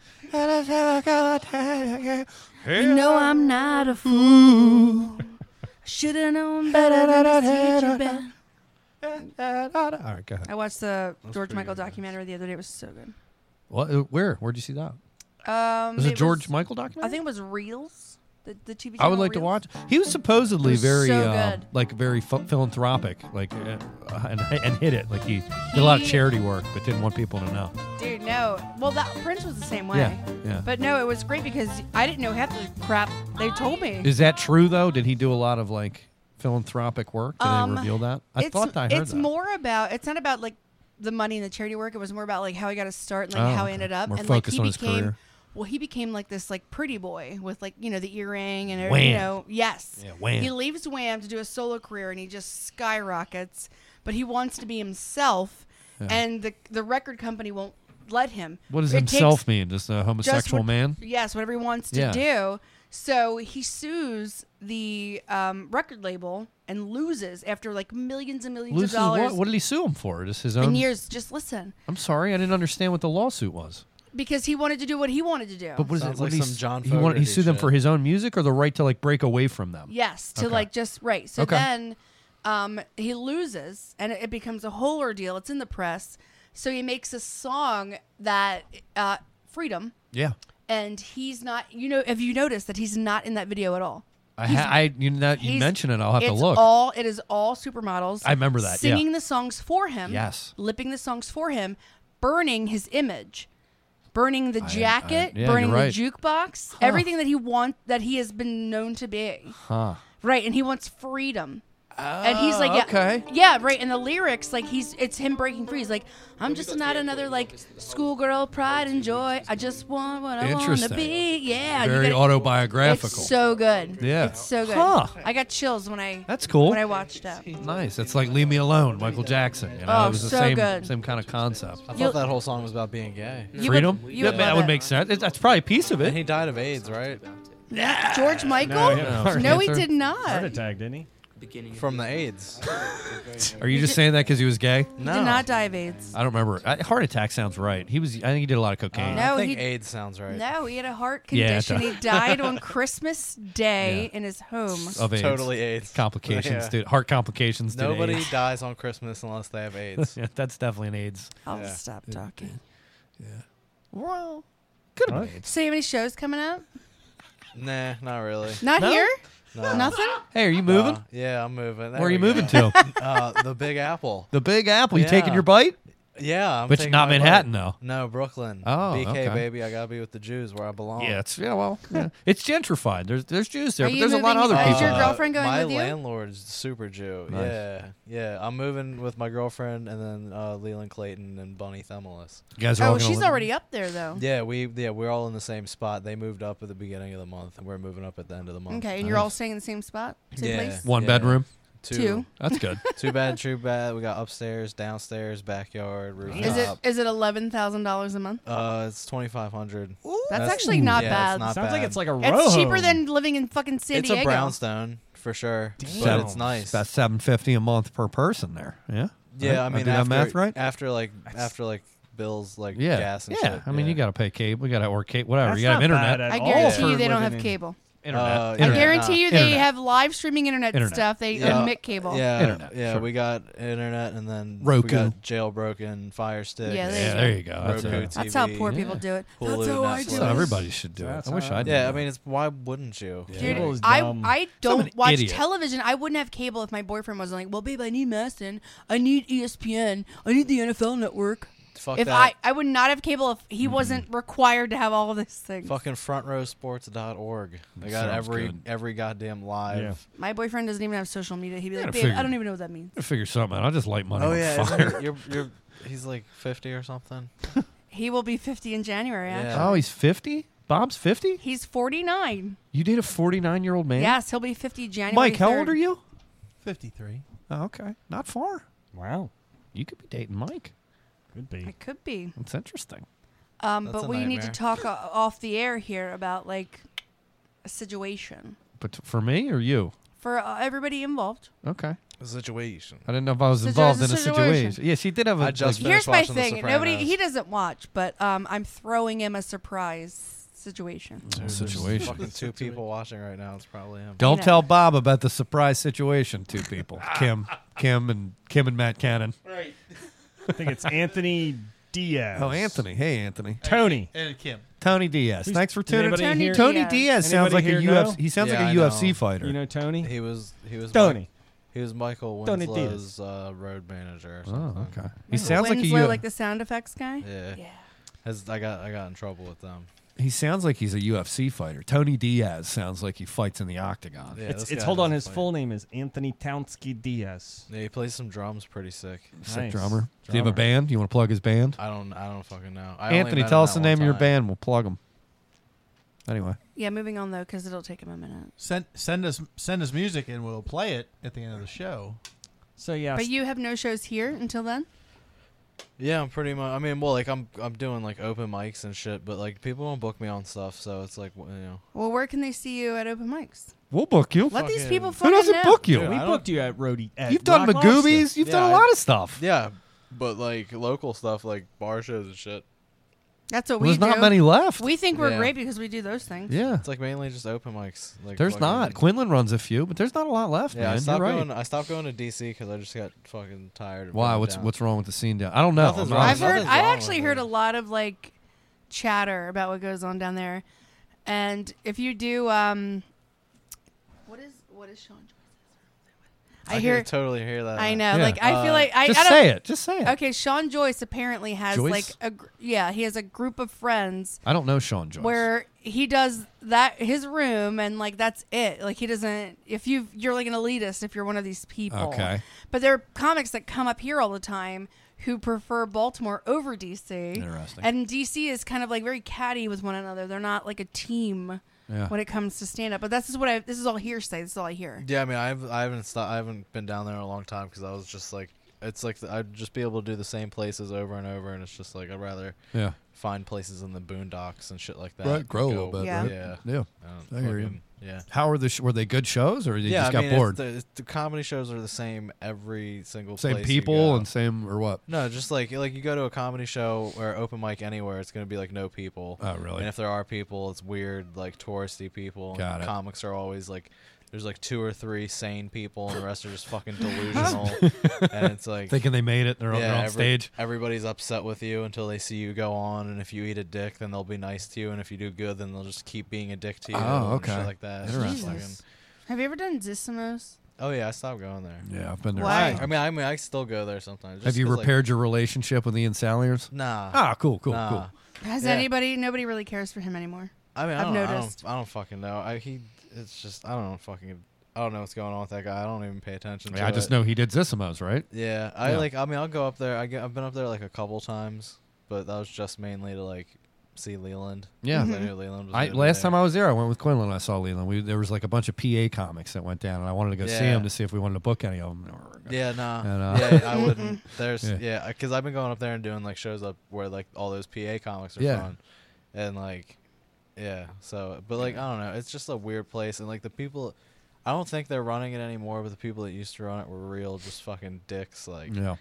Speaker 8: You know I'm not a fool. Should've known better than to see what you've been.
Speaker 10: All right, go ahead.
Speaker 8: I watched the George Michael documentary the other day. It was so good.
Speaker 10: What, uh, where? Where'd you see that?
Speaker 8: Um,
Speaker 10: Was it, George
Speaker 8: was-
Speaker 10: Michael
Speaker 8: I
Speaker 10: documentary?
Speaker 8: think it was Reels. The, the TV
Speaker 10: I would
Speaker 8: channel
Speaker 10: like to
Speaker 8: Reels.
Speaker 10: watch. He was supposedly
Speaker 8: It was
Speaker 10: very,
Speaker 8: so
Speaker 10: uh,
Speaker 8: good.
Speaker 10: like, very ph- philanthropic, like, uh, and, and hit it. Like he did a lot of
Speaker 8: He-
Speaker 10: charity work, but didn't want people to know.
Speaker 8: Dude, no. Well, that Prince was the same way.
Speaker 10: Yeah, yeah.
Speaker 8: But no, it was great because I didn't know half the crap they told me.
Speaker 10: Is that true though? Did he do a lot of like philanthropic work? Did
Speaker 8: Um,
Speaker 10: they reveal that? I
Speaker 8: it's,
Speaker 10: thought I heard
Speaker 8: it's
Speaker 10: that.
Speaker 8: more about it's not about like the money and the charity work. It was more about like how he got his start and like
Speaker 10: Oh,
Speaker 8: how
Speaker 10: okay.
Speaker 8: he ended up
Speaker 10: More
Speaker 8: and like
Speaker 10: focused
Speaker 8: he
Speaker 10: on his
Speaker 8: became
Speaker 10: career.
Speaker 8: well he became like this like pretty boy with like you know the earring and
Speaker 10: Wham.
Speaker 8: you know yes
Speaker 10: Yeah, wham.
Speaker 8: he leaves Wham to do a solo career and he just skyrockets but he wants to be himself and the the record company won't let him.
Speaker 10: What does
Speaker 8: It takes-
Speaker 10: himself mean? Just a
Speaker 8: just
Speaker 10: homosexual
Speaker 8: what-
Speaker 10: man?
Speaker 8: Yes, whatever he wants to
Speaker 10: Yeah.
Speaker 8: do. So he sues the um, record label and loses after like millions and millions
Speaker 10: Loses
Speaker 8: of dollars
Speaker 10: what? What did he sue him for? Just his
Speaker 8: in
Speaker 10: own.
Speaker 8: years. Just listen,
Speaker 10: I'm sorry, I didn't understand what the lawsuit was.
Speaker 8: because he wanted to do what he wanted to do.
Speaker 10: But what is
Speaker 9: Sounds
Speaker 10: it? What
Speaker 9: like
Speaker 10: did he
Speaker 9: some
Speaker 10: s-
Speaker 9: John
Speaker 10: he, wanted, he
Speaker 9: Fogerty
Speaker 10: sued them for
Speaker 9: shit.
Speaker 10: his own music or the right to like break away from them.
Speaker 8: yes, to
Speaker 10: Okay.
Speaker 8: like just right. So
Speaker 10: Okay.
Speaker 8: then um, he loses, and it, it becomes a whole ordeal. It's in the press. So he makes a song that uh, freedom,
Speaker 10: Yeah.
Speaker 8: and he's not. You know, have you noticed that he's not in that video at all?
Speaker 6: I, ha- I you, know, you
Speaker 8: He's-
Speaker 6: mention it, I'll have to
Speaker 8: it's
Speaker 6: look.
Speaker 8: All it is all supermodels.
Speaker 6: I remember that, yeah.
Speaker 8: Singing the songs for him.
Speaker 6: Yes.
Speaker 8: Lipping the songs for him, burning his image, burning the jacket,
Speaker 6: yeah,
Speaker 8: burning
Speaker 6: you're
Speaker 8: the
Speaker 6: right.
Speaker 8: jukebox, everything that he want that he has been known to be.
Speaker 6: huh. Oh,
Speaker 8: Right, and he wants freedom. and he's like, yeah,
Speaker 6: okay.
Speaker 8: yeah, right. And the lyrics, like he's, it's him breaking free. He's like, I'm just not another like schoolgirl pride and joy. I just want what I want to
Speaker 6: Interesting.
Speaker 8: be. Yeah, you
Speaker 6: Very
Speaker 8: gotta-
Speaker 6: autobiographical.
Speaker 8: It's so good.
Speaker 6: Yeah.
Speaker 8: it's so good.
Speaker 6: Huh.
Speaker 8: I got chills when I.
Speaker 6: That's cool.
Speaker 8: When I watched it.
Speaker 6: nice. It's like Leave Me Alone, Michael Jackson. You know,
Speaker 8: Oh,
Speaker 6: it was the
Speaker 8: so
Speaker 6: same
Speaker 8: good.
Speaker 6: same kind of concept.
Speaker 9: I
Speaker 8: You'll-
Speaker 9: thought that whole song was about being gay.
Speaker 8: You would-
Speaker 6: Freedom.
Speaker 8: you would
Speaker 6: that, that
Speaker 8: love
Speaker 6: would
Speaker 8: it.
Speaker 6: make sense. It, that's probably a piece of
Speaker 9: And he
Speaker 6: it.
Speaker 9: died of AIDS, right?
Speaker 8: George Michael?
Speaker 5: yeah.
Speaker 8: No,
Speaker 5: Heart
Speaker 8: he
Speaker 6: cancer.
Speaker 8: did not.
Speaker 5: Heart
Speaker 8: He
Speaker 5: attack, didn't he?
Speaker 9: From the AIDS.
Speaker 6: Are you just saying that because he was gay?
Speaker 9: No.
Speaker 8: did not die of AIDS.
Speaker 6: I don't remember. I, heart attack sounds right. He was. Uh, I think he did a lot of cocaine.
Speaker 8: No,
Speaker 9: I think
Speaker 8: he-
Speaker 9: AIDS sounds right.
Speaker 8: No, he had a heart
Speaker 6: Yeah, it
Speaker 8: condition.
Speaker 6: does.
Speaker 8: he died on Christmas Day in his home.
Speaker 6: Of AIDS.
Speaker 9: Totally AIDS.
Speaker 6: complications,
Speaker 9: Yeah.
Speaker 6: dude. Heart complications. due to
Speaker 9: Nobody
Speaker 6: AIDS.
Speaker 9: dies on Christmas unless they have AIDS.
Speaker 6: Yeah, that's definitely an AIDS.
Speaker 8: I'll Oh, stop talking.
Speaker 6: Well, could have been AIDS.
Speaker 8: So, you have any shows coming up?
Speaker 9: nah, not really.
Speaker 8: Not
Speaker 6: No?
Speaker 8: here?
Speaker 9: No.
Speaker 8: Nothing?
Speaker 6: Hey, are you moving?
Speaker 9: Uh, yeah, I'm moving. There
Speaker 6: Where are you
Speaker 9: we go.
Speaker 6: moving to?
Speaker 9: Uh, the Big Apple.
Speaker 6: the Big Apple. You
Speaker 9: Yeah.
Speaker 6: taking your bite?
Speaker 9: Yeah, I'm
Speaker 6: But
Speaker 9: taking
Speaker 6: not
Speaker 9: my bike.
Speaker 6: Manhattan, though.
Speaker 9: No, Brooklyn.
Speaker 6: Oh,
Speaker 9: BK
Speaker 6: okay.
Speaker 9: baby, I gotta be with the Jews where I belong.
Speaker 6: Yeah, it's yeah. Well, yeah. it's gentrified. There's there's Jews there,
Speaker 8: Are
Speaker 6: but
Speaker 8: you
Speaker 6: there's a lot of
Speaker 8: moving-
Speaker 6: other
Speaker 8: uh,
Speaker 6: people.
Speaker 8: Is your
Speaker 6: there.
Speaker 8: girlfriend going
Speaker 9: my
Speaker 8: with you?
Speaker 9: landlord's super Jew.
Speaker 6: Nice.
Speaker 9: Yeah, yeah. I'm moving with my girlfriend and then uh, Leland Clayton and Bunny Themelis.
Speaker 6: You guys are all
Speaker 8: Oh,
Speaker 6: gonna
Speaker 8: she's
Speaker 6: live-
Speaker 8: already up there, though.
Speaker 9: Yeah, we yeah we're all in the same spot. They moved up at the beginning of the month, and we're moving up at the end of the month.
Speaker 8: Okay, and you're all staying in the same spot? Same
Speaker 9: Yeah.
Speaker 8: place?
Speaker 6: one
Speaker 9: Yeah.
Speaker 6: bedroom.
Speaker 9: Two,
Speaker 6: That's good.
Speaker 9: two bad, true bad. We got upstairs, downstairs, backyard, rooftop.
Speaker 8: Is it is it eleven thousand dollars a month?
Speaker 9: Uh, it's twenty five hundred.
Speaker 8: That's, actually not
Speaker 9: yeah,
Speaker 8: bad.
Speaker 9: It's not
Speaker 5: Sounds like
Speaker 9: bad.
Speaker 5: it's like a row.
Speaker 8: That's cheaper than living in fucking San
Speaker 9: it's
Speaker 8: Diego.
Speaker 9: a brownstone for sure, but
Speaker 6: Seven-
Speaker 9: it's nice.
Speaker 6: About seven fifty a month per person there. Yeah.
Speaker 9: yeah,
Speaker 6: Right?
Speaker 9: I mean,
Speaker 6: did I
Speaker 9: after,
Speaker 6: math right?
Speaker 9: After like after like bills, like
Speaker 6: Yeah.
Speaker 9: gas and
Speaker 6: yeah.
Speaker 9: shit.
Speaker 6: I mean, you got to pay cable. You got to or ca- whatever.
Speaker 5: That's
Speaker 6: you got
Speaker 5: not
Speaker 6: to have
Speaker 5: bad
Speaker 6: internet.
Speaker 5: at
Speaker 8: I
Speaker 5: all
Speaker 8: guarantee
Speaker 5: for
Speaker 8: you they don't
Speaker 5: living
Speaker 8: have
Speaker 5: in-
Speaker 8: cable.
Speaker 6: Internet.
Speaker 9: Uh,
Speaker 8: I
Speaker 6: internet.
Speaker 9: guarantee-
Speaker 8: guarantee you they
Speaker 6: Internet.
Speaker 8: have live streaming internet,
Speaker 6: Internet.
Speaker 8: stuff. They
Speaker 9: Yeah.
Speaker 8: admit cable.
Speaker 9: Yeah,
Speaker 6: Internet,
Speaker 9: yeah,
Speaker 6: sure.
Speaker 9: we got internet and then
Speaker 6: Roku.
Speaker 9: we got jailbroken, Fire Stick.
Speaker 8: Yeah,
Speaker 6: yeah, there you go. That's,
Speaker 9: Roku
Speaker 6: it.
Speaker 8: That's how
Speaker 9: TV.
Speaker 8: poor people do it.
Speaker 9: Hulu,
Speaker 8: That's how I do
Speaker 9: Netflix.
Speaker 6: That's
Speaker 8: it.
Speaker 9: Yeah.
Speaker 6: how everybody should do it.
Speaker 5: That's
Speaker 6: I wish
Speaker 5: how-
Speaker 6: I did.
Speaker 9: Yeah, I
Speaker 6: that.
Speaker 9: mean, it's why wouldn't you?
Speaker 8: Dude,
Speaker 5: Cable is
Speaker 8: I,
Speaker 5: dumb.
Speaker 8: I don't
Speaker 6: an
Speaker 8: watch
Speaker 6: idiot.
Speaker 8: television. I wouldn't have cable if my boyfriend wasn't like, well, babe, I need Maston. I need E ESPN. I need the NFL network.
Speaker 9: Fuck
Speaker 8: if
Speaker 9: that.
Speaker 8: I, I would not have cable if he wasn't required to have all of these things.
Speaker 9: Fucking frontrowsports.org. They got
Speaker 6: sounds
Speaker 9: every
Speaker 6: good.
Speaker 9: every goddamn live.
Speaker 8: My boyfriend doesn't even have social media. He'd be like,
Speaker 6: gotta
Speaker 8: babe,
Speaker 6: figure-
Speaker 8: I don't even know what that means.
Speaker 6: I'll figure something out. I'll just light money
Speaker 9: Oh
Speaker 6: on
Speaker 9: yeah, isn't
Speaker 6: fire.
Speaker 9: he- you're you're he's like 50 or something.
Speaker 8: He will be 50 in January,
Speaker 9: Yeah.
Speaker 8: actually.
Speaker 6: Oh, he's fifty. Bob's fifty.
Speaker 8: He's 49.
Speaker 6: You date a forty-nine-year-old man.
Speaker 8: Yes, he'll be 50 January.
Speaker 6: Mike, how
Speaker 8: 3rd.
Speaker 6: old are you?
Speaker 7: 53.
Speaker 6: Oh, okay, not far.
Speaker 5: Wow.
Speaker 6: You could be dating Mike.
Speaker 5: Could be.
Speaker 8: I could be.
Speaker 6: That's interesting.
Speaker 8: Um,
Speaker 9: That's
Speaker 8: but
Speaker 9: a
Speaker 8: we need to
Speaker 9: nightmare.
Speaker 8: talk o- off the air here about like a situation
Speaker 6: But t- for me or you?
Speaker 8: for uh, everybody involved.
Speaker 6: Okay.
Speaker 9: Situation.
Speaker 6: I didn't know if I was
Speaker 8: Situa-
Speaker 6: involved in
Speaker 8: it's a
Speaker 6: a
Speaker 8: situation.
Speaker 6: situation. Yeah, she did have a.
Speaker 9: I just
Speaker 6: like,
Speaker 9: Finish
Speaker 8: Here's my
Speaker 9: watching The
Speaker 8: thing. Nobody
Speaker 9: Sopranos.
Speaker 8: he doesn't watch, but um, I'm throwing him a surprise situation.
Speaker 6: situation.
Speaker 9: Fucking two people watching right now. It's probably him.
Speaker 6: Don't
Speaker 8: You know.
Speaker 6: tell Bob about the surprise situation. Two people, Kim, Kim, and Kim and Matt Cannon.
Speaker 5: I think it's Anthony Diaz.
Speaker 6: Oh, Anthony. Hey, Anthony.
Speaker 5: Tony.
Speaker 7: And Kim.
Speaker 6: Tony Diaz.
Speaker 5: Who's-
Speaker 6: Thanks for
Speaker 5: does
Speaker 6: tuning in.
Speaker 5: anybody
Speaker 8: Tony
Speaker 5: here-
Speaker 6: Tony
Speaker 8: Diaz.
Speaker 6: Diaz sounds like a
Speaker 5: Anybody here know?
Speaker 6: UFC. He sounds
Speaker 9: Yeah,
Speaker 6: like
Speaker 9: I
Speaker 6: a UFC
Speaker 9: know.
Speaker 6: fighter.
Speaker 5: You know Tony?
Speaker 9: He was he was
Speaker 5: Tony.
Speaker 9: Mike- he was Michael
Speaker 5: Tony Diaz.
Speaker 9: Winslow's uh, road manager. Or something.
Speaker 6: oh, okay. He sounds like a
Speaker 8: Winslow,
Speaker 6: U-
Speaker 8: like the sound effects guy.
Speaker 9: Yeah.
Speaker 8: Yeah.
Speaker 9: Has- I got I got in trouble with them.
Speaker 6: he sounds like he's a UFC fighter. Tony Diaz sounds like he fights in the octagon.
Speaker 9: Yeah,
Speaker 5: it's
Speaker 9: this
Speaker 5: it's
Speaker 9: guy
Speaker 5: hold on.
Speaker 9: doesn't
Speaker 5: His
Speaker 9: play.
Speaker 5: full name is Anthony Townsky Diaz.
Speaker 9: Yeah, he plays some drums pretty sick.
Speaker 6: Sick
Speaker 5: Nice.
Speaker 6: drummer. Do you have a
Speaker 5: Drummer.
Speaker 6: band? You want to plug his band?
Speaker 9: I don't I don't fucking know. I only
Speaker 6: Anthony,
Speaker 9: met
Speaker 6: tell
Speaker 9: him
Speaker 6: us the
Speaker 9: that
Speaker 6: name
Speaker 9: one
Speaker 6: of your
Speaker 9: time.
Speaker 6: band. We'll plug them. Anyway,
Speaker 8: Yeah, moving on though, because it'll take him a minute.
Speaker 7: Send send us send us music and we'll play it at the end of the show.
Speaker 5: So yeah,
Speaker 8: But you have no shows here until then.
Speaker 9: Yeah, I'm pretty much. I mean, well, like I'm I'm doing like open mics and shit, but like people don't book me on stuff, so it's like w- you know.
Speaker 8: Well, where can they see you at open mics?
Speaker 6: we'll book you.
Speaker 8: Let these
Speaker 9: Fucking-
Speaker 8: people
Speaker 6: Who
Speaker 8: fucking know.
Speaker 6: doesn't book you?
Speaker 9: Dude,
Speaker 5: we
Speaker 9: I don't-
Speaker 5: booked you at Rody. At
Speaker 6: You've done
Speaker 5: Rock Lobster.
Speaker 6: Magoobies. You've done a
Speaker 9: Yeah,
Speaker 6: lot
Speaker 9: I-
Speaker 6: of stuff.
Speaker 9: Yeah, but like local stuff, like bar shows and shit.
Speaker 8: That's what
Speaker 6: Well,
Speaker 8: we
Speaker 6: there's
Speaker 8: do.
Speaker 6: not many left.
Speaker 8: We think we're
Speaker 9: Yeah.
Speaker 8: great because we do those things.
Speaker 6: yeah,
Speaker 9: It's like mainly just open mics. Like
Speaker 6: there's
Speaker 9: fucking-
Speaker 6: not. Quinlan runs a few, but there's not a lot left,
Speaker 9: Yeah,
Speaker 6: man.
Speaker 9: I stopped
Speaker 6: You're right.
Speaker 9: going. I stopped going to DC because I just got fucking tired. Of
Speaker 6: Why?
Speaker 9: being
Speaker 6: What's
Speaker 9: down.
Speaker 6: what's wrong with the scene down? I don't know.
Speaker 9: Nothing's
Speaker 6: I'm
Speaker 9: wrong.
Speaker 8: I've
Speaker 6: honest.
Speaker 8: heard.
Speaker 9: Oh, nothing's
Speaker 8: I
Speaker 9: wrong
Speaker 8: actually
Speaker 9: with
Speaker 8: heard
Speaker 9: it.
Speaker 8: a lot of like chatter about what goes on down there, and if you do, um, what What is Sean Joyce's?
Speaker 9: I,
Speaker 8: I
Speaker 9: can
Speaker 8: hear.
Speaker 9: totally hear that.
Speaker 8: I know.
Speaker 6: Yeah.
Speaker 8: Like I feel
Speaker 9: Uh,
Speaker 8: like I.
Speaker 6: just
Speaker 8: I don't,
Speaker 6: say it. Just say it.
Speaker 8: Okay, Sean Joyce apparently has
Speaker 6: Joyce?
Speaker 8: like a gr- yeah, he has a group of friends
Speaker 6: I don't know Sean Joyce.
Speaker 8: where he does that his room and like that's it. Like he doesn't if you you're like an elitist if you're one of these people.
Speaker 6: Okay.
Speaker 8: But there are comics that come up here all the time who prefer Baltimore over DC.
Speaker 6: Interesting.
Speaker 8: And DC is kind of like very catty with one another. They're not like a team
Speaker 6: Yeah.
Speaker 8: when it comes to stand up. But this is what I this is all hearsay. This is all I hear.
Speaker 9: Yeah, I mean, I've I haven't sto- I haven't been down there in a long time because I was just like, it's like I'd just be able to do the same places over and over, and it's just like I'd rather
Speaker 6: Yeah.
Speaker 9: find places in the boondocks and shit like that.
Speaker 6: Right, grow a
Speaker 9: Go-
Speaker 6: little bit,
Speaker 8: Yeah.
Speaker 6: right?
Speaker 9: Yeah, don't
Speaker 6: I hear you.
Speaker 9: fucking- Yeah.
Speaker 6: How are the sh- were they good shows or they
Speaker 9: yeah,
Speaker 6: just
Speaker 9: I
Speaker 6: got
Speaker 9: mean, it's
Speaker 6: bored?
Speaker 9: The, it's- the comedy shows are the same every single
Speaker 6: Same
Speaker 9: place you
Speaker 6: people
Speaker 9: go.
Speaker 6: and same or what?
Speaker 9: no, just like like you go to a comedy show or open mic anywhere, it's gonna be like no people.
Speaker 6: Oh, really?
Speaker 9: And if there are people, it's weird, like touristy people. and
Speaker 6: Got it.
Speaker 9: Comics are always like, there's like two or three sane people, and the rest are just fucking delusional. and it's like
Speaker 6: Thinking they made it, they're on, they're on
Speaker 9: every-
Speaker 6: stage.
Speaker 9: Everybody's upset with you until they see you go on, and if you eat a dick, then they'll be nice to you, and if you do good, then they'll just keep being a dick to you.
Speaker 6: Oh,
Speaker 9: and shit
Speaker 6: okay.
Speaker 9: like that. It's just
Speaker 6: Interesting.
Speaker 9: fucking-
Speaker 8: Jesus. Have you ever done Zissimos?
Speaker 9: oh yeah, I stopped going there.
Speaker 6: Yeah, I've been there.
Speaker 8: Why?
Speaker 9: I mean, I mean, I still go there sometimes.
Speaker 6: Have
Speaker 9: just
Speaker 6: you
Speaker 9: 'cause, like,
Speaker 6: repaired your relationship with Ian Saliers?
Speaker 9: nah.
Speaker 6: Ah, cool, cool,
Speaker 9: nah.
Speaker 6: cool.
Speaker 8: Has
Speaker 9: Yeah.
Speaker 8: anybody nobody really cares for him anymore?
Speaker 9: I mean, I
Speaker 8: I've
Speaker 9: don't, I
Speaker 8: noticed.
Speaker 9: don't, I don't fucking know. I, he, it's just, I don't know, fucking, I don't know what's going on with that guy. I don't even pay attention.
Speaker 6: Yeah,
Speaker 9: to
Speaker 6: I just
Speaker 9: it.
Speaker 6: know he did Zissimo's, right?
Speaker 9: Yeah, I
Speaker 6: Yeah.
Speaker 9: like. I mean, I'll go up there. I get, I've been up there like a couple times, but that was just mainly to like see Leland.
Speaker 6: Yeah.
Speaker 8: Mm-hmm.
Speaker 9: 'cause I knew Leland was.
Speaker 6: I,
Speaker 9: gonna be
Speaker 6: last
Speaker 9: there.
Speaker 6: time I was there, I went with Quinlan. and I saw Leland. We, there was like a bunch of PA comics that went down, and I wanted to go see
Speaker 9: Yeah.
Speaker 6: him to see if we wanted to book any of them.
Speaker 9: Yeah, nah.
Speaker 6: And, uh,
Speaker 9: yeah, I wouldn't. There's
Speaker 6: Yeah.
Speaker 9: yeah, because I've been going up there and doing like shows up where like all those PA comics are
Speaker 6: Yeah.
Speaker 9: from, and like, yeah. So, but like I don't know, it's just a weird place, and like the people, I don't think they're running it anymore, but the people that used to run it were real, just fucking dicks, like,
Speaker 6: yeah.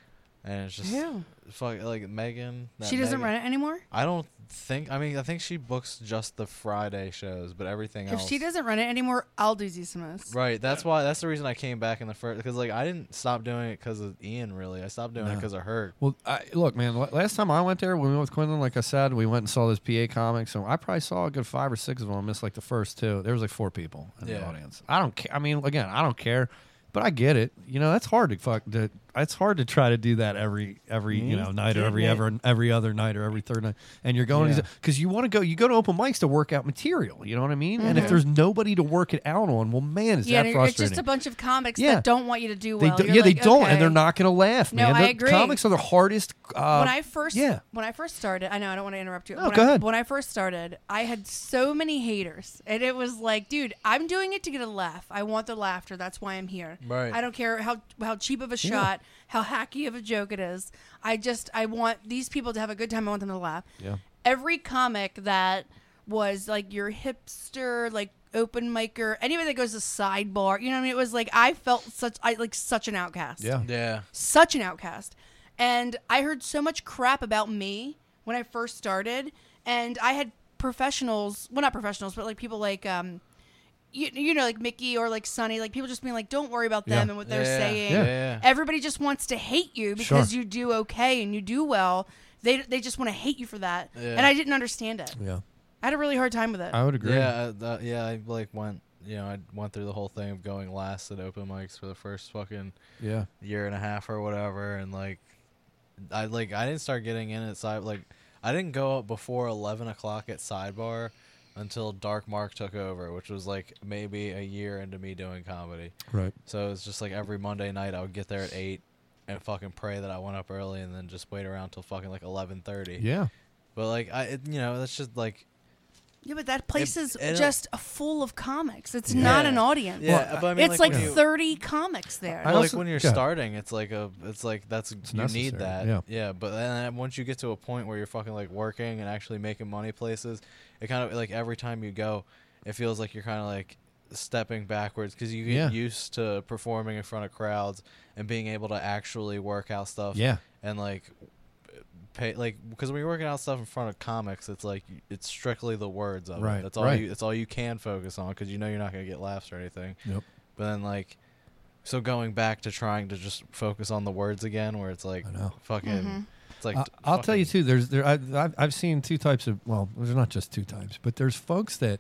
Speaker 9: and it's just
Speaker 8: Who?
Speaker 9: fuck like Megan. that
Speaker 8: She doesn't
Speaker 9: Megan-
Speaker 8: run it anymore?
Speaker 9: I don't think. I mean, I think she books just the Friday shows, but everything
Speaker 8: If
Speaker 9: else.
Speaker 8: she doesn't run it anymore, I'll do Zissamos.
Speaker 9: Right, that's why. That's the reason I came back in the first. Because like I didn't stop doing it because of Ian. Really, I stopped doing it 'cause it because of her.
Speaker 6: Well, I, look, man. la- Last time I went there, when we went with Quinlan, like I said, we went and saw those PA comics, and I probably saw a good five or six of them. I missed like the first two. There was like four people in the
Speaker 9: Yeah.
Speaker 6: audience. I don't care. I mean, again, I don't care, but I get it. You know, that's hard to fuck. To, it's hard to try to do that every every
Speaker 8: Mm-hmm.
Speaker 6: you know night or every ever every other night or every third night, and you're going because you want to go. You go to open mics to work out material. You know what I mean? And if there's nobody to work it out on, well, man, is
Speaker 8: Mm-hmm. Yeah,
Speaker 6: that
Speaker 8: and
Speaker 6: frustrating?
Speaker 8: it's just a bunch of comics
Speaker 6: Yeah.
Speaker 8: that don't want you to do
Speaker 6: they
Speaker 8: well.
Speaker 6: do-
Speaker 8: You're
Speaker 6: yeah, they
Speaker 8: like,
Speaker 6: don't, and they're
Speaker 8: okay.
Speaker 6: not going to laugh,
Speaker 8: No,
Speaker 6: man.
Speaker 8: I
Speaker 6: The
Speaker 8: agree.
Speaker 6: Comics are the hardest. Uh,
Speaker 8: when I first
Speaker 6: yeah.
Speaker 8: when I first started, I know I don't want to interrupt you.
Speaker 6: No,
Speaker 8: when
Speaker 6: go
Speaker 8: I,
Speaker 6: ahead.
Speaker 8: When I first started, I had so many haters, and it was like, dude, I'm doing it to get a laugh. I want the laughter. That's why I'm here.
Speaker 9: Right.
Speaker 8: I don't care how how cheap of a shot, how hacky of a joke it is. I just I want these people to have a good time. I want them to laugh. Yeah. Every comic that was like your hipster, like open micer, anybody that goes to sidebar, you know what I mean? It was like I felt such I like such an outcast
Speaker 6: yeah.
Speaker 9: Yeah.
Speaker 8: such an outcast. And I heard so much crap about me when I first started. And I had professionals, well, not professionals, but like people like, um, you, you know, like Mickey or like Sonny, like people just being like, don't worry about them
Speaker 6: Yeah.
Speaker 8: and what they're
Speaker 9: Yeah.
Speaker 8: saying.
Speaker 9: Yeah. Yeah.
Speaker 8: Everybody just wants to hate you because you do okay and you do well. They, they just want to hate you for that. And I didn't understand it.
Speaker 6: Yeah.
Speaker 8: I had a really hard time with it.
Speaker 6: I would agree.
Speaker 9: Yeah. uh, that- yeah. I like went. You know, I went through the whole thing of going last at open mics for the first fucking
Speaker 6: Yeah.
Speaker 9: year and a half or whatever, and like, I like I didn't start getting in at side like I didn't go up before eleven o'clock at sidebar until Dark Mark took over, which was like maybe a year into me doing comedy.
Speaker 6: Right.
Speaker 9: So it was just like every Monday night I would get there at eight and fucking pray that I went up early and then just wait around till fucking like eleven thirty.
Speaker 6: Yeah.
Speaker 9: But like I, it, you know, that's just like
Speaker 8: yeah, but that place is
Speaker 9: it- uh,
Speaker 8: just full of comics. It's not
Speaker 9: Yeah.
Speaker 8: an audience.
Speaker 9: Yeah, but I mean,
Speaker 8: it's
Speaker 9: like,
Speaker 8: like,
Speaker 9: when you-
Speaker 8: 30 comics there.
Speaker 6: I
Speaker 9: Well,
Speaker 6: also-
Speaker 9: like when you're
Speaker 6: go ahead.
Speaker 9: starting, it's like a, it's like that's you need
Speaker 6: necessary,
Speaker 9: that.
Speaker 6: yeah.
Speaker 9: But then once you get to a point where you're fucking like working and actually making money places, it kind of like every time you go, it feels like you're kind of like stepping backwards because you get
Speaker 6: Yeah.
Speaker 9: used to performing in front of crowds and being able to actually work out stuff.
Speaker 6: Yeah.
Speaker 9: And like pay like because when you're working out stuff in front of comics, it's like it's strictly the words of
Speaker 6: Right,
Speaker 9: it. That's all
Speaker 6: right.
Speaker 9: you. That's all you can focus on because you know you're not gonna get laughs or anything.
Speaker 6: Yep.
Speaker 9: But then like so going back to trying to just focus on the words again, where it's like
Speaker 6: I know.
Speaker 9: fucking,
Speaker 8: Mm-hmm.
Speaker 9: it's like
Speaker 6: I,
Speaker 9: t-
Speaker 6: Uh, I'll tell you
Speaker 9: fucking-
Speaker 6: too. There's there. I, I've, I've seen two types of. Well, there's not just two types, but there's folks that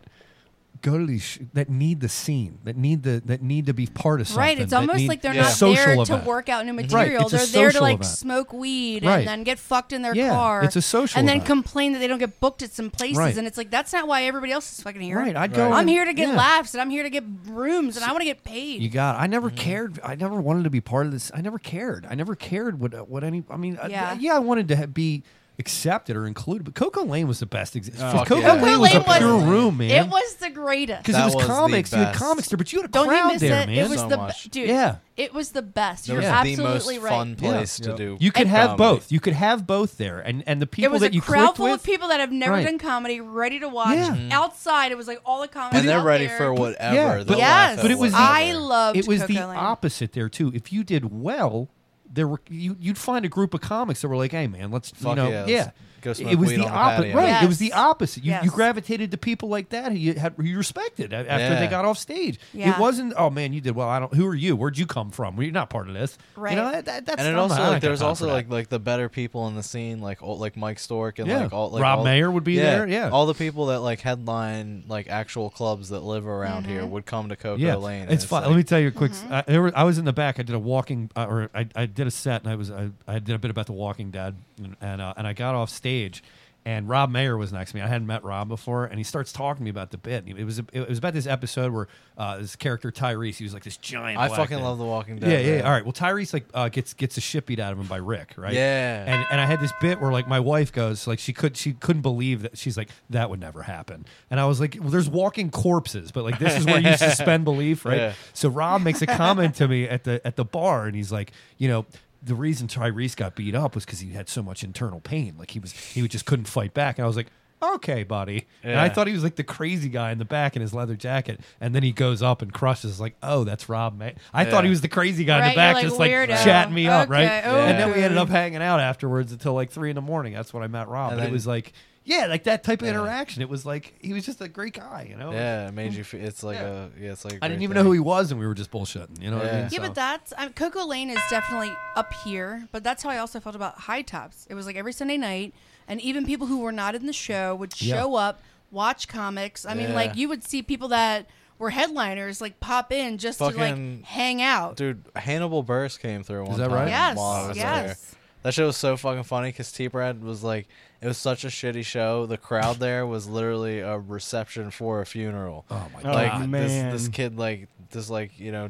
Speaker 6: go to these sh- that need the scene that need the that need to be part of something.
Speaker 8: Right, it's
Speaker 6: that
Speaker 8: almost
Speaker 6: need-
Speaker 8: like they're
Speaker 9: Yeah.
Speaker 8: not
Speaker 6: Social
Speaker 8: there
Speaker 6: event.
Speaker 8: to work out new
Speaker 6: it's
Speaker 8: material.
Speaker 6: a
Speaker 8: they're there to
Speaker 6: social
Speaker 8: like
Speaker 6: event.
Speaker 8: smoke weed
Speaker 6: Right.
Speaker 8: and then get fucked in their
Speaker 6: Yeah,
Speaker 8: car.
Speaker 6: it's a social
Speaker 8: And then
Speaker 6: event.
Speaker 8: complain that they don't get booked at some places.
Speaker 6: Right.
Speaker 8: And it's like that's not why everybody else is fucking here.
Speaker 6: right. I'd go.
Speaker 8: I'm
Speaker 6: and-
Speaker 8: here to get
Speaker 6: yeah.
Speaker 8: laughs and I'm here to get rooms and I want to get paid.
Speaker 6: You got. I
Speaker 9: Mm-hmm.
Speaker 6: never cared. I never wanted to be part of this. I never cared. I never cared what what any. I mean, yeah,
Speaker 8: Yeah.
Speaker 6: I, yeah I wanted to ha- be accepted or included. But Coco Lane was the best example.
Speaker 9: Fuck
Speaker 6: Coco
Speaker 9: yeah.
Speaker 6: Lane
Speaker 9: Coco
Speaker 6: was a
Speaker 8: Lane was-
Speaker 6: pure room, man.
Speaker 8: It was the greatest.
Speaker 6: because it
Speaker 9: That
Speaker 6: was,
Speaker 9: was the
Speaker 6: comics. You had
Speaker 9: best.
Speaker 6: comics there, but you had a
Speaker 8: Don't you
Speaker 6: crowd
Speaker 8: miss
Speaker 6: there,
Speaker 8: it?
Speaker 6: man.
Speaker 8: It was
Speaker 9: So
Speaker 8: the
Speaker 9: much.
Speaker 8: be- dude.
Speaker 6: Yeah.
Speaker 8: It was the best.
Speaker 9: That
Speaker 8: You're
Speaker 9: was the most
Speaker 8: absolutely
Speaker 9: fun
Speaker 8: right.
Speaker 9: place
Speaker 6: Yeah.
Speaker 9: to do.
Speaker 6: You could have
Speaker 9: comedy.
Speaker 6: both. You could have both there, and and the
Speaker 8: It
Speaker 6: people
Speaker 8: was
Speaker 6: that
Speaker 8: a
Speaker 6: you
Speaker 8: crowd
Speaker 6: clicked
Speaker 8: full
Speaker 6: with.
Speaker 8: of people that have never
Speaker 6: Right.
Speaker 8: done comedy, ready to watch.
Speaker 6: Yeah.
Speaker 8: Outside, it was like all the comedy.
Speaker 9: Mm-hmm. and they're
Speaker 8: out
Speaker 9: ready
Speaker 8: there.
Speaker 9: for whatever.
Speaker 6: Yeah,
Speaker 9: They'll
Speaker 6: but-
Speaker 9: laugh
Speaker 8: Yes.
Speaker 9: at
Speaker 6: But it was the-
Speaker 8: I
Speaker 9: whatever.
Speaker 8: loved.
Speaker 6: it was the
Speaker 8: Coco Lane.
Speaker 6: opposite there too. If you did well, there were you, you'd find a group of comics that were like, "Hey, man, let's you
Speaker 9: Fuck
Speaker 6: know,
Speaker 9: yeah, let's
Speaker 6: yeah."
Speaker 9: go smoke
Speaker 6: it was
Speaker 9: weed
Speaker 6: the
Speaker 9: on the
Speaker 6: opposite,
Speaker 9: patio.
Speaker 6: right? It was
Speaker 8: Yes.
Speaker 6: the opposite. You, you
Speaker 8: Yes.
Speaker 6: gravitated to people like that who you had who you respected a- after
Speaker 9: Yeah.
Speaker 6: they got off stage. It
Speaker 8: Yeah.
Speaker 6: wasn't, "Oh man, you did well." I don't. Who are you? Where'd you come from? Well, you're not part of this, You
Speaker 8: Right.
Speaker 6: know, that, that- that's
Speaker 9: and it
Speaker 6: I'm
Speaker 9: also
Speaker 6: not- I
Speaker 9: like
Speaker 6: don't
Speaker 9: there's
Speaker 6: got time
Speaker 9: also
Speaker 6: for that.
Speaker 9: like like the better people in the scene like all, like Mike Stork and
Speaker 6: Yeah.
Speaker 9: like all like
Speaker 6: Rob
Speaker 9: all-
Speaker 6: Mayer would be there, yeah.
Speaker 9: all the people that like headline like actual clubs that live around here
Speaker 8: Mm-hmm.
Speaker 9: would come to Coco Lane. and
Speaker 6: It's fun.
Speaker 9: like-
Speaker 6: Let me tell you a quick. I, there were, I was in the back. I did a walking, uh, or I, I did a set, and I was I, I did a bit about the Walking Dead, and and, uh, and I got off stage, and Rob Mayer was next to me. I hadn't met Rob before, and he starts talking to me about the bit. It was it was about this episode where uh, this character Tyrese, he was like this giant.
Speaker 9: I
Speaker 6: black
Speaker 9: fucking
Speaker 6: dude.
Speaker 9: love The Walking Dead.
Speaker 6: Yeah, yeah,
Speaker 9: man.
Speaker 6: All right. Well, Tyrese like uh, gets gets a shit beat out of him by Rick, right?
Speaker 9: Yeah.
Speaker 6: And and I had this bit where like my wife goes like she could she couldn't believe that she's like that would never happen, and I was like, well, there's walking corpses, but like this is where you suspend belief, right?
Speaker 9: Yeah.
Speaker 6: So Rob makes a comment to me at the at the bar, and he's like, you know. The reason Tyrese got beat up was because he had so much internal pain. Like he was, he just couldn't fight back. And I was like, okay, buddy. And I
Speaker 9: Yeah.
Speaker 6: thought he was like the crazy guy in the back in his leather jacket. And then he goes up and crushes. Like, oh, that's Rob May. I thought he was the crazy guy in the
Speaker 8: Right,
Speaker 6: back,
Speaker 8: you're like,
Speaker 6: just like
Speaker 8: "Weirdo."
Speaker 6: chatting me up, right?
Speaker 8: Okay,
Speaker 6: And then we
Speaker 8: okay.
Speaker 6: ended up hanging out afterwards until like three in the morning. That's when I met Rob.
Speaker 9: And
Speaker 6: but it
Speaker 9: then-
Speaker 6: was like, yeah, like that type of interaction. It was like he was just a great guy, you know.
Speaker 9: Yeah, it made
Speaker 8: Mm-hmm.
Speaker 9: you. Feel, it's like
Speaker 6: Yeah.
Speaker 9: a. Yeah, it's like. I
Speaker 6: I didn't even know who he was, and we were just bullshitting. You know what I
Speaker 9: Yeah.
Speaker 6: mean?
Speaker 8: Yeah,
Speaker 6: So-
Speaker 8: but that's um, Coco Lane is definitely up here. But that's how I also felt about High Tops. It was like every Sunday night, and even people who were not in the show would
Speaker 6: Yeah.
Speaker 8: show up, watch comics. I mean,
Speaker 9: Yeah.
Speaker 8: like you would see people that were headliners like pop in just to
Speaker 9: Fucking-
Speaker 8: like hang out.
Speaker 9: Dude, Hannibal Burst came through one
Speaker 6: that
Speaker 9: time
Speaker 6: right?
Speaker 8: Yes,
Speaker 9: while I was
Speaker 8: yes.
Speaker 9: there. That show was so fucking funny because T Brad was like, it was such a shitty show. The crowd there was literally a reception for a funeral.
Speaker 6: oh my
Speaker 9: like
Speaker 6: god.
Speaker 5: man.
Speaker 9: this this kid like this like you know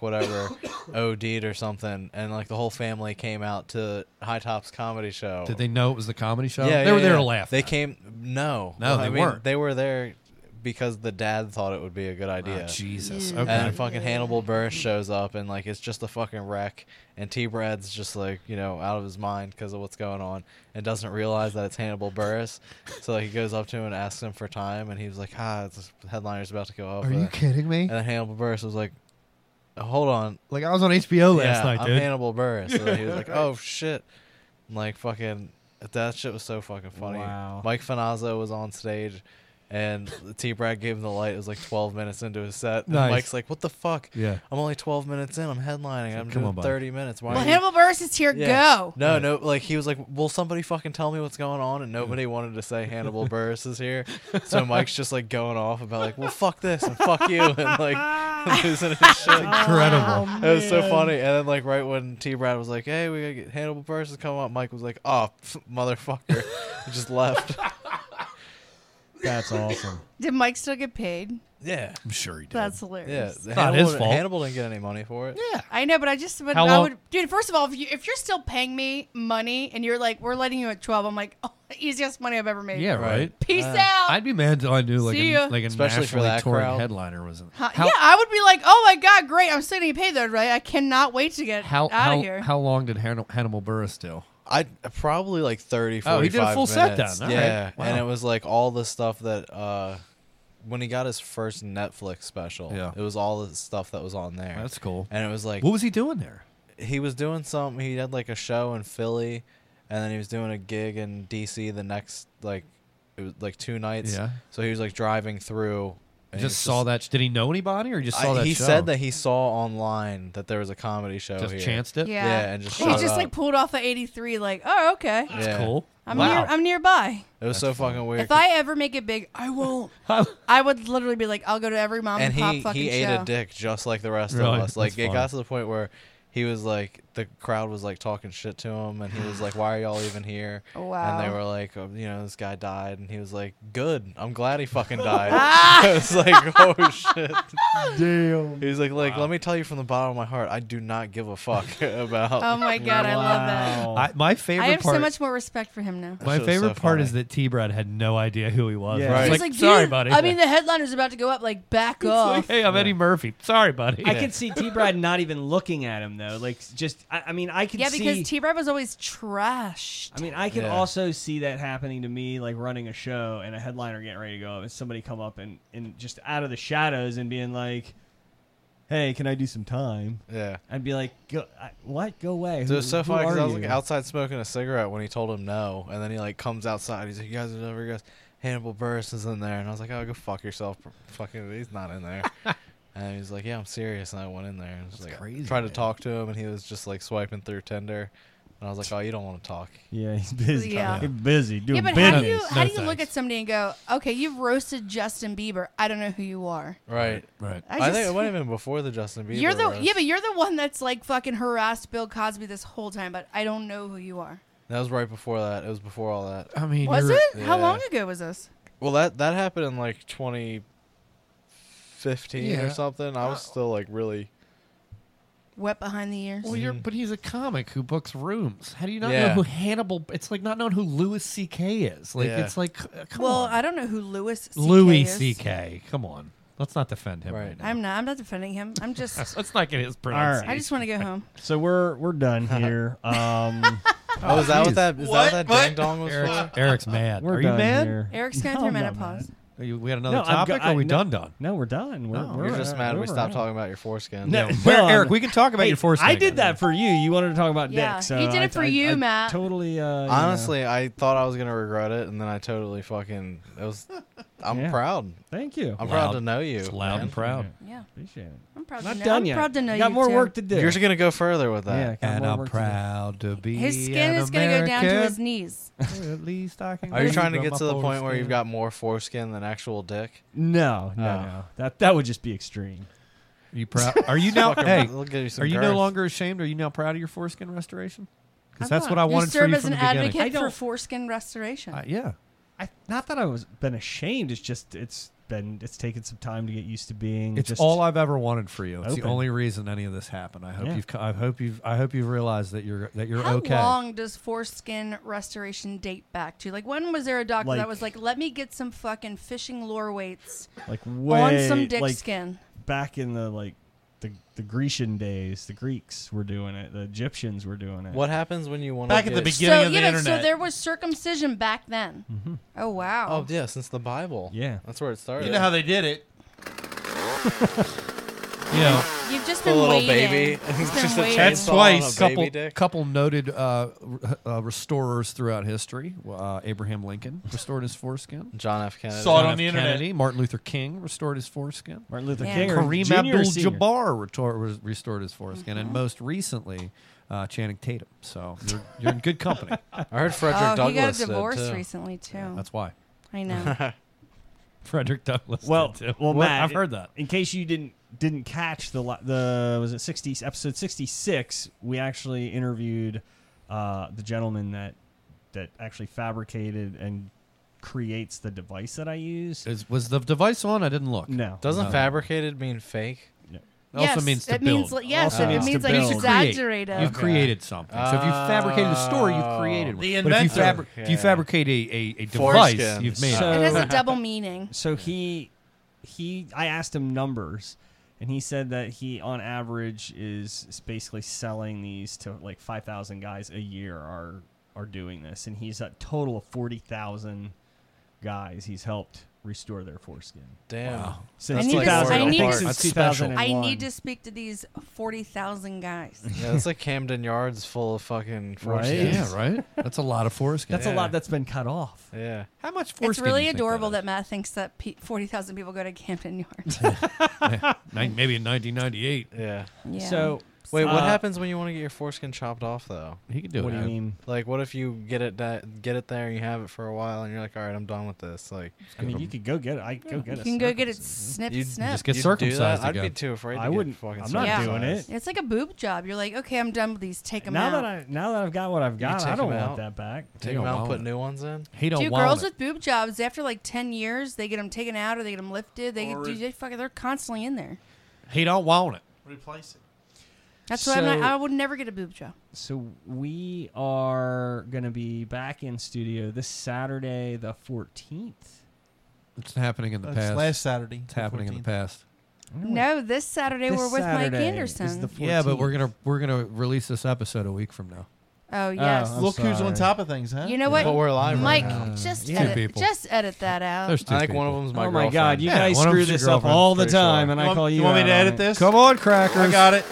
Speaker 9: whatever OD'd or something, and like the whole family came out to High Tops comedy show.
Speaker 6: Did they know it was the comedy show? they
Speaker 9: Yeah, Oh. yeah,
Speaker 6: were there
Speaker 9: yeah.
Speaker 6: to laugh.
Speaker 9: They
Speaker 6: though.
Speaker 9: came. No,
Speaker 6: No, they
Speaker 9: I mean,
Speaker 6: weren't.
Speaker 9: They were there because the dad thought it would be a good
Speaker 6: Oh,
Speaker 9: idea.
Speaker 6: Jesus.
Speaker 8: Yeah.
Speaker 6: Okay.
Speaker 9: And fucking Hannibal Burris shows up and like it's just a fucking wreck. And T Brad's just like you know out of his mind because of what's going on and doesn't realize that it's Hannibal Burris. so like he goes up to him and asks him for time, and he was like, "Ah, this headliner's about to go up."
Speaker 6: Are you kidding me?
Speaker 9: And then Hannibal Burris was like, "Hold on,
Speaker 6: Like I was on HBO last
Speaker 9: yeah,
Speaker 6: night,
Speaker 9: I'm
Speaker 6: dude.
Speaker 9: Hannibal Burris." And then he was like, "Oh shit!" And, like fucking that shit was so fucking funny.
Speaker 5: Wow.
Speaker 9: Mike Finazzo was on stage. And T Brad gave him the light. It was like 12 minutes into his set. And
Speaker 6: Nice.
Speaker 9: Mike's like, What the fuck?
Speaker 6: Yeah.
Speaker 9: I'm only 12 minutes in. I'm headlining. I'm
Speaker 6: come
Speaker 9: doing
Speaker 6: on, buddy.
Speaker 9: 30 minutes. Why?
Speaker 8: well,
Speaker 9: are you-
Speaker 8: Hannibal Burris is here.
Speaker 9: Yeah.
Speaker 8: Go.
Speaker 9: No, no. Like he was like, "Will somebody fucking tell me what's going on?" And nobody wanted to say Hannibal Burris is here. So Mike's just like going off about like, "Well, fuck this and fuck you," and like losing his shit.
Speaker 6: Incredible.
Speaker 9: It was so funny. And then like right when T Brad was like, "Hey, we gotta get Hannibal Burris is coming up," Mike was like, "Oh, pff, motherfucker," and just left.
Speaker 5: That's awesome.
Speaker 8: Did Mike still get paid?
Speaker 9: Yeah,
Speaker 6: I'm sure he did.
Speaker 8: That's
Speaker 9: yeah.
Speaker 8: hilarious.
Speaker 9: Hannibal,
Speaker 6: not his
Speaker 9: didn't-
Speaker 6: fault.
Speaker 9: Hannibal didn't get any money for it.
Speaker 6: yeah.
Speaker 8: I know, but I just but
Speaker 6: How
Speaker 8: I
Speaker 6: long-
Speaker 8: would dude, first of all, if you if you're still paying me money and you're like, we're letting you at twelve, I'm like, oh, easiest money I've ever made.
Speaker 6: Yeah, right. Uh,
Speaker 8: Peace out.
Speaker 6: I'd be mad till I knew like
Speaker 8: See
Speaker 6: a,
Speaker 8: ya.
Speaker 6: like a
Speaker 9: Especially for
Speaker 6: nationally
Speaker 9: that
Speaker 6: touring
Speaker 9: crowd.
Speaker 6: headliner was.
Speaker 8: Huh, yeah, I would be like, oh my god, great! I'm still getting paid though, right? I cannot wait to get
Speaker 6: how
Speaker 8: out
Speaker 6: how,
Speaker 8: of here.
Speaker 6: how long did Hann- Hannibal Burris do?
Speaker 9: I probably like 30, 45
Speaker 6: Oh, he did a full set
Speaker 9: minutes.
Speaker 6: then. All right.
Speaker 9: yeah,
Speaker 6: Wow.
Speaker 9: and it was like all the stuff that uh, when he got his first Netflix special,
Speaker 6: Yeah.
Speaker 9: it was all the stuff that was on there.
Speaker 6: That's cool.
Speaker 9: And it was like
Speaker 6: What was he doing there?
Speaker 9: he was doing some. He had like a show in Philly, and then he was doing a gig in DC the next like it was like two nights.
Speaker 6: Yeah.
Speaker 9: So he was like driving through. and he
Speaker 6: just
Speaker 9: was
Speaker 6: saw that. Did he know anybody or he just saw
Speaker 9: I-
Speaker 6: that?
Speaker 9: he
Speaker 6: show?
Speaker 9: said that he saw online that there was a comedy show
Speaker 6: Just
Speaker 9: here.
Speaker 6: chanced it.
Speaker 8: yeah.
Speaker 9: Yeah, and just
Speaker 8: he
Speaker 9: showed
Speaker 8: just
Speaker 9: up.
Speaker 8: like pulled off at 83, like, oh okay.
Speaker 9: Yeah.
Speaker 6: Cool.
Speaker 8: I'm
Speaker 9: Wow.
Speaker 8: near. I'm nearby.
Speaker 9: It was so fucking weird.
Speaker 8: If I ever make it big, I won't. I would literally be like, I'll go to every mom
Speaker 9: and
Speaker 8: and,
Speaker 9: he,
Speaker 8: pop fucking
Speaker 9: he ate
Speaker 8: show.
Speaker 9: a dick just like the rest
Speaker 6: Really?
Speaker 9: of us. Like
Speaker 6: That's
Speaker 9: it
Speaker 6: fun.
Speaker 9: got to the point where he was like the crowd was like talking shit to him, and he was like, "Why are y'all even here?"
Speaker 8: Wow.
Speaker 9: And they were like, oh, "You know, this guy died," and he was like, "Good, I'm glad he fucking died." I was like, "Oh shit."
Speaker 6: Damn.
Speaker 9: He was like, "Like let me tell you from the bottom of my heart, I do not give a fuck about."
Speaker 8: Oh my god, I love that.
Speaker 5: Wow.
Speaker 6: I, my favorite
Speaker 8: I have
Speaker 6: part.
Speaker 8: so much more respect for him now.
Speaker 6: my
Speaker 9: That shit was
Speaker 6: favorite
Speaker 9: so
Speaker 6: part
Speaker 9: funny.
Speaker 6: is that T. Brad had no idea who he was.
Speaker 5: Yeah.
Speaker 6: He's
Speaker 5: Right.
Speaker 6: like,
Speaker 8: He's like,
Speaker 6: sorry,
Speaker 8: dude,
Speaker 6: buddy.
Speaker 8: I mean, the headliner's about to go up. Like, back off.
Speaker 6: hey, I'm Eddie Murphy. Sorry, buddy.
Speaker 5: I could see T. Brad not even looking at him though. Like just, I, I mean, I could
Speaker 8: yeah,
Speaker 5: see.
Speaker 8: because T. Brad was always trashed.
Speaker 5: I mean, I can
Speaker 9: Yeah.
Speaker 5: also see that happening to me, like running a show and a headliner getting ready to go up, and somebody come up and, and just out of the shadows and being like, "Hey, can I do some time?"
Speaker 9: Yeah.
Speaker 5: I'd be like, go, I, "What? Go away."
Speaker 9: So it was so
Speaker 5: Who
Speaker 9: funny because
Speaker 5: are
Speaker 9: I was like
Speaker 5: you?"
Speaker 9: outside smoking a cigarette when he told him no, and then he like comes outside. He's like, "You guys are over." He goes, "Hannibal Burris is in there," and I was like, "Oh, go fuck yourself, fucking." He's not in there. and he's like, "Yeah, I'm serious." And I went in there and was like,
Speaker 6: crazy,
Speaker 9: tried to
Speaker 6: man.
Speaker 9: talk to him, and he was just like swiping through Tinder, and I was like, "Oh, you don't want to talk."
Speaker 5: Yeah, he's busy.
Speaker 8: Yeah.
Speaker 5: He's busy
Speaker 8: yeah,
Speaker 5: doing
Speaker 8: but
Speaker 5: business.
Speaker 8: how do you
Speaker 6: No
Speaker 8: how do you look
Speaker 6: thanks.
Speaker 8: at somebody and go, okay, you've roasted Justin Bieber. I don't know who you are.
Speaker 9: Right.
Speaker 6: right.
Speaker 8: I,
Speaker 9: I,
Speaker 8: just,
Speaker 9: think it went even before the Justin Bieber.
Speaker 8: you're the
Speaker 9: roast.
Speaker 8: yeah, but you're the one that's like fucking harassed Bill Cosby this whole time. But I don't know who you are.
Speaker 9: that was right before that. It was before all that.
Speaker 6: I mean,
Speaker 8: Was
Speaker 6: you're-
Speaker 8: it? How
Speaker 9: Yeah.
Speaker 8: long ago was this?
Speaker 9: Well, that that happened in like 2015
Speaker 6: Yeah.
Speaker 9: or something. I was
Speaker 8: Oh.
Speaker 9: still like really.
Speaker 8: Wet behind the ears.
Speaker 6: Well, you're, but he's a comic who books rooms. How do you not know
Speaker 9: Yeah.
Speaker 6: who Hannibal? It's like not knowing who Louis C.K. is. Like
Speaker 9: Yeah.
Speaker 6: it's like, uh, come
Speaker 8: Well,
Speaker 6: on,
Speaker 8: I don't know who Louis CK
Speaker 6: Louis
Speaker 8: is.
Speaker 6: C.K. Come on, let's not defend him right,
Speaker 9: Right.
Speaker 6: now.
Speaker 8: I'm not. I'm not defending him. I'm just.
Speaker 6: let's not get his
Speaker 5: right.
Speaker 6: pronunciation.
Speaker 8: I just want to go home.
Speaker 5: So we're we're done here. Um,
Speaker 9: Oh, is that what that is
Speaker 7: What?
Speaker 9: that what that
Speaker 7: What?
Speaker 9: dang dong was for?
Speaker 6: Eric's, Eric's mad.
Speaker 5: we're
Speaker 6: Are you
Speaker 5: done
Speaker 6: mad?
Speaker 5: Here.
Speaker 8: Eric's going
Speaker 5: No,
Speaker 8: through
Speaker 5: I'm not
Speaker 8: menopause.
Speaker 5: mad.
Speaker 6: Are you- we had another
Speaker 5: No, I'm
Speaker 6: topic.
Speaker 5: go- I-
Speaker 6: are we
Speaker 5: no.
Speaker 6: done? Done?
Speaker 5: No, we're done. We're,
Speaker 6: No,
Speaker 5: we're
Speaker 9: You're just
Speaker 5: uh,
Speaker 9: mad we
Speaker 5: we're
Speaker 9: stopped
Speaker 5: out.
Speaker 9: talking about your foreskin.
Speaker 5: No.
Speaker 6: Where,
Speaker 5: Well,
Speaker 6: Eric, we can talk about
Speaker 5: Hey,
Speaker 6: your foreskin.
Speaker 5: I did that for you. You wanted to talk about
Speaker 8: Yeah,
Speaker 5: dick. So
Speaker 8: he did
Speaker 5: I-
Speaker 8: it for
Speaker 5: I-
Speaker 8: you,
Speaker 5: I
Speaker 8: Matt.
Speaker 5: Totally. Uh, you know.
Speaker 9: Honestly, I thought I was gonna regret it, and then I totally fucking. It was. I'm
Speaker 5: Yeah.
Speaker 9: proud.
Speaker 5: thank you.
Speaker 6: Loud.
Speaker 9: I'm proud to know you.
Speaker 6: It's loud and
Speaker 9: man.
Speaker 6: proud.
Speaker 8: Yeah,
Speaker 5: Appreciate it.
Speaker 8: I'm proud.
Speaker 5: Not
Speaker 8: to know.
Speaker 5: done
Speaker 8: I'm
Speaker 5: yet.
Speaker 8: proud to know
Speaker 5: got
Speaker 8: you
Speaker 5: more
Speaker 8: too.
Speaker 5: work to do.
Speaker 9: You're just gonna go further with that.
Speaker 5: got
Speaker 6: And
Speaker 5: more
Speaker 6: I'm
Speaker 5: work to do.
Speaker 6: proud to be.
Speaker 8: His skin
Speaker 6: an
Speaker 8: is going to go down to his
Speaker 6: American.
Speaker 8: knees.
Speaker 6: At least I can.
Speaker 9: Are you
Speaker 6: breathe
Speaker 9: trying to
Speaker 6: on
Speaker 9: get
Speaker 6: my
Speaker 9: to the point where you've
Speaker 6: foreskin.
Speaker 9: got more foreskin than actual dick?
Speaker 5: No, no,
Speaker 9: Oh.
Speaker 5: no. That that would just be extreme.
Speaker 6: Are you proud? Are you now?
Speaker 9: Fucking-
Speaker 6: hey,
Speaker 9: we'll give you some
Speaker 6: are you no
Speaker 9: girth.
Speaker 6: longer ashamed? Are you now proud of your foreskin restoration? Because
Speaker 8: I'm
Speaker 6: that's
Speaker 8: not.
Speaker 6: what I
Speaker 8: you
Speaker 6: wanted for
Speaker 8: serve
Speaker 6: you
Speaker 8: as
Speaker 6: from
Speaker 8: an
Speaker 6: the beginning.
Speaker 8: advocate
Speaker 5: I
Speaker 8: for
Speaker 5: don't-
Speaker 8: foreskin restoration.
Speaker 6: Uh, yeah,
Speaker 5: I not that I was been ashamed. It's just it's been it's taken some time to get used to being.
Speaker 6: it's
Speaker 5: just,
Speaker 6: all I've ever wanted for you. It's the
Speaker 5: open.
Speaker 6: only reason any of this happened. I hope
Speaker 5: Yeah.
Speaker 6: you've. co- I hope you've. I hope you've realized that you're that you're
Speaker 8: How
Speaker 6: okay.
Speaker 8: long does foreskin restoration date back to? Like, when was there a doctor
Speaker 5: Like-
Speaker 8: that was like, "Let me get some fucking fishing lure weights
Speaker 5: like way
Speaker 8: on some dick
Speaker 5: like
Speaker 8: skin"?
Speaker 5: back in the like the the Grecian days. The Greeks were doing it. The Egyptians were doing it.
Speaker 9: What happens when you want
Speaker 7: Back at the
Speaker 8: So
Speaker 7: beginning of the
Speaker 8: yeah, but so
Speaker 7: internet.
Speaker 8: there was circumcision back then. Oh wow!
Speaker 9: Oh yeah, since the Bible.
Speaker 5: Yeah.
Speaker 9: that's where it started.
Speaker 7: You know how they did it.
Speaker 6: You know,
Speaker 8: You've just
Speaker 9: The
Speaker 8: been
Speaker 9: little
Speaker 8: waiting.
Speaker 9: baby.
Speaker 8: It's been
Speaker 9: Just a
Speaker 8: waiting.
Speaker 9: chance.
Speaker 6: that's
Speaker 9: Saw on a
Speaker 6: twice.
Speaker 9: baby
Speaker 6: Couple
Speaker 9: dick.
Speaker 6: couple noted uh, r- uh, restorers throughout history. Uh, Abraham Lincoln restored his foreskin.
Speaker 9: John F. Kennedy.
Speaker 7: Saw it
Speaker 6: John
Speaker 7: on the
Speaker 6: F.
Speaker 7: internet.
Speaker 6: Kennedy, Martin Luther King restored his foreskin.
Speaker 5: Martin Luther
Speaker 8: Yeah.
Speaker 5: King or
Speaker 6: Kareem
Speaker 5: junior or senior?
Speaker 6: Abdul-Jabbar retor- was- restored his foreskin,
Speaker 8: Mm-hmm.
Speaker 6: and most recently, uh, Channing Tatum. So you're, you're in good company.
Speaker 9: I heard Frederick
Speaker 8: Oh, he got
Speaker 9: Douglass
Speaker 8: a divorce
Speaker 9: did too.
Speaker 8: recently too.
Speaker 6: That's why
Speaker 8: I know.
Speaker 6: Frederick Douglass.
Speaker 5: Well,
Speaker 6: did too.
Speaker 5: well,
Speaker 6: What?
Speaker 5: Matt,
Speaker 6: I've heard that.
Speaker 5: In case you didn't didn't catch the li- the was it sixty episode sixty six, we actually interviewed uh, the gentleman that that actually fabricated and creates the device that I use.
Speaker 6: Is, was the device on? I didn't look.
Speaker 5: No,
Speaker 9: Doesn't fabricated mean fake?
Speaker 6: It also means to
Speaker 8: it
Speaker 6: build.
Speaker 8: means li- yes,
Speaker 5: Also
Speaker 8: it
Speaker 5: means
Speaker 8: means
Speaker 5: to
Speaker 8: like
Speaker 5: build.
Speaker 6: To create.
Speaker 8: exaggerate it.
Speaker 6: You've created something. So if you
Speaker 5: Oh.
Speaker 6: fabricated a story, you've created one.
Speaker 7: The
Speaker 6: but if you,
Speaker 7: inventor.
Speaker 6: fabri- if you
Speaker 9: Yeah.
Speaker 6: fabricate a, a, a device,
Speaker 9: Foreskin.
Speaker 6: you've made
Speaker 5: So-
Speaker 6: it.
Speaker 8: It has a double meaning.
Speaker 5: So he he I asked him numbers and he said that he on average is is basically selling these to like 5,000 guys a year are are doing this and he's a total of 40,000 guys he's helped restore their foreskin.
Speaker 9: Damn.
Speaker 5: Since
Speaker 8: I need to-
Speaker 5: 2000
Speaker 8: I need to-
Speaker 5: since
Speaker 6: That's special.
Speaker 5: 2001.
Speaker 8: I need to speak to these forty thousand guys.
Speaker 9: Yeah, that's like Camden Yards full of fucking foreskin.
Speaker 5: Right?
Speaker 6: Yeah, right. That's a lot of foreskin.
Speaker 5: That's a lot that's been cut off.
Speaker 9: Yeah.
Speaker 6: how much foreskin.
Speaker 8: It's
Speaker 6: do
Speaker 8: really
Speaker 6: you think
Speaker 8: adorable
Speaker 6: that
Speaker 8: that,
Speaker 6: is?
Speaker 8: Matt thinks that pe- forty thousand people go to Camden Yards.
Speaker 6: Nin- maybe in 1998.
Speaker 9: Yeah.
Speaker 8: yeah.
Speaker 5: So
Speaker 9: Wait, what
Speaker 5: Uh,
Speaker 9: happens when you want to get your foreskin chopped off though?
Speaker 6: He can do
Speaker 5: what
Speaker 6: it.
Speaker 5: do you mean?
Speaker 9: Like, what if you get it that get it there and you have it for a while and you're like, all right, I'm done with this. Like,
Speaker 5: I mean, you could go get it. I go get
Speaker 8: You
Speaker 5: it.
Speaker 8: can go get it snipped,
Speaker 9: You
Speaker 8: snip.
Speaker 6: Just get
Speaker 9: you'd do
Speaker 6: circumcised
Speaker 9: that? I'd be
Speaker 6: again.
Speaker 9: too afraid. To
Speaker 5: I
Speaker 9: get
Speaker 5: wouldn't-
Speaker 9: Fucking
Speaker 5: I'm not
Speaker 8: doing
Speaker 9: circumcised.
Speaker 8: It's like a boob job. You're like, okay, I'm done with these. Take them
Speaker 5: now
Speaker 8: out.
Speaker 5: that I now that I've got what I've got,
Speaker 9: take
Speaker 5: I don't
Speaker 9: 'em
Speaker 5: want
Speaker 9: out.
Speaker 5: that back.
Speaker 9: Take
Speaker 6: You
Speaker 9: them
Speaker 6: don't
Speaker 9: out,
Speaker 6: want
Speaker 9: put
Speaker 6: it.
Speaker 9: new ones in.
Speaker 6: He don't
Speaker 8: Dude,
Speaker 6: want
Speaker 8: girls
Speaker 6: it.
Speaker 8: with boob jobs after like ten years, they get them taken out or they get them lifted. They
Speaker 4: Or
Speaker 8: do
Speaker 4: is-
Speaker 8: they fucking they're constantly in there.
Speaker 6: He don't want it.
Speaker 7: Replace it.
Speaker 8: That's why I'm not.
Speaker 5: So-
Speaker 8: I would never get a boob job.
Speaker 5: So we are gonna be back in studio this Saturday, the fourteenth.
Speaker 6: It's happening in the
Speaker 7: That's
Speaker 6: past.
Speaker 7: last Saturday.
Speaker 6: it's happening in the past.
Speaker 8: No, this Saturday we're with Mike Anderson.
Speaker 6: Yeah, but we're gonna we're gonna release this episode a week from now.
Speaker 8: oh yes.
Speaker 5: I'm
Speaker 7: Look who's
Speaker 5: sorry.
Speaker 7: on top of things, huh?
Speaker 8: you know what?
Speaker 9: But we're live right
Speaker 8: Mike,
Speaker 9: now.
Speaker 8: just
Speaker 5: yeah.
Speaker 6: Two
Speaker 8: edit,
Speaker 6: people.
Speaker 8: just edit that out.
Speaker 6: There's two
Speaker 9: I think one of
Speaker 6: people.
Speaker 9: them's my
Speaker 5: Oh my god, you
Speaker 6: Yeah,
Speaker 5: guys
Speaker 6: one of
Speaker 5: screw
Speaker 6: them's your
Speaker 5: this up
Speaker 6: girlfriend,
Speaker 5: all the
Speaker 9: pretty sure.
Speaker 5: time, and
Speaker 7: You
Speaker 5: I
Speaker 7: want-
Speaker 5: call you.
Speaker 7: you want me
Speaker 5: out
Speaker 7: to
Speaker 5: on
Speaker 7: edit
Speaker 5: it.
Speaker 7: this?
Speaker 5: Come on, crackers!
Speaker 7: I got it.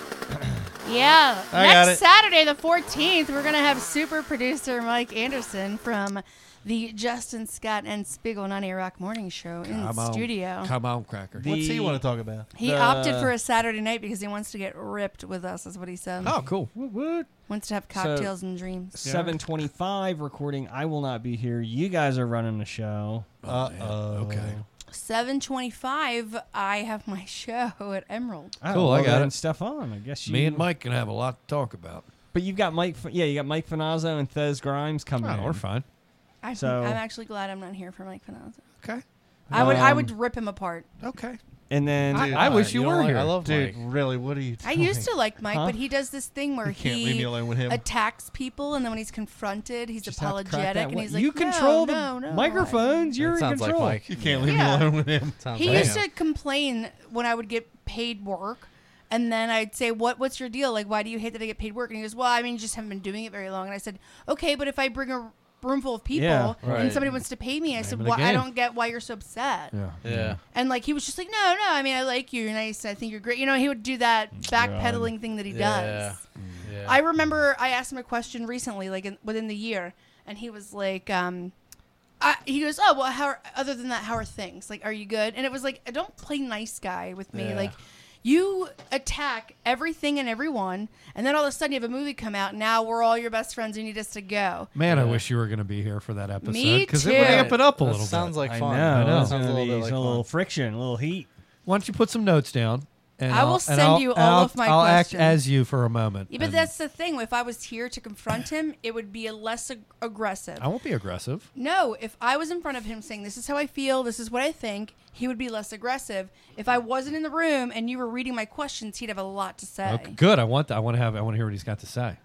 Speaker 8: Yeah.
Speaker 7: I
Speaker 8: Next
Speaker 7: got it.
Speaker 8: Saturday, the 14th, we're going to have super producer Mike Anderson from the Justin Scott and Spiegel 90 Rock Morning Show in
Speaker 6: Come
Speaker 8: the
Speaker 6: on.
Speaker 8: studio.
Speaker 6: Come on, cracker.
Speaker 7: What's
Speaker 5: The-
Speaker 7: he want to talk about?
Speaker 8: He
Speaker 5: The-
Speaker 8: opted for a Saturday night because he wants to get ripped with us, is what he said.
Speaker 6: Oh, cool.
Speaker 8: Wants to have cocktails and dreams.
Speaker 5: 725 recording. I will not be here. You guys are running the show.
Speaker 7: Uh oh.
Speaker 6: Okay.
Speaker 8: 725, I have my show at Emerald.
Speaker 5: Oh,
Speaker 6: Cool, I
Speaker 5: well,
Speaker 6: got
Speaker 5: then
Speaker 6: it.
Speaker 5: Stefan, I guess you.
Speaker 6: Me and Mike can have a lot to talk about.
Speaker 5: But you've got Mike. F- Yeah, you got Mike Finazzo and Thez Grimes coming.
Speaker 6: Oh,
Speaker 5: in.
Speaker 6: we're fine.
Speaker 8: I,
Speaker 5: So-
Speaker 8: I'm actually glad I'm not here for Mike Finazzo.
Speaker 6: Okay.
Speaker 8: I would I
Speaker 5: Um,
Speaker 8: would rip him apart.
Speaker 6: Okay.
Speaker 5: And then
Speaker 6: I- I wish you
Speaker 9: don't
Speaker 6: were
Speaker 9: like-
Speaker 6: here.
Speaker 9: I love
Speaker 7: Dude,
Speaker 9: Mike.
Speaker 7: really? What are you?
Speaker 8: I
Speaker 7: Doing?
Speaker 8: used to like Mike,
Speaker 5: Huh?
Speaker 8: but he does this thing where
Speaker 7: You can't
Speaker 8: he
Speaker 7: leave me alone with him.
Speaker 8: attacks people, and then when he's confronted, he's
Speaker 5: just have to crack
Speaker 8: apologetic,
Speaker 5: that
Speaker 8: and
Speaker 5: one.
Speaker 8: he's like,
Speaker 5: "You
Speaker 8: "No,
Speaker 5: control the
Speaker 8: no, no, I-"
Speaker 5: microphones. You're
Speaker 9: That
Speaker 5: in
Speaker 9: sounds like
Speaker 5: control."
Speaker 9: Mike.
Speaker 7: You can't leave
Speaker 8: Yeah.
Speaker 7: me alone with him.
Speaker 9: Sounds
Speaker 8: He
Speaker 9: like
Speaker 8: used
Speaker 9: him.
Speaker 8: to complain when I would get paid work, and then I'd say, "What? What's your deal? Like, why do you hate that I get paid work?" And he goes, "Well, I mean, you just haven't been doing it very long." And I said, "Okay, but if I bring a room full of people
Speaker 5: Yeah,
Speaker 8: and
Speaker 9: right.
Speaker 8: somebody wants to pay me, I said,
Speaker 6: of the
Speaker 8: "Well, I
Speaker 6: game."
Speaker 8: don't get why you're so upset."
Speaker 9: Yeah.
Speaker 8: And like he was just like, "No, no, I mean, I like you. You're nice. I think you're great." You know, he would do that backpedaling thing that he
Speaker 9: Yeah. Mm.
Speaker 8: does.
Speaker 9: Yeah.
Speaker 8: I remember I asked him a question recently, like in, within the year, and he was like, um, I, he goes, "Oh well, how? Are, other than that, how are things? Like, are you good?" And it was like, "Don't play nice guy with me.
Speaker 9: Yeah.
Speaker 8: Like, you attack everything and everyone, and then all of a sudden you have a movie come out. Now we're all your best friends. You need us to go."
Speaker 6: Man, I wish you were going to be here for that episode
Speaker 8: Me
Speaker 6: it would
Speaker 8: too.
Speaker 6: amp it up a
Speaker 9: That
Speaker 6: little
Speaker 9: Sounds
Speaker 6: bit.
Speaker 9: like
Speaker 5: I
Speaker 9: fun.
Speaker 5: know.
Speaker 6: I know.
Speaker 5: It's gonna
Speaker 9: Sounds a little
Speaker 5: be
Speaker 9: bit like
Speaker 5: a little
Speaker 9: fun.
Speaker 5: friction, a little heat.
Speaker 6: Why don't you put some notes down? And
Speaker 8: I will
Speaker 6: I'll- and
Speaker 8: send
Speaker 6: I'll-
Speaker 8: you
Speaker 6: and
Speaker 8: all
Speaker 6: I'll-
Speaker 8: of my
Speaker 6: I'll act
Speaker 8: questions.
Speaker 6: as you for a moment.
Speaker 8: Yeah, but
Speaker 6: and
Speaker 8: that's the thing. If I was here to confront him, it would be a less ag- aggressive.
Speaker 6: I won't be aggressive.
Speaker 8: No, if I was in front of him saying, This is how I feel, this is what I think, he would be less aggressive. If I wasn't in the room and you were reading my questions, he'd have a lot to say.
Speaker 6: Okay, good. I want. that. I want to have. I want to hear what he's got to say.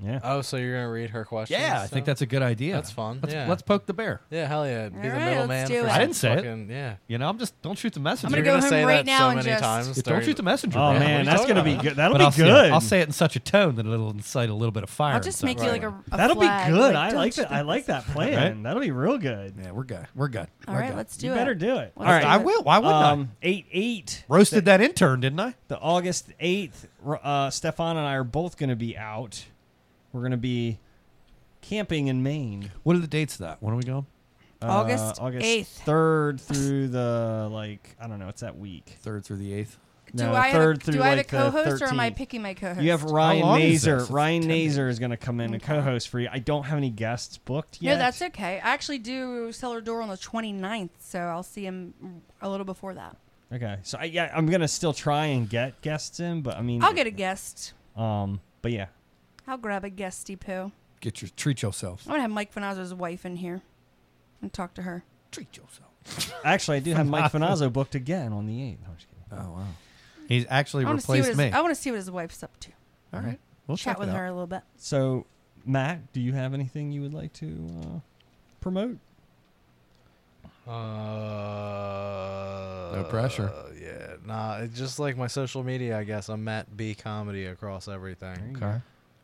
Speaker 5: Yeah.
Speaker 9: Oh, so you're gonna read her questions?
Speaker 6: Yeah, I
Speaker 9: so?
Speaker 6: think that's a good idea.
Speaker 9: That's fun,
Speaker 6: Let's,
Speaker 9: yeah.
Speaker 6: let's poke the bear.
Speaker 9: Yeah, hell yeah. Be the
Speaker 8: right, let's
Speaker 9: middleman.
Speaker 8: do
Speaker 9: for
Speaker 8: it.
Speaker 6: I didn't
Speaker 9: some
Speaker 6: say it.
Speaker 9: fucking- Yeah.
Speaker 6: You know, I'm just don't shoot the messenger.
Speaker 8: gonna
Speaker 9: You're
Speaker 8: go home
Speaker 9: say
Speaker 8: right
Speaker 9: that
Speaker 8: now
Speaker 9: so
Speaker 8: and
Speaker 9: many
Speaker 8: just-
Speaker 9: times.
Speaker 6: Yeah, don't
Speaker 9: during-
Speaker 6: shoot the messenger.
Speaker 5: Oh
Speaker 6: man. What are
Speaker 5: man,
Speaker 6: you
Speaker 5: that's
Speaker 6: talking
Speaker 5: gonna be
Speaker 6: about?
Speaker 5: good. That'll
Speaker 6: But
Speaker 5: be
Speaker 6: I'll
Speaker 5: good.
Speaker 6: Say it, I'll say it in such a tone that it'll incite a little bit of fire.
Speaker 8: I'll just make
Speaker 6: inside.
Speaker 8: you like a, a
Speaker 5: That'll be
Speaker 8: flag,
Speaker 5: good. I
Speaker 8: don't
Speaker 5: like
Speaker 8: you
Speaker 5: that. I
Speaker 8: think
Speaker 5: like
Speaker 8: this-
Speaker 5: that plan. That'll be real good.
Speaker 6: Yeah, we're good. We're good.
Speaker 8: All
Speaker 6: We're
Speaker 8: right,
Speaker 6: good.
Speaker 8: let's do
Speaker 5: You
Speaker 8: it.
Speaker 5: better do it.
Speaker 8: Let's
Speaker 5: All right.
Speaker 8: do
Speaker 6: I
Speaker 8: it.
Speaker 6: will. Why wouldn't
Speaker 5: Um, eight eight
Speaker 6: I? Roasted that intern, didn't I?
Speaker 5: the August 8th, r- uh, Stefan and I are both going to be out. We're going to be camping in Maine.
Speaker 6: What are the dates of that? When are we going?
Speaker 5: Uh,
Speaker 8: August 8th.
Speaker 5: 3rd through the, like, I don't know, it's that week.
Speaker 6: Third through the eighth.
Speaker 8: Do,
Speaker 5: No,
Speaker 8: I have, a-
Speaker 5: 3rd through
Speaker 8: do I have a
Speaker 5: like the
Speaker 8: co host or am I
Speaker 5: 13th.
Speaker 8: picking my co host?
Speaker 5: You have Ryan
Speaker 6: long is
Speaker 5: Nazer.
Speaker 6: this? It's
Speaker 5: Ryan
Speaker 6: 10
Speaker 5: Nazer is going to come in and co-host for you. I don't have any guests booked yet.
Speaker 8: No, that's okay. I actually do Cellar Door on the 29th, so I'll see him a little before that.
Speaker 5: Okay, so I, yeah, I'm going to still try and get guests in, but I mean,
Speaker 8: I'll get a guest.
Speaker 5: Um, but yeah,
Speaker 8: I'll grab a guesty poo.
Speaker 6: Get your treat yourself.
Speaker 8: I'm going to have Mike Finazzo's wife in here and talk to her.
Speaker 6: Treat yourself.
Speaker 5: actually, I do have Mike Finazzo booked again on the 8th. I'm just kidding.
Speaker 6: Oh wow. He's actually
Speaker 8: I want to see what
Speaker 6: replaced
Speaker 8: his,
Speaker 6: me.
Speaker 8: I want to see what his wife's up to.
Speaker 6: All right. We'll
Speaker 8: Chat
Speaker 6: check
Speaker 8: with
Speaker 6: it out.
Speaker 8: her a little bit.
Speaker 5: So, Matt, do you have anything you would like to uh, promote?
Speaker 9: Uh,
Speaker 6: No pressure.
Speaker 9: yeah, nah. It's just like my social media, I guess. I'm Matt B Comedy across everything.
Speaker 6: Okay.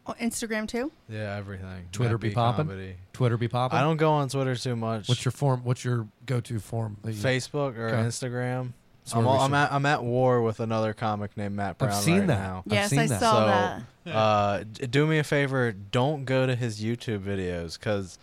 Speaker 8: Oh, Instagram too.
Speaker 9: Yeah, everything.
Speaker 6: Twitter
Speaker 9: Matt
Speaker 6: be
Speaker 9: B
Speaker 6: poppin'?
Speaker 9: Comedy.
Speaker 6: Twitter be popping.
Speaker 9: I don't go on Twitter too much.
Speaker 6: What's your form? What's your go-to form? that you-
Speaker 9: Facebook or
Speaker 6: Okay.
Speaker 9: Instagram?
Speaker 6: That's
Speaker 9: I'm,
Speaker 6: where we
Speaker 9: all- I'm
Speaker 6: should-
Speaker 9: at I'm at war with another comic named Matt Brown.
Speaker 6: I've seen
Speaker 9: right
Speaker 6: that.
Speaker 9: now.
Speaker 6: I've
Speaker 8: yes,
Speaker 6: seen
Speaker 8: I
Speaker 6: that.
Speaker 8: saw
Speaker 9: so,
Speaker 8: that.
Speaker 9: uh, d- do me a favor. Don't go to his YouTube videos because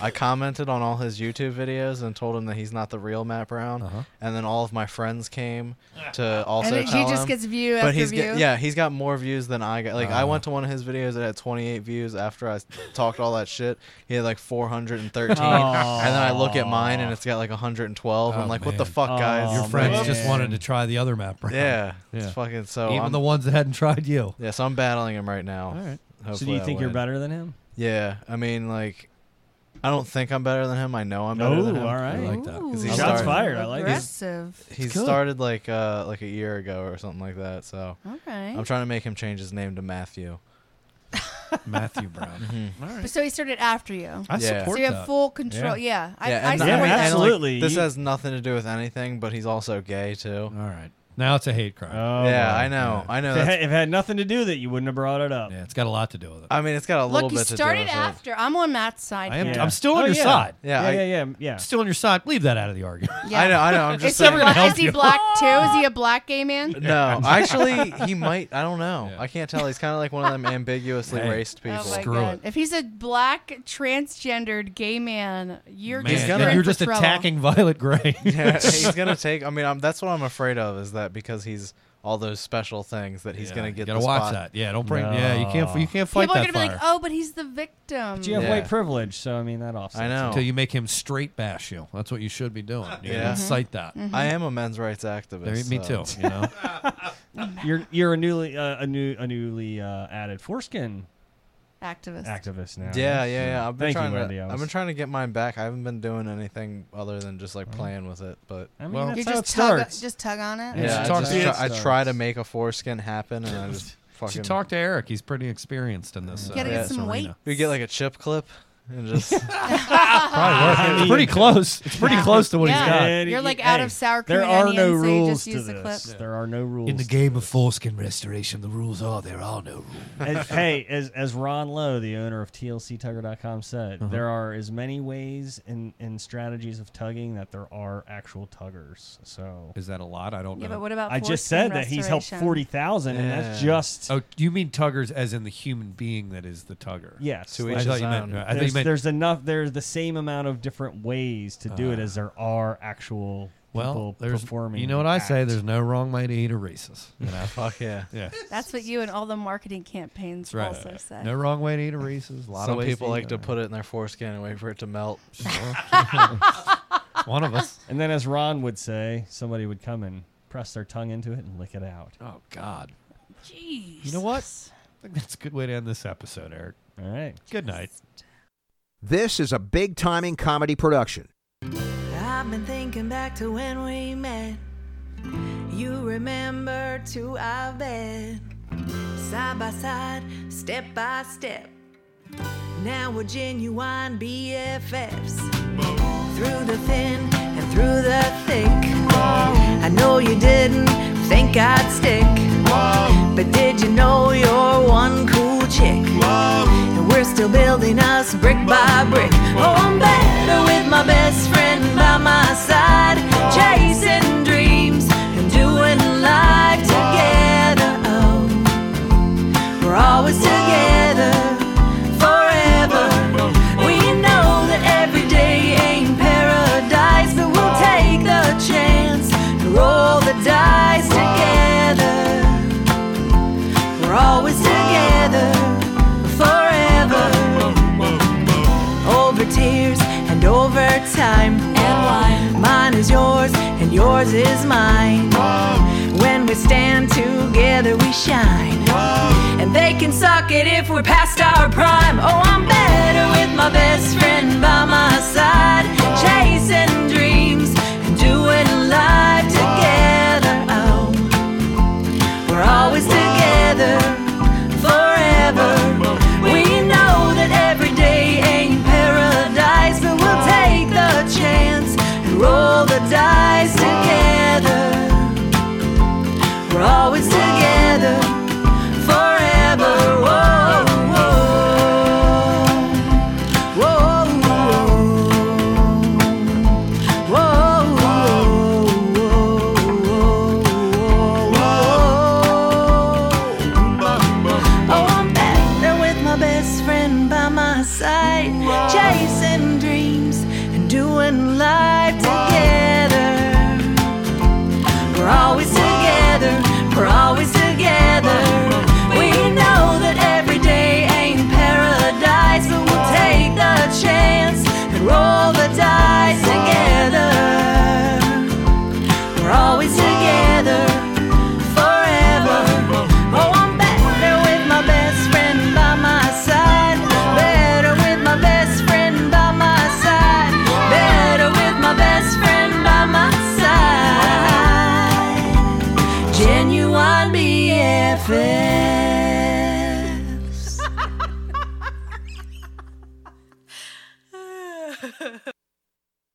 Speaker 9: I commented on all his YouTube videos and told him that he's not the real Matt Brown.
Speaker 6: Uh-huh.
Speaker 9: And then all of my friends came to also
Speaker 8: and he
Speaker 9: tell
Speaker 8: just
Speaker 9: him.
Speaker 8: gets view
Speaker 9: but
Speaker 8: after
Speaker 9: he's
Speaker 8: view.
Speaker 9: get- yeah, he's got more views than I got. Like I
Speaker 6: Uh-huh.
Speaker 9: went to one of his videos that had 28 views after I s- talked all that shit. He had like 413, and then I look at mine and it's got like 112.
Speaker 6: Oh,
Speaker 9: I'm like, what the
Speaker 6: man.
Speaker 9: fuck, guys?
Speaker 5: Oh,
Speaker 6: Your friends
Speaker 5: man.
Speaker 6: just wanted to try the other map. Brown.
Speaker 9: Yeah,
Speaker 6: Yeah.
Speaker 9: it's fucking so.
Speaker 6: even
Speaker 9: I'm,
Speaker 6: the ones that hadn't tried you.
Speaker 9: yeah, so I'm battling him right now.
Speaker 5: All right. so do
Speaker 9: Hopefully
Speaker 5: you
Speaker 9: I
Speaker 5: think you're
Speaker 9: win.
Speaker 5: better than him?
Speaker 9: Yeah, I mean, like, I don't think I'm better than him. I know I'm better
Speaker 5: Oh,
Speaker 9: than him.
Speaker 5: all right.
Speaker 6: like that.
Speaker 8: Ooh.
Speaker 9: 'Cause he
Speaker 5: Shots
Speaker 9: started-
Speaker 5: fired. I like it.
Speaker 8: Aggressive.
Speaker 9: He
Speaker 5: good.
Speaker 9: started like uh like a year ago or something like that. So
Speaker 8: All right.
Speaker 9: I'm trying to make him change his name to Matthew.
Speaker 6: Matthew Brown. Mm-hmm.
Speaker 8: But so he started after you.
Speaker 6: I
Speaker 9: Yeah.
Speaker 8: So
Speaker 6: support
Speaker 8: you have
Speaker 6: that.
Speaker 8: full control. Yeah, I, I
Speaker 9: and
Speaker 5: not-
Speaker 8: support
Speaker 5: Yeah,
Speaker 9: and,
Speaker 8: that.
Speaker 9: like,
Speaker 5: absolutely.
Speaker 9: this
Speaker 5: You-
Speaker 9: has nothing to do with anything, but he's also gay too.
Speaker 6: All right. Now it's a hate crime.
Speaker 5: Oh,
Speaker 9: yeah,
Speaker 5: wow.
Speaker 9: I know. I know.
Speaker 5: If it,
Speaker 9: That's,
Speaker 5: had, if it had nothing to do with it, you wouldn't have brought it up.
Speaker 6: yeah, it's got a lot to do with it.
Speaker 9: I mean, it's got a little
Speaker 8: Look, you
Speaker 9: bit to do
Speaker 8: started
Speaker 9: with it.
Speaker 8: after. I'm on Matt's side.
Speaker 6: I am.
Speaker 5: Yeah.
Speaker 6: I'm still on
Speaker 5: Oh,
Speaker 6: your
Speaker 5: yeah.
Speaker 6: side.
Speaker 9: Yeah,
Speaker 5: yeah,
Speaker 9: I,
Speaker 5: yeah, yeah, yeah.
Speaker 6: I'm still on your side. Leave that out of the argument.
Speaker 8: Yeah.
Speaker 9: I know. I know. I'm just
Speaker 8: Is,
Speaker 9: saying.
Speaker 8: he bla- is he black too? Is he a black gay man?
Speaker 9: No, actually, he might. I don't know.
Speaker 6: Yeah.
Speaker 9: I can't tell. He's kind of like one of them ambiguously
Speaker 6: Hey.
Speaker 9: raced people.
Speaker 8: Oh my
Speaker 6: Screw
Speaker 8: God.
Speaker 6: it.
Speaker 8: If he's a black transgendered gay man, you're
Speaker 6: Man,
Speaker 8: just
Speaker 9: gonna-
Speaker 8: in
Speaker 6: you're
Speaker 8: for
Speaker 6: just
Speaker 8: trouble.
Speaker 6: attacking Violet Gray.
Speaker 9: Yeah, he's gonna take. I mean, I'm, that's what I'm afraid of is that because he's all those special things that he's
Speaker 6: Yeah,
Speaker 9: gonna
Speaker 6: you
Speaker 9: get.
Speaker 6: gotta
Speaker 9: the
Speaker 6: watch
Speaker 9: spot.
Speaker 6: that. Yeah, don't bring. Yeah, you can't. You can't fight
Speaker 8: People are
Speaker 6: that
Speaker 8: gonna be like,
Speaker 6: fire
Speaker 8: "Oh, but he's the victim."
Speaker 5: But you have
Speaker 9: Yeah.
Speaker 5: white privilege, so I mean that offsets.
Speaker 9: I
Speaker 5: it.
Speaker 8: "Oh."
Speaker 9: know.
Speaker 6: until you make him straight bash you. That's what you should be doing. You
Speaker 9: Yeah.
Speaker 8: Mm-hmm.
Speaker 6: incite that.
Speaker 9: I am a men's rights activist.
Speaker 6: There- me
Speaker 9: so-
Speaker 6: too. You know,
Speaker 5: You're you're a newly uh, a new a newly uh, added foreskin
Speaker 8: activist.
Speaker 5: activist now.
Speaker 9: Yeah, yeah, yeah. I've
Speaker 5: Thank
Speaker 9: been
Speaker 5: you,
Speaker 9: trying
Speaker 5: Wendy,
Speaker 9: to.
Speaker 5: I
Speaker 9: I've
Speaker 5: was-
Speaker 9: been trying to get mine back. I haven't been doing anything other than just like playing with it. But
Speaker 5: I mean,
Speaker 6: Well-
Speaker 5: that's
Speaker 8: you
Speaker 5: how
Speaker 8: just
Speaker 5: it
Speaker 8: tug,
Speaker 5: starts.
Speaker 8: just tug on it.
Speaker 5: Yeah,
Speaker 9: yeah,
Speaker 5: she
Speaker 9: I,
Speaker 5: talked
Speaker 9: just
Speaker 5: to-
Speaker 9: try, I
Speaker 5: Starts.
Speaker 9: try to make a foreskin happen, and I just
Speaker 6: she
Speaker 9: fucking.
Speaker 6: talked to Eric. He's pretty experienced in this.
Speaker 8: Mm-hmm. Gotta
Speaker 6: uh,
Speaker 8: get
Speaker 6: this
Speaker 8: some
Speaker 6: arena.
Speaker 8: weight.
Speaker 9: We get like a chip clip, and just
Speaker 6: Probably work.
Speaker 5: I
Speaker 6: It's
Speaker 5: mean-
Speaker 6: pretty close. It's pretty
Speaker 8: Yeah.
Speaker 6: close to what
Speaker 8: Yeah.
Speaker 6: he's got.
Speaker 5: And
Speaker 8: You're,
Speaker 5: y-
Speaker 8: like, out of sour
Speaker 5: There
Speaker 8: cream
Speaker 5: are
Speaker 8: and
Speaker 5: no
Speaker 8: onions, so you
Speaker 5: rules
Speaker 8: just
Speaker 5: to
Speaker 8: use the
Speaker 5: this.
Speaker 8: clip.
Speaker 5: There are no rules.
Speaker 6: game of foreskin restoration, the rules are there are no rules.
Speaker 5: as, hey, as as Ron Lowe, the owner of TLCTugger.com said,
Speaker 6: Uh-huh.
Speaker 5: there are as many ways and and strategies of tugging that there are actual tuggers. So
Speaker 6: Is that a lot? I don't
Speaker 8: Yeah,
Speaker 6: know.
Speaker 8: but what about?
Speaker 5: I
Speaker 8: foreskin
Speaker 5: just said that he's helped
Speaker 8: restoration?
Speaker 5: forty thousand, and that's
Speaker 9: Yeah.
Speaker 5: just
Speaker 6: oh, you mean tuggers as in the human being that is the tugger?
Speaker 5: yes.
Speaker 9: To
Speaker 5: like,
Speaker 9: each
Speaker 6: I
Speaker 9: his
Speaker 6: thought you
Speaker 9: own.
Speaker 6: meant.
Speaker 8: um,
Speaker 6: I thought
Speaker 5: there's,
Speaker 6: you meant.
Speaker 5: there's enough. There's the same amount of different ways to do it as there are actual
Speaker 6: Ah. Well,
Speaker 5: people
Speaker 6: there's.
Speaker 5: performing.
Speaker 6: You know what
Speaker 5: the
Speaker 6: I say?
Speaker 5: act.
Speaker 6: There's no wrong way to eat a Reese's. You know?
Speaker 9: fuck yeah.
Speaker 6: yeah,
Speaker 8: That's what you and all the marketing campaigns
Speaker 6: that's right.
Speaker 8: also say.
Speaker 6: No wrong way to eat a Reese's. A lot of
Speaker 9: Some
Speaker 6: ways
Speaker 9: people
Speaker 6: eat
Speaker 9: like to
Speaker 6: it.
Speaker 9: put it in their foreskin and wait for it to melt.
Speaker 6: One of us.
Speaker 5: And then, as Ron would say, somebody would come and press their tongue into it and lick it out.
Speaker 6: Oh God.
Speaker 8: Jeez.
Speaker 6: You know what? I think that's a good way to end this episode, Eric.
Speaker 5: All right.
Speaker 6: Good night.
Speaker 11: This is a big timing comedy production.
Speaker 3: I've been thinking back to when we met. You remember to our bed. Side by side, step by step. Now we're genuine BFFs. Through the thin and through the thick. I know you didn't think I'd stick. But did you know you're one cool chick? And we're still building us brick by brick. Oh, I'm better with my best friend by my side, chasing dreams and doing life together. Oh, we're always together, forever. We know that every day ain't paradise, but we'll take the chance to roll the dice together. We're always together forever. Over tears and over time and wine. Mine is yours and yours is mine. When we stand together, we shine. And they can suck it if we're past our prime. Oh, I'm better with my best friend by my side, chasing dreams and doing life together. Oh. We're always together forever. We know that every day ain't paradise, but we'll take the chance and roll the dice together. We're always together forever. Whoa, whoa. Whoa, whoa, whoa. Oh, I'm better with my best friend by my side, chasing dreams. one light Oh,